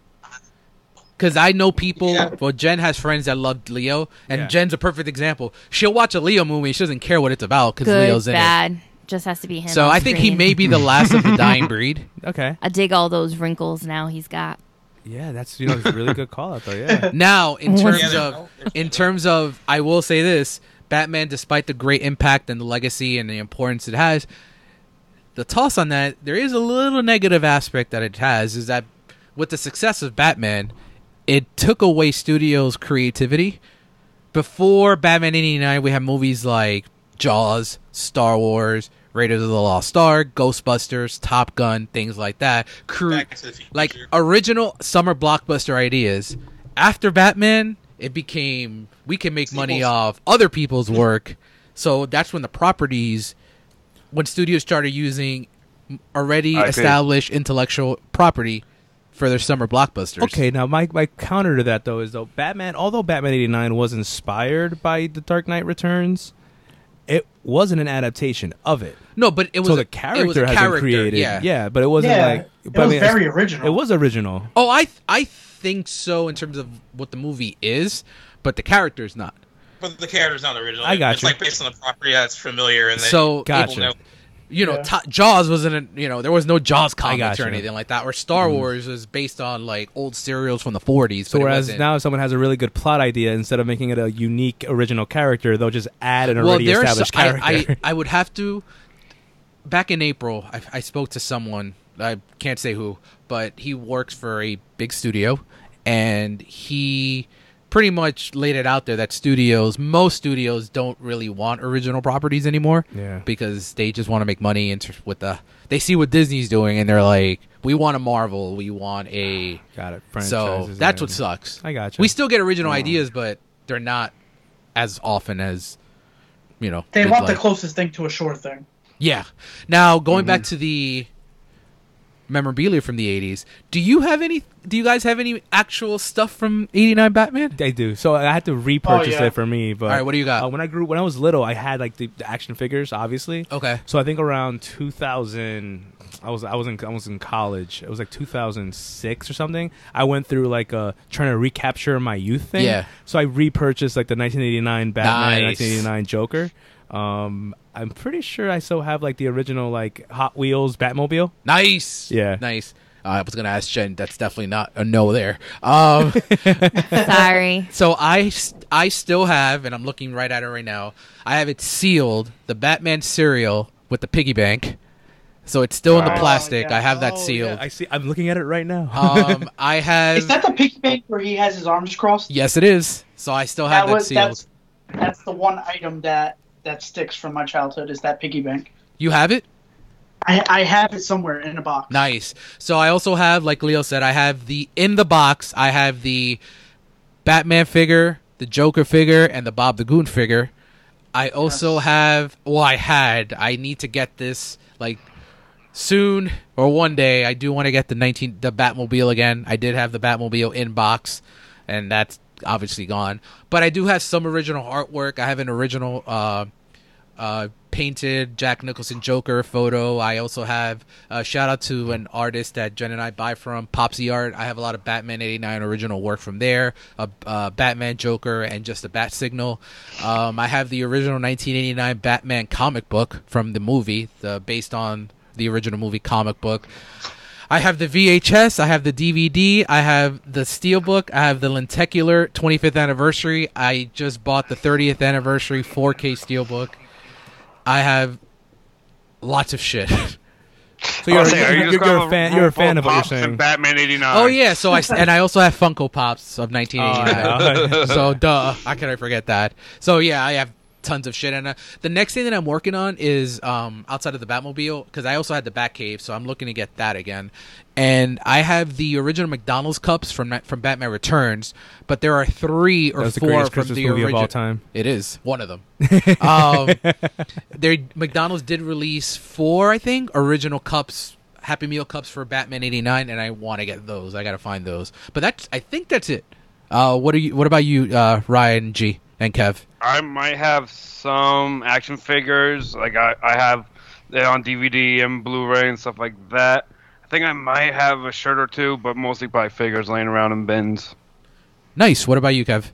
A: Cause I know people.
D: Yeah.
A: Well, Jen has friends that love Leo, and
B: Yeah.
A: Jen's a perfect example. She'll watch a Leo movie. She doesn't care what it's about because
C: Good,
A: Leo's in
C: bad. Just has to be him.
A: it. So
C: on
A: I think he
C: screen.
A: may be the last of
C: *laughs*
A: the dying breed.
B: Okay.
C: I dig all those wrinkles now
A: *laughs*
C: he's got.
B: Yeah, that's you know it's a really good call out though. Yeah.
A: Now, in
C: Yeah,
A: terms
D: there-
A: of, in terms of, I will say this: Batman, despite the great impact and the legacy and the importance it has, the toss on that there is a little negative aspect that it has is that with the success of Batman, it took away studios' creativity. Before Batman '89, we had movies like Jaws, Star Wars, Raiders of the Lost Ark, Ghostbusters, Top Gun, things like that. Crew,
D: Back to the Future.
A: like original summer blockbuster ideas. After Batman, it became we can make money
D: Sequels.
A: off other people's work. So that's when the properties, when studios started using already
E: I see.
A: established intellectual property for their summer blockbusters.
B: Okay, now my, my counter to that though is though Batman, although Batman eighty nine was inspired by The Dark Knight Returns, it wasn't an adaptation of it.
A: no, but it was
B: so
A: a,
B: the
A: it
B: character
A: was a
B: has
A: character,
B: been created.
A: Yeah,
B: but it wasn't
F: Yeah,
B: like
F: it
B: but I
F: was
B: mean, it's-
F: very original.
B: It was original.
A: Oh, I th- I think so in terms of what the movie is, but the character is not.
D: But the character's not original.
B: I got
D: It's
B: you.
D: like based on the property that's familiar and that
A: So
D: people
B: Gotcha.
D: know.
A: you know,
F: Yeah.
A: Ta Jaws wasn't, a, you know, there was no Jaws comics
B: gotcha. Mm-hmm.
A: or anything like that. Or Star Wars was based on like old serials from the 40s.
B: So
A: but it
B: whereas
A: wasn't-
B: now if someone has a really good plot idea, instead of making it a unique original character, they'll just add an already
A: there are
B: established
A: so- I-
B: character. *laughs*
A: I, I, would have to. Back in April, I, I spoke to someone. I can't say who, but he works for a big studio, and he pretty much laid it out there that studios, most studios, don't really want original properties anymore.
B: Yeah.
A: because they just want to make money and tr- with the they see what Disney's doing, and they're like, we want a Marvel, we want a.
B: got it.
A: So
B: Franchises
A: that's
B: and-
A: what sucks.
B: I gotcha.
A: We still get original ideas, but they're not as often as you know.
F: They
A: we'd
F: want the
A: like.
F: closest thing to a short thing.
A: Yeah. Now going back
B: Mm-hmm.
A: to the memorabilia from the '80s, do you have any? Do you guys have any actual stuff from '89 Batman?
B: They do. So I had to repurchase
F: Oh, yeah.
B: it for me. But
A: All right, what do you got?
B: Uh, when I grew, when I was little, I had like the, the action figures, obviously.
A: Okay.
B: So I think around 2000, I was I was in I was in college. It was like 2006 or something. I went through like a trying to recapture my youth thing.
A: Yeah.
B: So I repurchased like the 1989 Batman,
A: Nice.
B: 1989 Joker. Um, I'm pretty sure I still have like the original like Hot Wheels Batmobile.
A: Nice.
B: Yeah.
A: Nice. I was gonna ask Jen. That's definitely not a no there.
B: *laughs*
A: Um,
C: Sorry.
A: so I s- I still have, and I'm looking right at it right now. I have it sealed, the Batman cereal with the piggy bank. So it's still in the
E: Wow.
A: plastic.
F: Oh, yeah.
A: I have that
B: Oh, yeah,
A: sealed.
B: I see. I'm looking at it right now. *laughs*
A: um, I have.
F: *laughs* Is that the piggy bank where he has his arms crossed?
A: yes, it is. So I still have that, sealed.
F: that's, that's the one item that that sticks from my childhood is that piggy bank.
A: You have it.
F: I, I have it somewhere in a box.
A: Nice. So I also have, like Leo said, I have the in the box. I have the Batman figure, the Joker figure, and the Bob the Goon figure. I also have. Well, I had. I need to get this like soon or one day. I do want to get the nineteen the Batmobile again. I did have the Batmobile in box, and that's obviously gone. But I do have some original artwork. I have an original. Uh, uh, painted Jack Nicholson Joker photo. I also have a shout out to an artist that Jen and I buy from, Popsy Art. I have a lot of Batman 89 original work from there, a uh, Batman Joker, and just a bat signal. Um, I have the original 1989 Batman comic book from the movie, the based on the original movie comic book. I have the VHS, I have the DVD, I have the steelbook, I have the lenticular 25th anniversary. I just bought the 30th anniversary 4K steelbook. I have lots of shit. *laughs*
B: Oh, so you're,
E: I'll say, are you
B: you're,
E: just
B: you're
E: gonna
B: a fan.
E: root
B: You're a
E: for
B: fan of what you're
E: Pops and
B: saying.
E: Batman '89.
A: oh yeah, so I s- and I also have Funko Pops of 1989. *laughs*
B: Oh, yeah. *laughs*
A: so duh, how can I forget that? So yeah, I have tons of shit. And uh, the next thing that I'm working on is um, outside of the Batmobile because I also had the Batcave, so I'm looking to get that again. And I have the original McDonald's cups from Ma- from Batman Returns, but there are three or
B: That's the
A: four
B: greatest
A: from
B: Christmas
A: the
B: movie of
A: original
B: all time.
A: It is one
B: *laughs*
A: of them. um, they McDonald's did release four, I think, original cups, Happy Meal cups for Batman '89, and I want to get those. I gotta find those. But that's, I think that's it. Uh, what are you? What about you, uh, Ryan G and Kev?
E: I might have some action figures. Like I, I have they're on DVD and Blu-ray and stuff like that. I think I might have a shirt or two, but mostly probably figures laying around in bins.
A: Nice. What about you, Kev?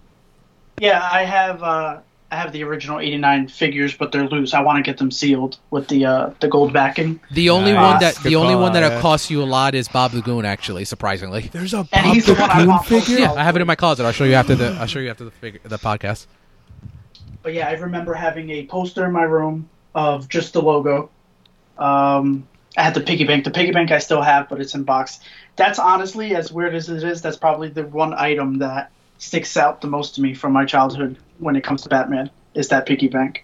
F: Yeah, I have uh, I have the original '89 figures, but they're loose. I want to get them sealed with the uh, the gold backing.
A: The only
B: Nice.
A: one that
B: Good
A: the only
B: call,
A: one that
B: yeah.
A: costs you a lot is Bob the Goon, actually, surprisingly.
B: There's a
F: And he's *laughs* the one I want.
B: figure.
A: Yeah, I have it in my closet. I'll show you after the I'll show you after the figure, the podcast.
F: But yeah, I remember having a poster in my room of just the logo. Um, I had the piggy bank. The piggy bank I still have, but it's in box. That's honestly, as weird as it is, that's probably the one item that sticks out the most to me from my childhood when it comes to Batman is that piggy bank.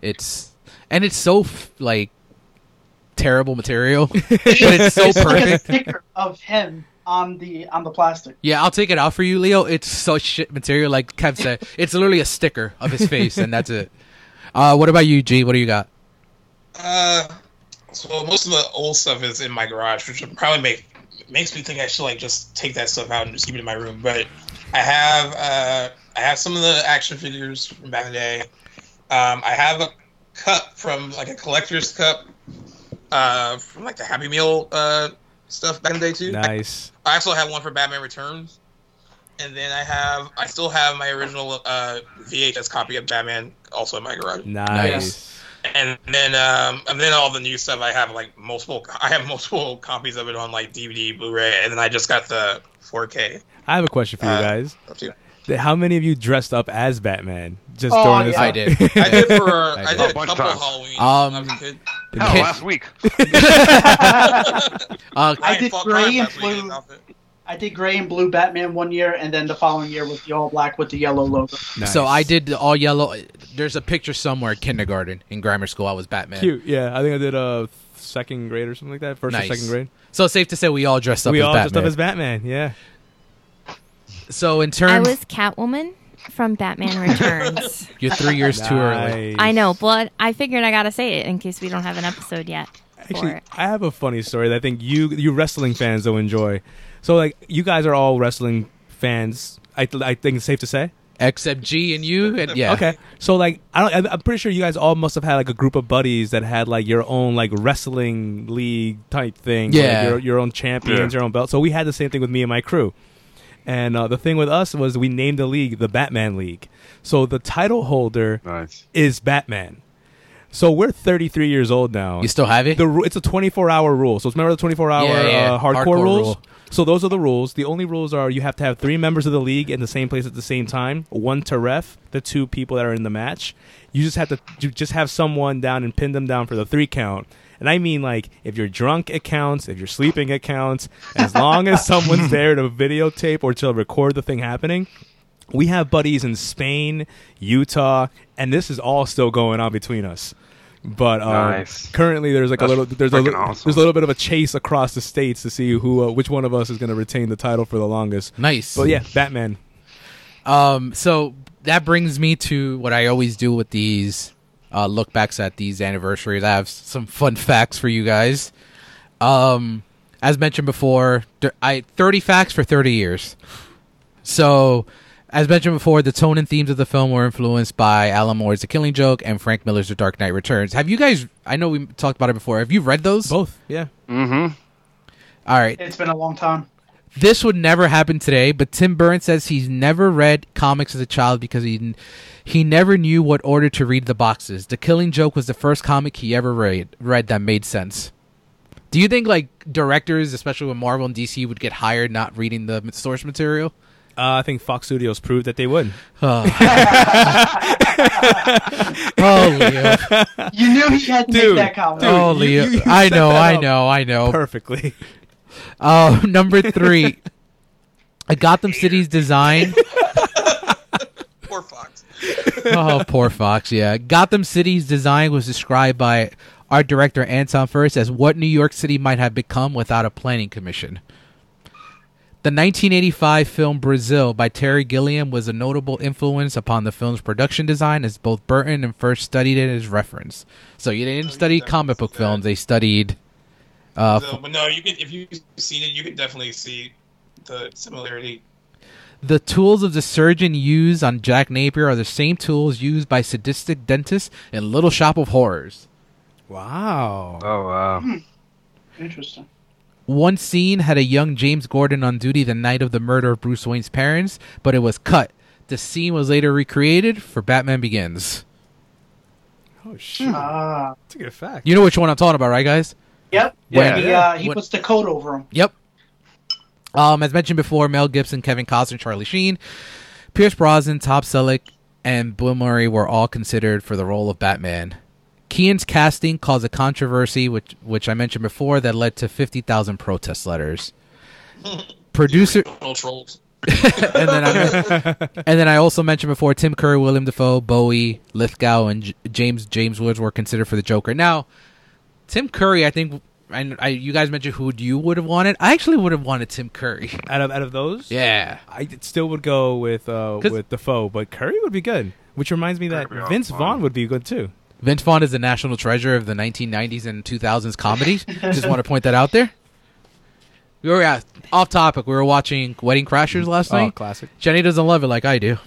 A: It's and it's so f- like terrible
F: *laughs*
A: material, but it's so
F: It's like a
A: perfect.
F: sticker of him on the on the plastic.
A: Yeah, I'll take it out for you, Leo. It's such shit material. Like Kev *laughs* said, it's literally a sticker of his face, and that's it. Uh, what about you, G? What do you got?
D: Uh, so most of the old stuff is in my garage, which would probably make makes me think I should like just take that stuff out and just keep it in my room. But I have uh, I have some of the action figures from back in the day. Um, I have a cup from like a collector's cup uh, from like the Happy Meal uh, stuff back in the day too. I
B: Nice.
D: I also have one for Batman Returns, and then I have I still have my original uh, VHS copy of Batman also in my garage,
B: Nice.
D: and then um, and then all the new stuff I have like multiple I have multiple *laughs* copies of it on like DVD, Blu-ray, and then I just got the 4K.
B: I have a question for you
D: Uh,
B: guys.
D: stuff,
F: *laughs*
D: too.
B: Th- How many of you dressed up as Batman? Just
F: Oh,
B: throwing this
F: yeah.
A: I
B: out. *laughs*
A: did.
D: I did for
A: I
D: I
A: did.
D: did
E: A
D: a
E: bunch
D: couple
E: of times.
D: Halloween.
A: Um,
D: I was a kid.
E: Hell,
A: Okay.
E: Oh, last week.
A: *laughs* Uh,
F: I did
D: fought
F: gray
D: crime
F: and
D: last weekend,
F: blue.
D: nothing.
F: I did gray and blue Batman one year, and then the following year was the all black with the yellow logo.
B: Nice.
A: So I did the all yellow. There's a picture somewhere in kindergarten in grammar school. I was Batman.
B: Cute. Yeah, I think I did uh, second grade or something like that. First
A: Nice.
B: or second grade.
A: So it's safe to say we all dressed up
B: we
A: as
B: all dressed
A: Batman.
B: up as Batman. Yeah.
A: so in
C: I
A: turn,
C: was Catwoman from Batman
A: *laughs*
C: Returns.
A: you're three years too early.
B: Nice.
C: I know, but I figured I gotta say it in case we don't have an episode yet. for
B: Actually,
C: it.
B: I have a funny story that I think you you wrestling fans will enjoy. So like you guys are all wrestling fans. I, I think it's safe to say.
A: Except G and you, and yeah.
B: Okay. So like I don't, I'm- I'm pretty sure you guys all must have had like a group of buddies that had like your own like wrestling league type thing. where, like,
A: Yeah.
B: your, your own champions,
E: Yeah.
B: your own belt. So we had the same thing with me and my crew. And uh, the thing with us was we named the league the Batman League. So the title holder
E: nice.
B: is Batman. So we're 33 years old now.
A: You still have it?
B: the ru- it's a 24 hour rule. So remember the 24 hour
A: Yeah, yeah.
B: Uh, hardcore,
A: Hardcore
B: rules.
A: rule.
B: So those are the rules. The only rules are you have to have three members of the league in the same place at the same time. One to ref the two people that are in the match. You just have to you just have someone down and pin them down for the three count. And I mean like if you're drunk it counts, if you're sleeping it counts. As long as
A: *laughs*
B: someone's there to videotape or to record the thing happening, we have buddies in Spain, Utah, and this is all still going on between us. But um,
E: Nice.
B: currently, there's like
E: That's
B: a little there's a
E: freaking
B: little,
E: awesome.
B: there's a little bit of a chase across the states to see who uh, which one of us is going to retain the title for the longest.
A: Nice.
B: But yeah, Batman.
A: Um, so that brings me to what I always do with these uh, look backs at these anniversaries. I have s- some fun *laughs* facts for you guys. Um, as mentioned before, th- I 30 facts for 30 years. So, as mentioned before, the tone and themes of the film were influenced by Alan Moore's The Killing Joke and Frank Miller's The Dark Knight Returns. Have you guys? I know we talked about it before. Have you read those?
B: Both. Yeah.
E: Mm-hmm.
A: All right.
F: It's been a long time.
A: this would never happen today, but Tim Burton says he's never read comics as a child because he he never knew what order to read the boxes. The Killing Joke was the first comic he ever read read that made sense. Do you think like directors, especially with Marvel and DC, would get hired not reading the source
B: *laughs*
A: material?
B: Uh, I think Fox Studios proved that they would.
A: Oh, *laughs* oh Leo,
F: You knew he had to
B: Dude,
F: make that comment.
B: dude.
A: oh
B: you-
A: Leo,
B: you
A: I
B: set
A: know,
B: that
A: I
B: up
A: know, I know. *laughs*
B: Perfectly.
A: Uh, *laughs* number three, a Gotham City's design.
D: Poor Fox.
A: oh, poor Fox. Yeah. Gotham City's design was described by art director Anton First as what New York City might have become without a planning commission. The 1985 film Brazil by Terry Gilliam was a notable influence upon the film's production design as both Burton and First studied it as reference. So you didn't study
D: definitely
A: comic
D: see
A: book
D: that.
A: films, they studied uh,
D: So, but no, you can if you've seen it, you can definitely see the similarity.
A: The tools of the surgeon used on Jack Napier are the same tools used by sadistic dentists in Little Shop of Horrors.
B: Wow.
E: Oh wow.
A: Hmm.
F: Interesting.
A: One scene had a young James Gordon on duty the night of the murder of Bruce Wayne's parents, but it was cut. The scene was later recreated for Batman Begins.
B: Oh shit.
F: Ah.
B: That's a good fact.
A: You know which one I'm talking about, right, guys?
F: Yep.
E: Yeah.
F: He, uh, he
A: What-
F: puts the coat over him.
A: Yep. Um, as mentioned before, Mel Gibson, Kevin Costner, Charlie Sheen, Pierce Brosnan, Top Selleck, and Bill Murray were all considered for the role of Batman. Keane's casting caused a controversy, which which I mentioned before, that led to fifty thousand protest letters. Producer,
D: Little trolls.
A: and then I, and then I also mentioned before Tim Curry, William Defoe, Bowie, Lithgow, and J- James James Woods were considered for the Joker. Now, Tim Curry, I think, and I, you guys mentioned who you would have wanted. I actually would have wanted Tim Curry.
B: Out of out of those,
A: Yeah.
B: I d- still would go with uh,
A: 'Cause-
B: with Defoe, but Curry would be good. Which reminds me that
E: Curry would be
B: Vince
E: awesome.
B: Vaughn would be good too.
A: Vince Vaughn is the national treasure of the 1990s and 2000s comedy. Just want to point that out there. We were yeah, off topic. We were watching Wedding Crashers last
B: Oh,
A: night.
B: classic.
A: Jenny doesn't love it like I do.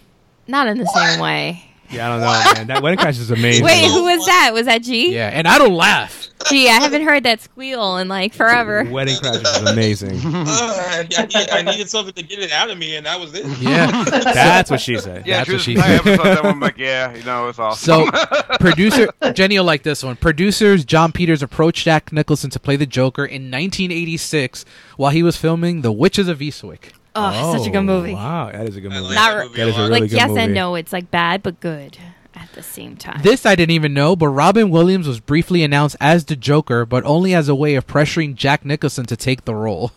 C: Not in the same way.
B: Yeah, I don't know, man. That wedding
A: *laughs*
B: crash is amazing.
C: Wait, who was that? Was that G?
A: Yeah, and I don't laugh.
C: Gee, I haven't heard that squeal in like forever.
B: Wedding crash is amazing.
C: *laughs*
D: Uh, I, I, I needed something to get it out of me, and that was it.
A: Yeah. *laughs*
B: That's what she said.
E: Yeah,
A: That's
E: she
A: what
E: was
A: she
E: playing
A: said.
E: episode that one. Like, yeah, you know, it's awesome.
A: So, producer Jenny will like this one. Producers John Peters approached Jack Nicholson to play the Joker in 1986 while he was filming The Witches of Eastwick.
C: Oh, such a good movie.
B: Wow, that is a good
D: I
B: movie.
D: like
C: Not
D: that
C: re-
B: Mm-hmm.
D: movie
B: That
D: a
B: is a
D: lot.
B: really
C: like
B: good
C: yes
B: movie.
C: and no, it's like bad but good at the same time.
A: This I didn't even know, but Robin Williams was briefly announced as the Joker, but only as a way of pressuring Jack Nicholson to take the role.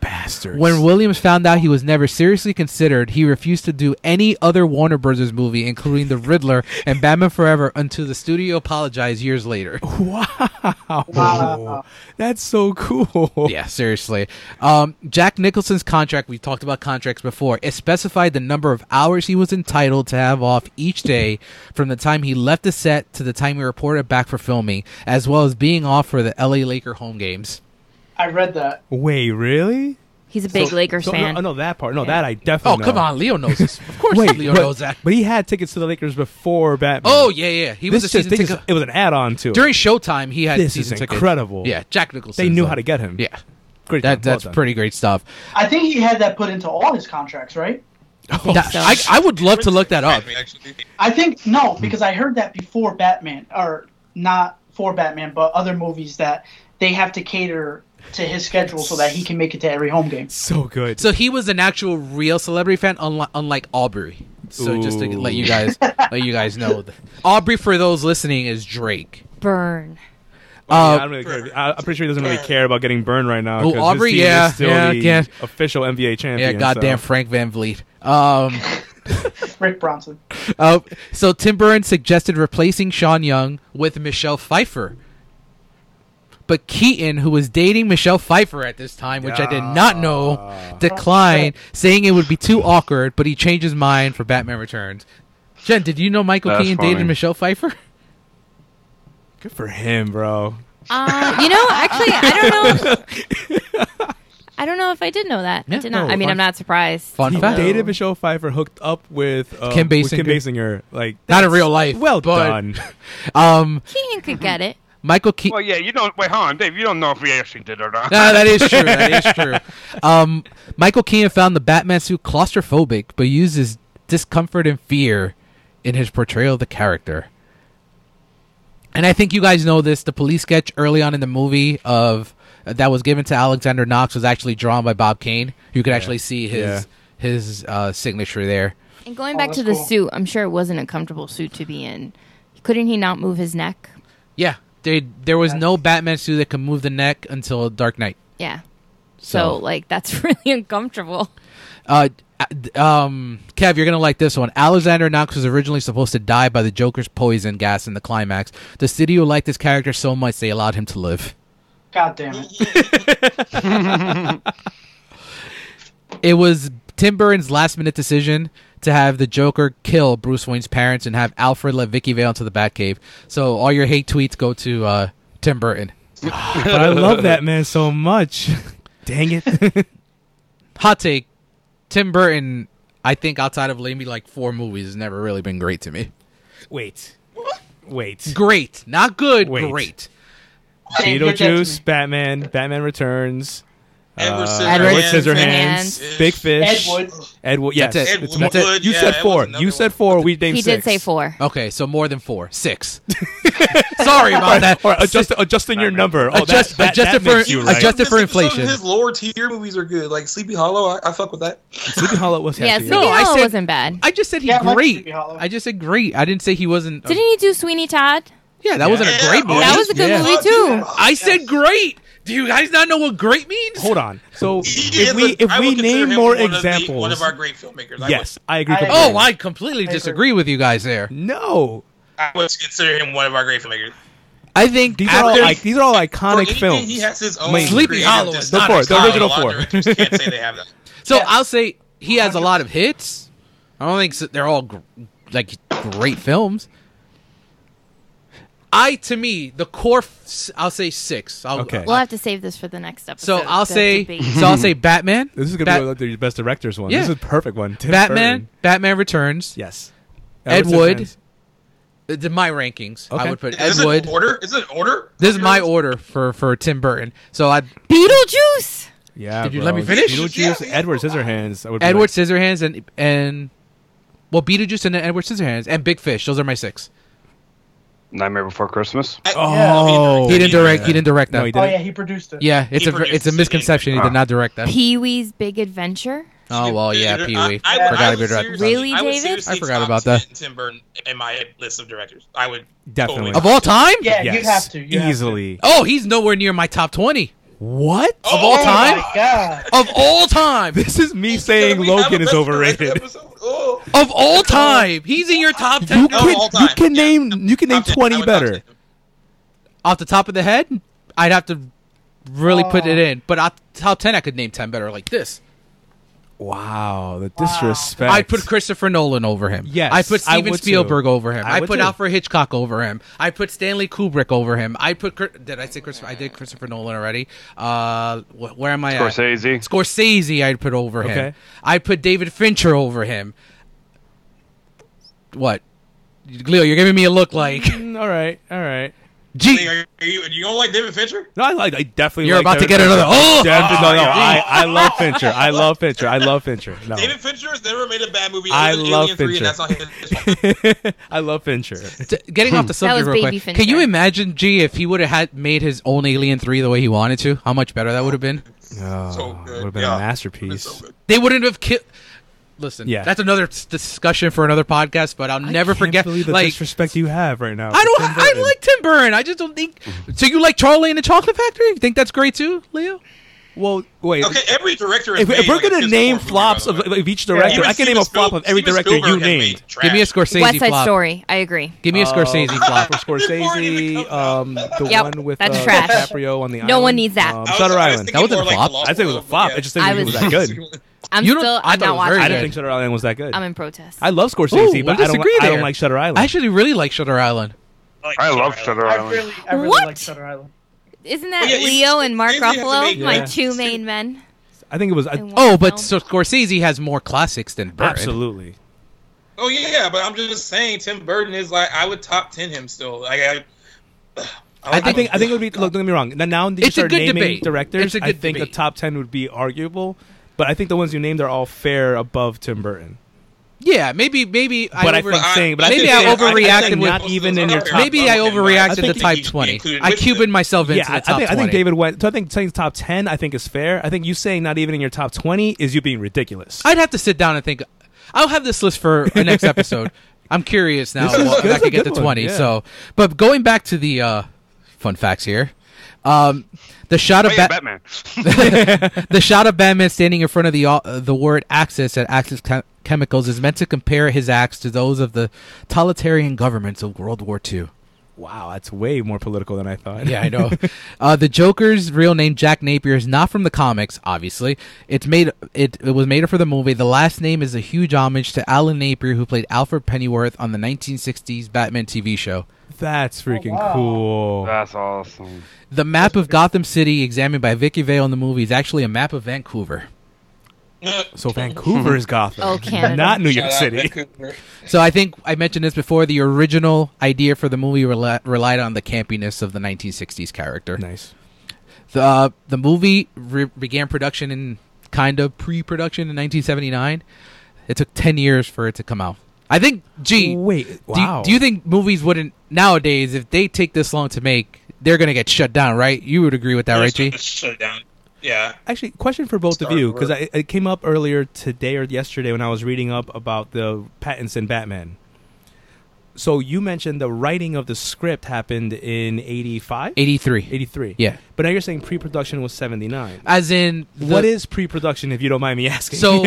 B: Bastards.
A: When Williams found out he was never seriously considered, he refused to do any other Warner Brothers movie, including The Riddler and Batman Forever, until the studio apologized years later.
B: wow.
F: Wow.
B: That's so cool.
A: *laughs* yeah, seriously. Um, Jack Nicholson's contract, we talked about contracts before, it specified the number of hours he was entitled to have off each day from the time he left the set to the time he reported back for filming, as well as being off for the LA Laker home games.
F: I read that.
B: *laughs* Wait, really?
C: He's a big
B: So-
C: Lakers
B: so- no, uh,
C: fan.
B: No, that part. No,
C: Yeah.
B: that I
A: Oh,
B: definitely know.
A: come on. Leo knows this. *laughs* Of course
B: Wait,
A: Leo
B: but,
A: knows that.
B: but he had tickets to the Lakers before Batman.
A: Oh, yeah, yeah. He
B: this
A: was a
B: just,
A: season
B: they
A: ticket.
B: just- it was an add-on to it.
A: During Showtime, he had
B: This is
A: season tickets.
B: incredible.
A: Yeah, Jack Nicholson.
B: They knew
A: so-
B: how to get him.
A: Yeah,
B: Great
A: that
B: job. Well
A: that's
B: done.
A: pretty great stuff.
F: I think he had that put into all his contracts, right?
A: That-
C: so.
A: I I would love to look that up.
D: Actually,
F: I think no, because I heard that before Batman or not for Batman, but other movies that they have to cater to his schedule so that he can make it to every home game.
B: So good.
A: So he was an actual real celebrity fan, unlike, unlike Aubrey. So just to
B: Ooh.
A: let you guys *laughs* let you guys know, th- Aubrey for those listening is Drake.
C: Burn.
B: I
A: Uh,
B: mean, I don't really care. I, I'm pretty sure he doesn't really care about getting burned right now.
A: Oh,
B: 'cause his
A: Aubrey,
B: team is
A: yeah,
B: still
A: yeah,
B: the
A: yeah.
B: official NBA
A: yeah,
B: champion.
A: goddamn
B: so.
A: Frank Van Vliet. Um, *laughs*
F: Rick Bronson.
A: uh, so Tim Burton suggested replacing Sean Young with Michelle Pfeiffer. But Keaton, who was dating Michelle Pfeiffer at this time, which I did not know, declined, saying it would be too awkward, but he changed his mind for Batman Returns. Jen, did you know Michael
E: That's
A: Keaton dated
E: funny.
A: Michelle Pfeiffer?
B: Good for him, bro.
C: Uh, you know, actually, I don't know. I don't know if I did know that.
A: Yeah,
C: I did not.
A: no,
C: I mean,
A: fun-
C: I'm not surprised.
A: Fun
B: He
A: fact.
B: dated Michelle Pfeiffer, hooked up with uh,
A: Kim
B: with Kim
A: Basinger.
B: Basinger. Like
A: Not in
B: that's-
A: real life,
B: Well
A: but-
B: done. *laughs*
A: Um,
C: Keaton could get it.
A: Michael Keaton.
E: Well, yeah, you don't. Wait, hold on, Dave. You don't know if we actually did or not.
A: Ah, that is true. That is true. Um, Michael Keaton found the Batman suit claustrophobic, but uses discomfort and fear in his portrayal of the character. And I think you guys know this. The police sketch early on in the movie of uh, that was given to Alexander Knox was actually drawn by Bob Kane. You could actually see his
B: Yeah.
A: his uh, signature there.
C: And going
F: Oh,
C: back to
F: that's
C: the suit,
F: cool.
C: I'm sure it wasn't a comfortable suit to be in. Couldn't he not move his neck?
A: Yeah, they, there was no Batman suit that could move the neck until Dark Knight.
C: Yeah.
A: So-
C: so like, that's *laughs* really uncomfortable.
A: Uh, d- um, Kev, you're gonna like this one. Alexander Knox was originally supposed to die by the Joker's poison gas in the climax. The studio liked his character so much they allowed him to live.
F: God damn it.
A: It was Tim Burton's last-minute decision to have the Joker kill Bruce Wayne's parents and have Alfred let Vicky Vale into the Batcave. So all your hate tweets go to uh, Tim Burton.
B: but *laughs* I love that man so much. *laughs* Dang it. *laughs*
A: Hot take: Tim Burton, I think outside of maybe like four movies, has never really been great to me.
B: Wait. Wait.
A: Great, not good.
B: Wait.
A: Great.
F: Hey, you're dead to me.
B: Beetlejuice, Batman, Batman Returns,
D: Edward
B: uh,
D: Scissorhands.
C: Edward
B: Scissorhands,
C: Scissorhands.
B: Big Fish,
F: Ed Wood.
B: Ed Wood. Yes,
A: That's it.
B: It's
A: Ed
B: more-
D: Wood,
B: You
D: yeah,
B: said
D: that was
B: four.
D: another
B: You
D: one.
B: said four. We named
C: He
B: six.
C: did say four.
A: Okay, so more than four, six. *laughs* Sorry about that.
B: All right, adjust, adjusting your number. Oh,
A: Adjust-
B: that, that,
A: adjust
B: that
A: it for-
B: makes you right.
A: adjust- Adjusted for
D: Some of
A: inflation.
D: His lower tier movies are good, like Sleepy Hollow. I, I fuck with that.
B: Sleepy Hollow was
C: Yeah,
B: hefty.
C: Sleepy
A: No, I
C: Hollow
A: said-
C: wasn't bad.
A: I just said he
F: Yeah, I like
A: great.
F: Sleepy Hollow.
A: I just said great. I didn't say he wasn't.
C: Didn't he do Sweeney Todd?
A: yeah, that wasn't a
D: Yeah,
A: great
D: oh,
A: movie.
C: That
D: yeah.
C: was a good
A: Yeah.
C: movie too.
A: I said great. Do you guys not know what great means?
B: *laughs* Hold on. So
D: He
B: if
D: is
B: we
D: a-
B: if
D: I would
B: we
D: consider
B: name
D: him
B: more
D: one of the-
B: examples,
D: one of our great filmmakers. I
B: yes, I agree.
F: I-
B: completely.
A: Oh, I completely
F: I
A: disagree with you guys there.
B: no.
D: would, I would consider him one of our great filmmakers.
A: I think
B: These are all
A: after,
B: like, these are all
D: For
B: iconic
D: anything,
B: films.
D: He has his own.
B: Wait.
A: Sleepy
D: creative
A: Hollow is not
D: design.
A: The four, the
D: A lot
B: original
D: of
B: four.
D: directors Can't say they have that.
A: so
F: Yeah.
A: I'll say he has a lot of hits. I don't think s they're all gr- like great films. I to me the core. F- I'll say six. I'll,
B: Okay.
C: We'll have to save this for the next episode.
A: So I'll
C: The
A: say
C: debate.
A: so I'll say Batman.
B: This is gonna
A: Bat-
B: be one of the best directors one.
A: Yeah.
B: This is a perfect one. Tim
A: Batman,
B: Burton.
A: Batman Returns.
B: Yes.
A: Ed
B: Edward
A: Wood.
B: Scissorhands.
A: Uh, th- my rankings. I
B: Okay.
A: would put
D: Is
A: Ed
D: it
A: Wood.
D: order? Is it order?
A: This is my order for for Tim Burton. So I
C: Beetlejuice.
B: Yeah.
A: Did you
B: bro.
A: let me finish?
B: Beetlejuice,
D: Yeah.
B: Edward Scissorhands. I would be
A: Edward
B: like-
A: Scissorhands and and well Beetlejuice and then Edward Scissorhands and Big Fish. Those are my six.
E: Nightmare Before Christmas.
D: I-
B: Oh.
A: He didn't direct. He didn't direct that.
B: No, he
F: Oh,
B: didn't.
F: yeah, he produced it.
A: Yeah, it's
D: He
A: a ver- it's
D: produced
A: a
D: it, he-
A: misconception. He did not direct
D: *laughs*
A: that.
C: Pee Wee's Big Adventure.
A: Oh well, yeah, Pee Wee.
D: I,
F: Yeah.
D: I,
A: Forgot
D: I
A: he
D: would
A: did direct.
D: seriously-
C: Really,
D: I would
C: David?
D: seriously
A: I forgot
D: top
A: about
D: Tim-
A: that.
D: Tim Burton in my list of directors. I would
B: Definitely.
A: Of all time?
F: Yeah,
B: yes.
F: you'd have to. You'd have to.
B: Easily.
A: Oh, he's nowhere near my top twenty
B: What?
D: Oh,
A: of all
F: Oh,
A: time.
F: my God.
A: Of all
D: *laughs*
A: time.
B: This is me saying
D: We have a
B: Logan is
D: best director
B: overrated.
D: episode. Oh.
A: Of all time, he's in your top ten.
B: You
D: of
B: can
D: all
B: you
D: time.
B: can
D: Yeah.
B: name you can name
D: Top ten. I
B: twenty
D: would top
B: better.
D: ten.
A: off the top of the head, I'd have to really put it
F: Oh.
A: in. But off the top ten, I could name ten better like this.
B: Wow, the disrespect.
A: I put
B: *laughs*
A: Christopher Nolan over him.
B: Yes,
A: I put
B: I
A: Steven
B: would
A: Spielberg
B: too.
A: over him.
B: I
A: I,
B: would
A: put
B: too.
A: Alfred Hitchcock over him. I put Stanley Kubrick over him. I put Chr- did I say Christopher? I did Christopher Nolan already. Uh, wh- where am I? At?
E: Scorsese.
A: Scorsese. I'd put over him.
B: Okay.
A: I put David Fincher over him. What? Leo, you're giving me a look like *laughs*
B: Mm, all right, all right.
D: I
A: G.
D: mean, Are you, you don't like David Fincher?
B: No, I like. I definitely.
A: You're
B: like
A: about to
B: David
A: get another.
B: Fincher.
A: Oh,
B: Definitely, no, no, I, I love Fincher. I love Fincher. I love Fincher. No.
D: David Fincher has never made a bad movie.
B: I
D: other than
B: love
D: Alien 3, and
B: Fincher.
D: that's not his fault.
B: *laughs* I love Fincher.
A: T- getting off the subject
C: Hmm. was
A: real
C: Baby
A: quick.
C: Fincher.
A: Can you imagine, G, if he would have had made his own Alien Three the way he wanted to? How much better that would have been.
B: Oh,
D: good.
B: would have been
D: Yeah.
B: a
D: It's
B: masterpiece.
D: so good.
A: They wouldn't have killed. Listen,
B: Yeah.
A: that's another s- discussion for another podcast. But I'll
B: I
A: never
B: can't
A: forget.
B: believe the
A: like,
B: disrespect you have right now.
A: I
B: for
A: don't.
B: Tim
A: I
B: Burton.
A: like Tim Burton. I just don't think. So you like Charlie and the Chocolate Factory? You think that's great too, Leo?
B: Well, wait.
D: Okay, every director. has
B: If, if
D: made,
B: we're
D: like, a
B: gonna
D: piss
B: name
D: poor movie,
B: flops
D: by
B: of,
D: the way.
B: of each director,
D: Even
B: I can name
D: Steven
B: a flop
D: Spiel-
B: of every
D: Steven
B: director
D: Spielberg
B: you
D: has
B: named.
D: made trash.
A: Give me a Scorsese
C: West Side
A: flop.
C: Story. I agree.
A: Give me a
B: Uh, *laughs*
A: Scorsese flop.
B: For
D: Before it even
B: Scorsese,
D: comes out.
B: um, the
C: Yep,
B: one with
C: that's
B: uh,
C: trash.
B: DiCaprio on the island.
C: No one needs that.
B: Um,
D: I was-
B: Shutter
D: I was
B: Island.
D: thinking
A: That wasn't
D: more
A: a
D: like
A: flop.
D: The Lost
B: I think it was a
D: World,
B: flop.
D: yeah.
B: I just think
C: I
B: it was
C: was-
B: that
D: *laughs*
B: good.
C: I'm
A: You don't-
C: still.
A: I
C: I'm
A: thought it
C: not
A: was very
C: watching.
B: I
A: good.
B: didn't think Shutter Island was that good.
C: I'm in protest.
B: I love
A: Ooh,
B: Scorsese,
A: we'll
B: but I don't,
A: disagree
B: I don't
A: there.
B: like Shutter Island.
A: I actually really like Shutter Island.
D: Like,
E: I love Shutter
F: I
E: Island.
F: really, I really
C: What?
F: like Shutter Island.
C: Isn't that
D: Yeah, you-
C: Leo and Mark
D: you have to
C: Ruffalo,
D: make-
C: my
B: Yeah.
C: two main men?
B: I think it was I,
C: in one
A: Oh, but so
C: film?
A: Scorsese has more classics than Burton.
B: absolutely.
D: Oh yeah, but I'm just saying, Tim Burton is like I would top ten him still. Like I,
B: I, think I think it would be. Look, don't get me wrong. Now, now that you
A: It's a
B: start
A: good
B: naming
A: debate.
B: directors,
A: It's a
B: I
A: good
B: think
A: debate.
B: a top ten would be arguable, but I think the ones you named are all fair above Tim Burton.
A: Yeah, maybe maybe
B: But
A: I
B: I
A: over-
B: think saying, but I
A: maybe
B: think
A: I
B: saying-
A: overreacted
B: think
A: with-
B: not even in your top.
A: maybe I overreacted to Type Twenty. I Cuban myself into
B: yeah,
A: the
B: I-
A: top
B: I think, I
A: twenty.
B: think David went. So I think saying top ten, I think is fair. I think you saying not even in your top twenty is you being ridiculous.
A: I'd have to sit down and think. I'll have this list for a
B: *laughs*
A: next episode. I'm curious now
B: This is
A: well,
B: good.
A: if I can get
B: Good
A: to
B: one,
A: 20.
B: yeah.
A: So, but going back to the uh, fun facts here, um, the shot of
E: Wait,
A: Ba-
E: Oh, Batman.
A: *laughs*
E: *laughs*
A: the shot of Batman standing in front of the uh, the word Axis at Axis Chem- Chemicals is meant to compare his acts to those of the totalitarian governments of World War II.
B: wow, that's way more political than I thought.
A: Yeah, I know. uh, the Joker's real name, Jack Napier, is not from the comics. Obviously, it's made it, it was made up for the movie. The last name is a huge homage to Alan Napier, who played Alfred Pennyworth on the 1960s Batman TV show.
B: *laughs* that's freaking
F: wow.
B: cool.
E: That's awesome.
A: The map of Gotham City, examined by Vicky Vale in the movie, is actually a map of Vancouver.
B: So Vancouver is Gotham,
C: Oh, Canada.
B: not New York City.
A: So I think I mentioned this before. The original idea for the movie rela- relied on the campiness of the 1960s character.
B: nice.
A: The, uh, the movie re- began production in kind of pre-production in 1979. It took 10 years for it to come out. I think. Gee,
B: Wait,
A: do, you-
B: wow.
A: do you think movies wouldn't nowadays if they take this long to make? They're gonna get shut down, right? You would agree with that, right, G?
D: Shut down. Yeah.
B: Actually, question for both of you
D: Start
B: because it came up earlier today or yesterday when I was reading up about the patents in Batman. So you mentioned the writing of the script happened in 85?
A: 83.
B: 83.
A: Yeah.
B: But now you're saying pre-production was 79.
A: As in, the,
B: what is pre-production if you don't mind me asking?
A: so?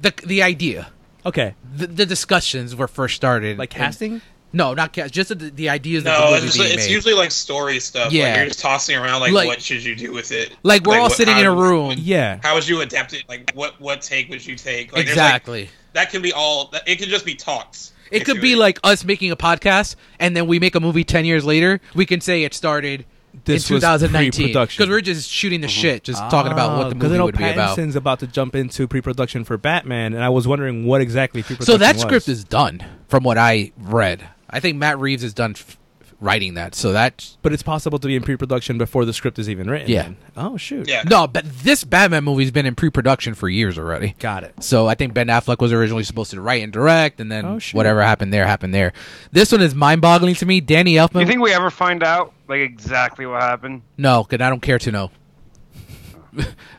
A: the the idea,
B: *laughs* okay,
A: the, the discussions were first started
B: like
A: in-
B: casting?
A: No, not cast. Just the, the ideas. that
D: No,
A: the
D: it's,
A: movie
D: just,
A: being
D: it's
A: made.
D: usually like story stuff.
A: Yeah.
D: like, you're just tossing around like,
A: Like-
D: what should you do with it?
A: like we're all
D: what-
A: sitting in a
D: how- *laughs*
A: room.
B: Yeah.
D: How would you adapt it? Like what what take would you take? Like, there's, like-
A: exactly.
D: that can be all. that- It can just be talks.
A: It could be like us making a podcast, and then we make a movie ten years later. We can say it started
B: This
A: in
B: was
A: 2019
B: pre-production. Ah,
A: because we're just shooting the
E: Mm-hmm.
A: shit, just talking about
B: Uh,
A: what the movie would be about.
B: Pattinson's about to jump into pre-production for Batman, and I was wondering what exactly pre-production
A: So that
B: was.
A: script is done, from what I read. I think Matt Reeves is done f- writing that. So that
B: But it's possible to be in pre-production before the script is even written.
A: Yeah.
B: then. Oh shoot.
E: Uh,
D: Yeah.
A: no, but this Batman movie's been in pre-production for years already.
B: Got it.
A: So I think Ben Affleck was originally supposed to write and direct, and then
B: Oh, shoot.
A: whatever happened there happened there. This one is mind-boggling to me. Danny Elfman.
E: You think we ever find out like exactly what happened?
A: No, because I don't care to know. *laughs*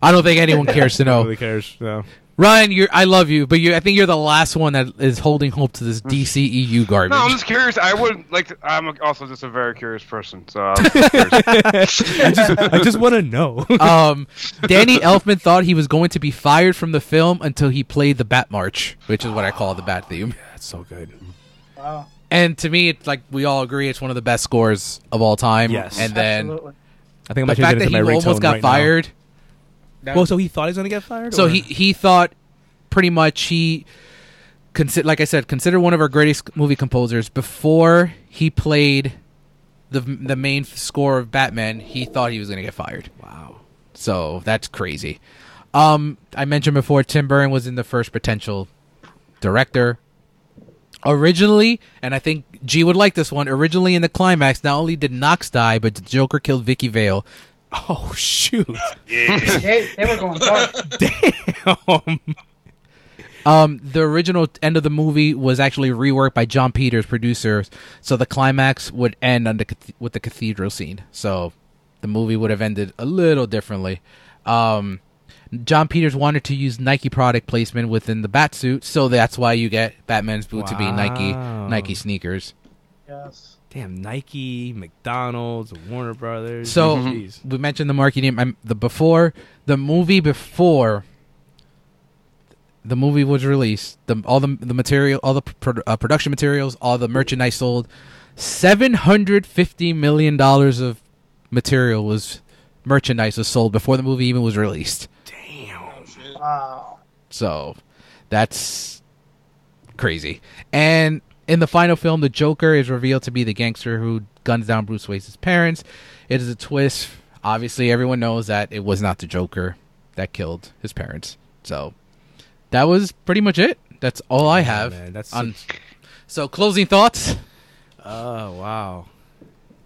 A: I don't think anyone cares to know.
B: Nobody cares. No.
A: Ryan, you're, I love you, but you, I think you're the last one that is holding hope to this DCEU garbage.
E: No, I'm just curious. I would like. To, I'm also just a very curious person, so I'm just curious.
B: I just, I just want
A: *laughs*
B: to know.
A: um, Danny Elfman thought he was going to be fired from the film until he played the Bat March, which is what I call the Bat theme.
B: That's so good.
F: Wow.
A: And to me, it's like we all agree it's one of the best scores of all time.
B: Yes.
A: And then
F: Absolutely.
B: I think I'm
A: the fact that he almost got fired.
B: Well, so he thought he was going to get fired.
A: So
B: or-
A: he he thought pretty much he consider like I said considered one of our greatest movie composers before he played the the main score of Batman. He thought he was going to get fired. Wow. So that's crazy. Um, I mentioned before Tim Burton was in the first potential director. Originally, and I think G would like this one. Originally, in the climax, not only did Knox die, but the Joker killed Vicky Vale.
B: *laughs* Oh
A: *laughs*
B: shoot!
F: They, they were going dark.
B: Damn.
A: Um, the original end of the movie was actually reworked by John Peters, producers, so the climax would end on the, cath- with the cathedral scene. So the movie would have ended a little differently. Um, John Peters wanted to use Nike product placement within the bat suit, so that's why you get Batman's boot to be Nike
B: Wow.
A: Nike sneakers.
F: Yes.
B: Damn, Nike, McDonald's, Warner Brothers.
A: So
B: Jeez.
A: we mentioned the marketing. um, The before the movie before the movie was released, the all the the material, all the pro, uh, production materials, all the merchandise sold, seven hundred fifty million dollars of material was merchandise was sold before the movie even was released.
F: Wow.
A: So that's crazy. And in the final film, the Joker is revealed to be the gangster who guns down Bruce Wayne's parents. It is a twist. Obviously, everyone knows that it was not the Joker that killed his parents. So that was pretty much it. That's all I have.
B: man, that's
A: on- So closing thoughts.
B: Oh wow.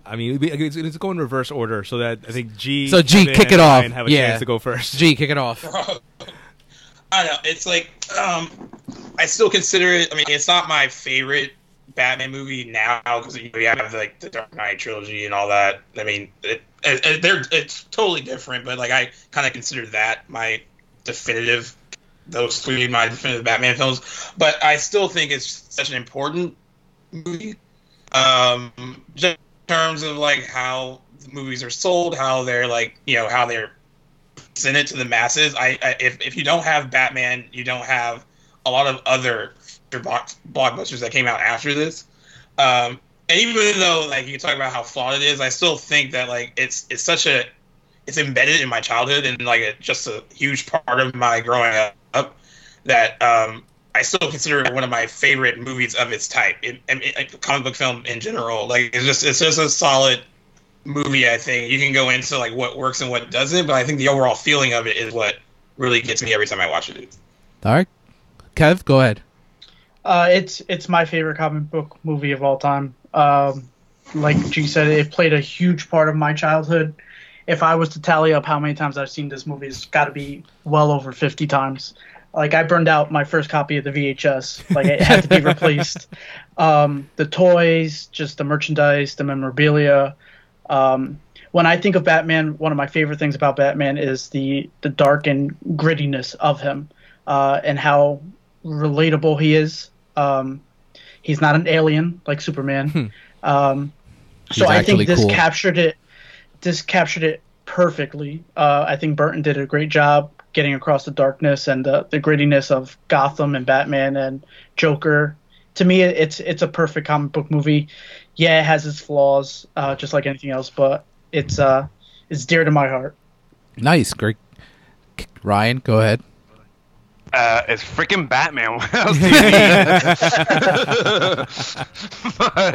B: I mean, it'd be- it's, it's go in reverse order so that I think G.
A: So, G,
B: Kevin,
A: kick it
B: and
A: off.
B: Ryan Have a
A: Yeah.
B: chance to go
A: *laughs*
B: first.
A: G, kick it off.
D: *laughs* I don't know. It's like um, I still consider it. I mean, it's not my favorite Batman movie now because you have like the Dark Knight trilogy and all that. I mean, it, it, it- they're it's totally different, but like I kind of consider that my definitive. Those three of my definitive Batman films, but I still think it's such an important movie. Um, just in terms of like how the movies are sold, how they're like you know how they're send it to the masses. I, I if, if you don't have Batman, you don't have a lot of other feature box, blockbusters that came out after this. Um, and even though like you talk about how flawed it is, I still think that like it's it's such a it's embedded in my childhood and like it, just a huge part of my growing up that um, I still consider it one of my favorite movies of its type. It, I mean, like, comic book film in general, like it's just it's just a solid movie i think you can go into like what works and what doesn't but i think the overall feeling of it is what really gets me every time i watch it
A: All right. Kev, go ahead.
F: Uh, it's it's my favorite comic book movie of all time. Um, like G said, it played a huge part of my childhood. If I was to tally up how many times I've seen this movie, it's got to be well over fifty times. Like I burned out my first copy of the VHS. Like it had to be replaced. Um, the toys, just the merchandise, the memorabilia. Um, when I think of Batman, one of my favorite things about Batman is the the dark and grittiness of him, uh, and how relatable he is. Um, he's not an alien like Superman. um, so
A: Hmm. He's
F: I
A: actually
F: think this
A: cool.
F: captured it. This captured it perfectly. Uh, I think Burton did a great job getting across the darkness and the, the grittiness of Gotham and Batman and Joker. To me, it- it's it's a perfect comic book movie. Yeah, it has its flaws, uh, just like anything else, but it's uh, it's dear to my heart.
A: Nice. Great. Ryan, go ahead.
E: Uh, it's freaking Batman. What else do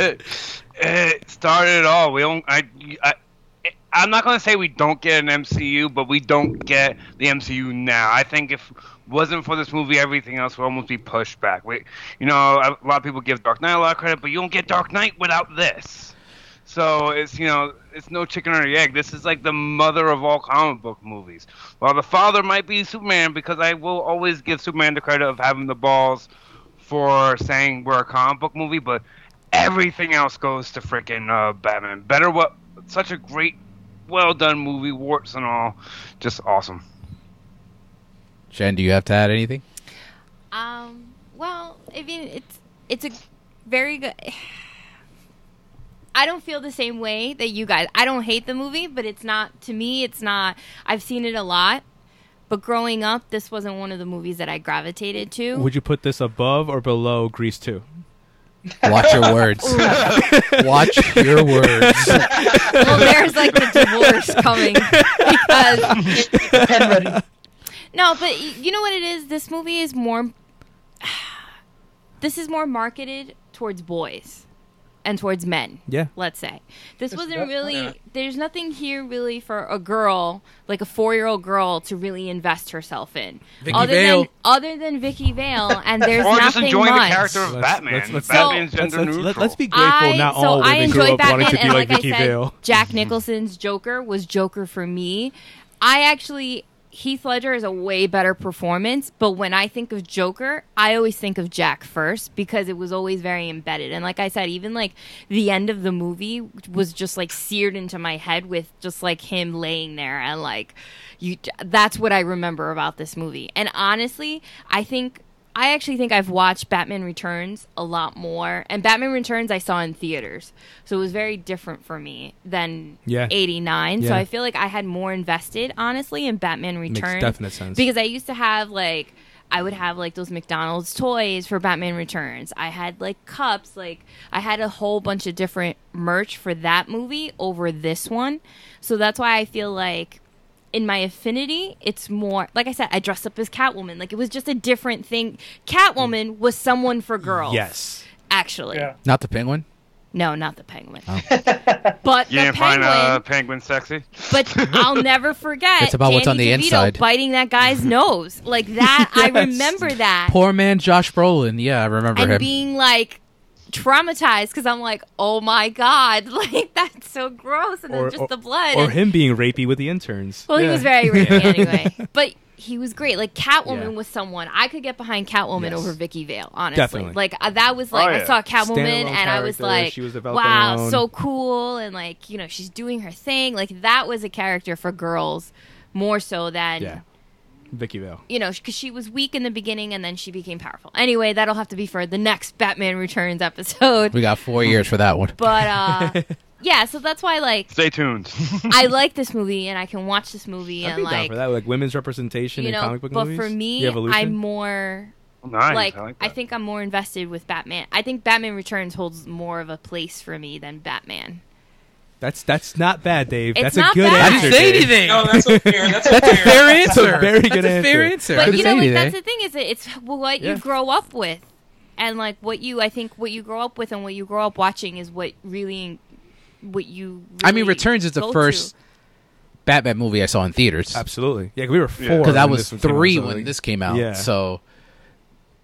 E: you need? but it started it all. We don't. I. I I'm not gonna say we don't get an MCU, but we don't get the MCU now. I think if wasn't for this movie, everything else would almost be pushed back. We, you know, a lot of people give Dark Knight a lot of credit, but you don't get Dark Knight without this. So it's you know it's no chicken or the egg. This is like the mother of all comic book movies. While the father might be Superman, because I will always give Superman the credit of having the balls for saying we're a comic book movie, but everything else goes to freaking uh, Batman. Better what? Such a great, well done movie, warts and all, just awesome.
A: Shen, do you have to add anything?
C: Um. Well, I mean, it's it's a very good. I don't feel the same way that you guys. I don't hate the movie, but it's not to me. It's not. I've seen it a lot, but growing up, this wasn't one of the movies that I gravitated to.
B: Would you put this above or below Grease Two?
A: Watch
B: *laughs*
A: your words. Watch your words.
C: well, there's like the
E: *laughs*
C: divorce coming because
F: Pen ready.
C: No, but y- you know what it is? This movie *sighs* is more. This is more marketed towards boys. and towards men.
B: Yeah.
C: Let's say this wasn't
F: that-
C: really.
D: yeah.
C: There's nothing here really for a girl, like a four year old girl, to really invest herself in.
A: Vicky
C: other
A: Vale.
C: than other than Vicky Vale, and there's
E: or
C: nothing
E: just enjoying
C: much.
E: the character of
B: Let's-
E: Batman.
B: let's- let's-
E: Batman's
B: Let's,
E: gender
B: let's-
E: neutral.
B: let's, be grateful
C: I,
B: not
C: so
B: all
C: I
B: women grew
C: enjoyed
B: up
C: Batman,
B: wanting to be
C: and
B: like,
C: like,
B: Vicky
C: I said,
B: Vale.
C: Jack Nicholson's Joker was Joker for me. I actually Heath Ledger is a way better performance, but when I think of Joker, I always think of Jack first because it was always very embedded. And like I said, even like the end of the movie was just like seared into my head with just like him laying there and like you that's what I remember about this movie. And honestly, I think I actually think I've watched Batman Returns a lot more, and Batman Returns I saw in theaters, so it was very different for me than
B: Yeah.
C: '89. So
B: Yeah.
C: I feel like I had more invested, honestly, in Batman Returns.
B: definite sense.
C: because I used to have like I would have like those McDonald's toys for Batman Returns. I had like cups, like I had a whole bunch of different merch for that movie over this one. So that's why I feel like in my affinity, it's more like I said, I dressed up as Catwoman. Like it was just a different thing. Catwoman was someone for girls.
B: Yes.
C: Actually.
F: Yeah.
A: Not the penguin.
C: No, not the penguin. *laughs* but
E: You
C: the
E: didn't
C: penguin.
E: find uh, penguin sexy?
C: But I'll never forget.
A: It's about what's on
C: Danny
A: the
C: DeVito
A: inside.
C: Biting that guy's nose. Like that, I
B: Yes.
C: remember that.
A: Poor man Josh Brolin. Yeah, I remember
C: and
A: him.
C: being like traumatized because I'm like, oh my God. *laughs* Like that's so gross. And
B: Or-
C: then just the blood.
B: Or
C: and-
B: him being rapey with the interns.
C: Well, he
B: Yeah. *laughs*
C: was very rapey anyway. But he was great. Like Catwoman
B: Yeah.
C: was someone I could get behind Catwoman
B: Yes.
C: over Vicky Vale, honestly.
B: Definitely.
C: Like uh, that was like
E: Oh,
C: I
E: yeah.
C: saw Catwoman
B: Standalone
C: and I was
B: character,
C: like,
B: she was developing her
C: wow,
B: own-
C: so cool and like, you know, she's doing her thing. Like that was a character for girls more so than
B: Yeah. Vicky Vale.
C: you know, because she was weak in the beginning and then she became powerful. Anyway, that'll have to be for the next Batman Returns
B: *laughs*
C: episode.
A: we got four years for that one.
C: But uh yeah, so that's why like
E: Stay tuned.
C: I like this movie and I can watch this
B: *laughs*
C: movie
B: I'd
C: and
B: be down
C: like
B: for that, like women's representation
C: you
B: in
C: know,
B: comic book
C: but
B: movies.
C: for me,
B: The evolution.
C: I'm more
E: *laughs* nice.
C: like,
E: I,
C: I,
E: like that.
C: think I'm more invested with Batman. I think Batman Returns holds more of a place for me than Batman.
B: That's that's not bad, Dave.
C: It's
B: that's
C: not
B: a good
C: bad. I
B: answer.
C: didn't
B: Dave.
D: No, that's a fair. That's a
A: That's a fair
B: That's a
A: answer.
B: very good
A: That's a fair
B: answer.
A: answer. I
C: But
A: didn't
C: you
A: say
C: know, like,
A: anything.
C: that's the thing is that it's what
B: Yeah.
C: you grow up with, and like what you I think what you grow up with and what you grow up watching is what really what you.
A: I mean,
C: really
A: Returns is the
C: go to.
A: first Batman movie I saw in theaters.
B: Absolutely. Yeah, 'cause we were four.
E: Yeah.
A: Because I
B: when
A: was
B: this one came out,
A: three
B: so,
A: when
B: like-
A: this came out.
B: Yeah.
A: So,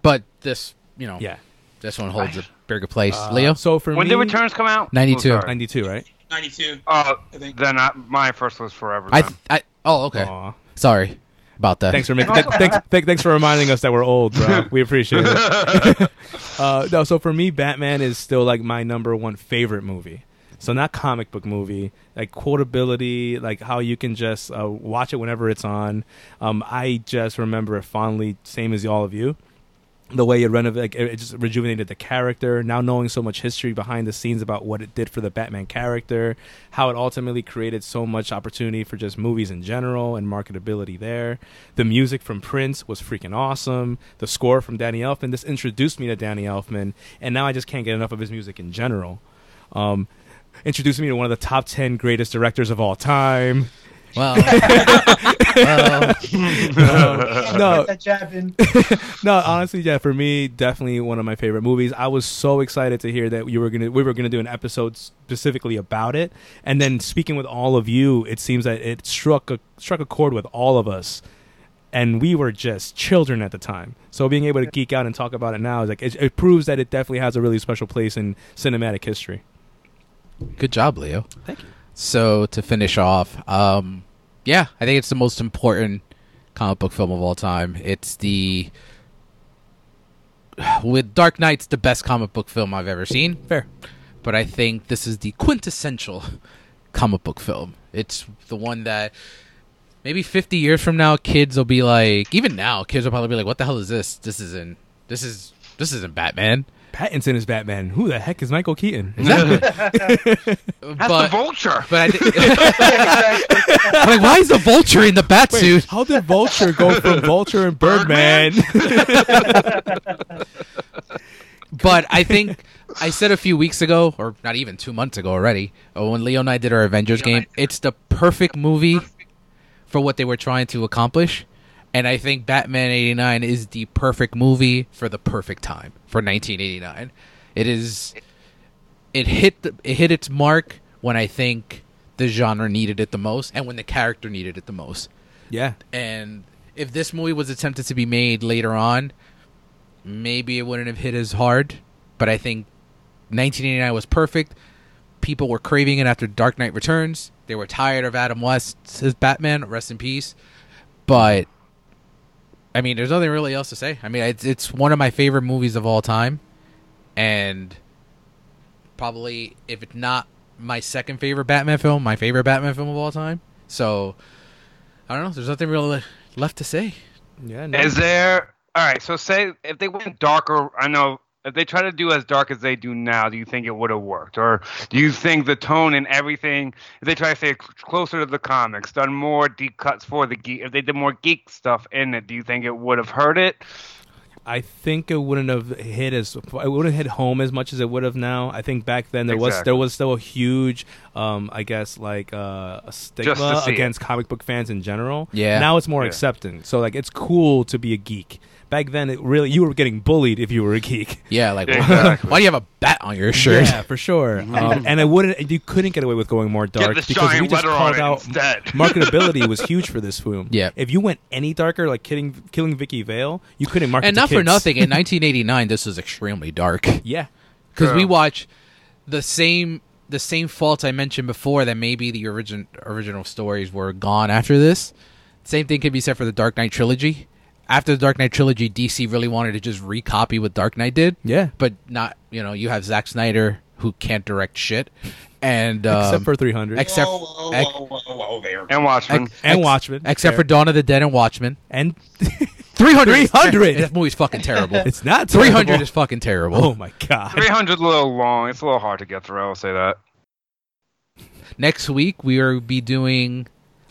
A: but this, you know,
B: Yeah. Uh,
A: this one holds a bigger place. Leo,
B: So for
E: when
B: me,
E: did Returns come out?
A: 92.
E: Oh, sorry.
B: Ninety-two, right?
D: Ninety-two.
E: Uh,
D: I think.
E: then I, my first was Forever.
A: I,
E: Time.
A: I, oh, okay.
B: Aw.
A: Sorry about that.
B: uh, Thanks for making. th-
E: *laughs*
B: thanks, th- thanks for reminding us that we're old, bro. We appreciate it.
E: *laughs*
B: uh, no, so for me, Batman is still like my number one favorite movie. So not comic book movie, like quotability, like how you can just uh, watch it whenever it's on. Um, I just remember it fondly, same as all of you. The way it renovated, like, it it just rejuvenated the character. Now knowing so much history behind the scenes about what it did for the Batman character, how it ultimately created so much opportunity for just movies in general and marketability there. The music from Prince was freaking awesome. The score from Danny Elfman. This introduced me to Danny Elfman, and now I just can't get enough of his music in general. Um, introducing me to one of the top ten greatest directors of all time.
A: Well,
B: *laughs* No.
F: Put that jab in.
B: no, honestly, yeah, for me, definitely one of my favorite movies. I was so excited to hear that you were gonna we were gonna do an episode specifically about it, and then speaking with all of you, it seems that it struck a struck a chord with all of us, and we were just children at the time. So being able to geek out and talk about it now is like it, it proves that it definitely has a really special place in cinematic history.
A: good job, Leo.
B: Thank you.
A: So to finish off, um, yeah, I think it's the most important comic book film of all time. It's the with Dark Knight's the best comic book film I've ever seen.
B: Fair.
A: but I think this is the quintessential *laughs* comic book film. It's the one that maybe 50 years from now kids will be like even now kids will probably be like what the hell is this? This isn't this is this isn't Batman.
B: Pattinson is Batman. Who the heck is Michael Keaton?
E: That's
A: but
E: the vulture.
A: but I thi- *laughs* I'm like why is the vulture in the bat suit?
B: How did Vulture go from Vulture and Birdman?
A: But I think I said a few weeks ago or not even 2 months ago already uh, when Leo and I did our Avengers game, it's the perfect movie for what they were trying to accomplish. And I think Batman 89 is the perfect movie for the perfect time for 1989. It is it hit the, it hit its mark when I think the genre needed it the most and when the character needed it the most.
B: *laughs* Yeah.
A: And if this movie was attempted to be made later on, maybe it wouldn't have hit as hard. But I think 1989 was perfect. People were craving it after Dark Knight Returns. They were tired of Adam West's his Batman. Rest in peace. But I mean, there's nothing really else to say. I mean, it's it's one of my favorite movies of all time, and probably if it's not my second favorite Batman film, my favorite Batman film of all time. So I don't know. There's nothing really left to say.
B: Yeah.
E: Is there? All right. So say if they went darker, I know if they try to do as dark as they do now, do you think it would have worked, or do you think the tone and everything? If they try to stay cl- closer to the comics, done more deep cuts for the geek, if they did more geek stuff in it, do you think it would have hurt it?
B: I think it wouldn't have hit as it wouldn't hit home as much as it would have now. I think back then there was
E: Exactly.
B: there was still a huge, um, I guess like uh, a stigma
E: see it.
B: against comic book fans in general.
A: Yeah.
B: Now it's more
E: Yeah.
B: acceptance. So like it's cool to be a geek. Back then, it really you were getting bullied if you were a geek.
A: Yeah, like *laughs*
E: Exactly.
A: why do you have a bat on your shirt?
B: Yeah, for sure. Um, and I wouldn't. You couldn't get away with going more dark
E: Get this
B: because we
E: giant
B: just
E: letter
B: called
E: on it
B: out
E: instead. *laughs*
B: marketability was huge for this film.
A: Yeah.
B: If you went any darker, like killing killing Vicky Vale, you couldn't
A: *laughs*
B: market.
A: And
B: to
A: not for
B: kids.
A: nothing, *laughs* in 1989, this was extremely dark
B: Yeah.
A: because we
E: True.
A: watch the same the same faults I mentioned before that maybe the origin original stories were gone after this. Same thing could be said for the Dark Knight trilogy. After the Dark Knight trilogy, DC really wanted to just recopy what Dark Knight did.
B: Yeah.
A: but not you know you have Zack Snyder who can't direct shit, and um,
B: Except for 300.
A: except
D: whoa, whoa,
A: ex-
D: whoa, whoa, whoa, there.
E: And Watchmen.
B: and
A: ex-
B: Watchmen.
A: except
B: Fair.
A: for Dawn of the Dead and Watchmen. *laughs*
B: and
A: 300.
B: 300.
A: that movie's fucking terrible.
B: *laughs* it's not
A: 300
B: terrible.
A: is fucking terrible.
B: Oh my god!
E: 300 a little long. It's a little hard to get through. I'll say that.
A: Next week we are be doing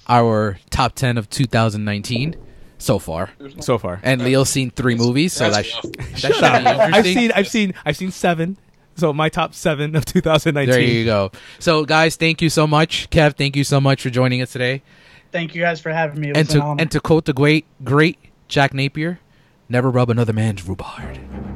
A: our top 10 of 2019 so far.
B: So far,
A: And Leo's seen 3 movies, so that,
D: That's
A: sh-
D: enough.
A: that should
B: Shut up.
A: be interesting.
B: I've seen, I've seen, I've seen seven. So my top seven of 2019.
A: There you go. So guys, thank you so much. Kev, thank you so much for joining us today.
F: Thank you guys for having me. It
A: And
F: was an
A: to
F: honor.
A: and to quote the great great Jack Napier, never rub another man's rhubarb.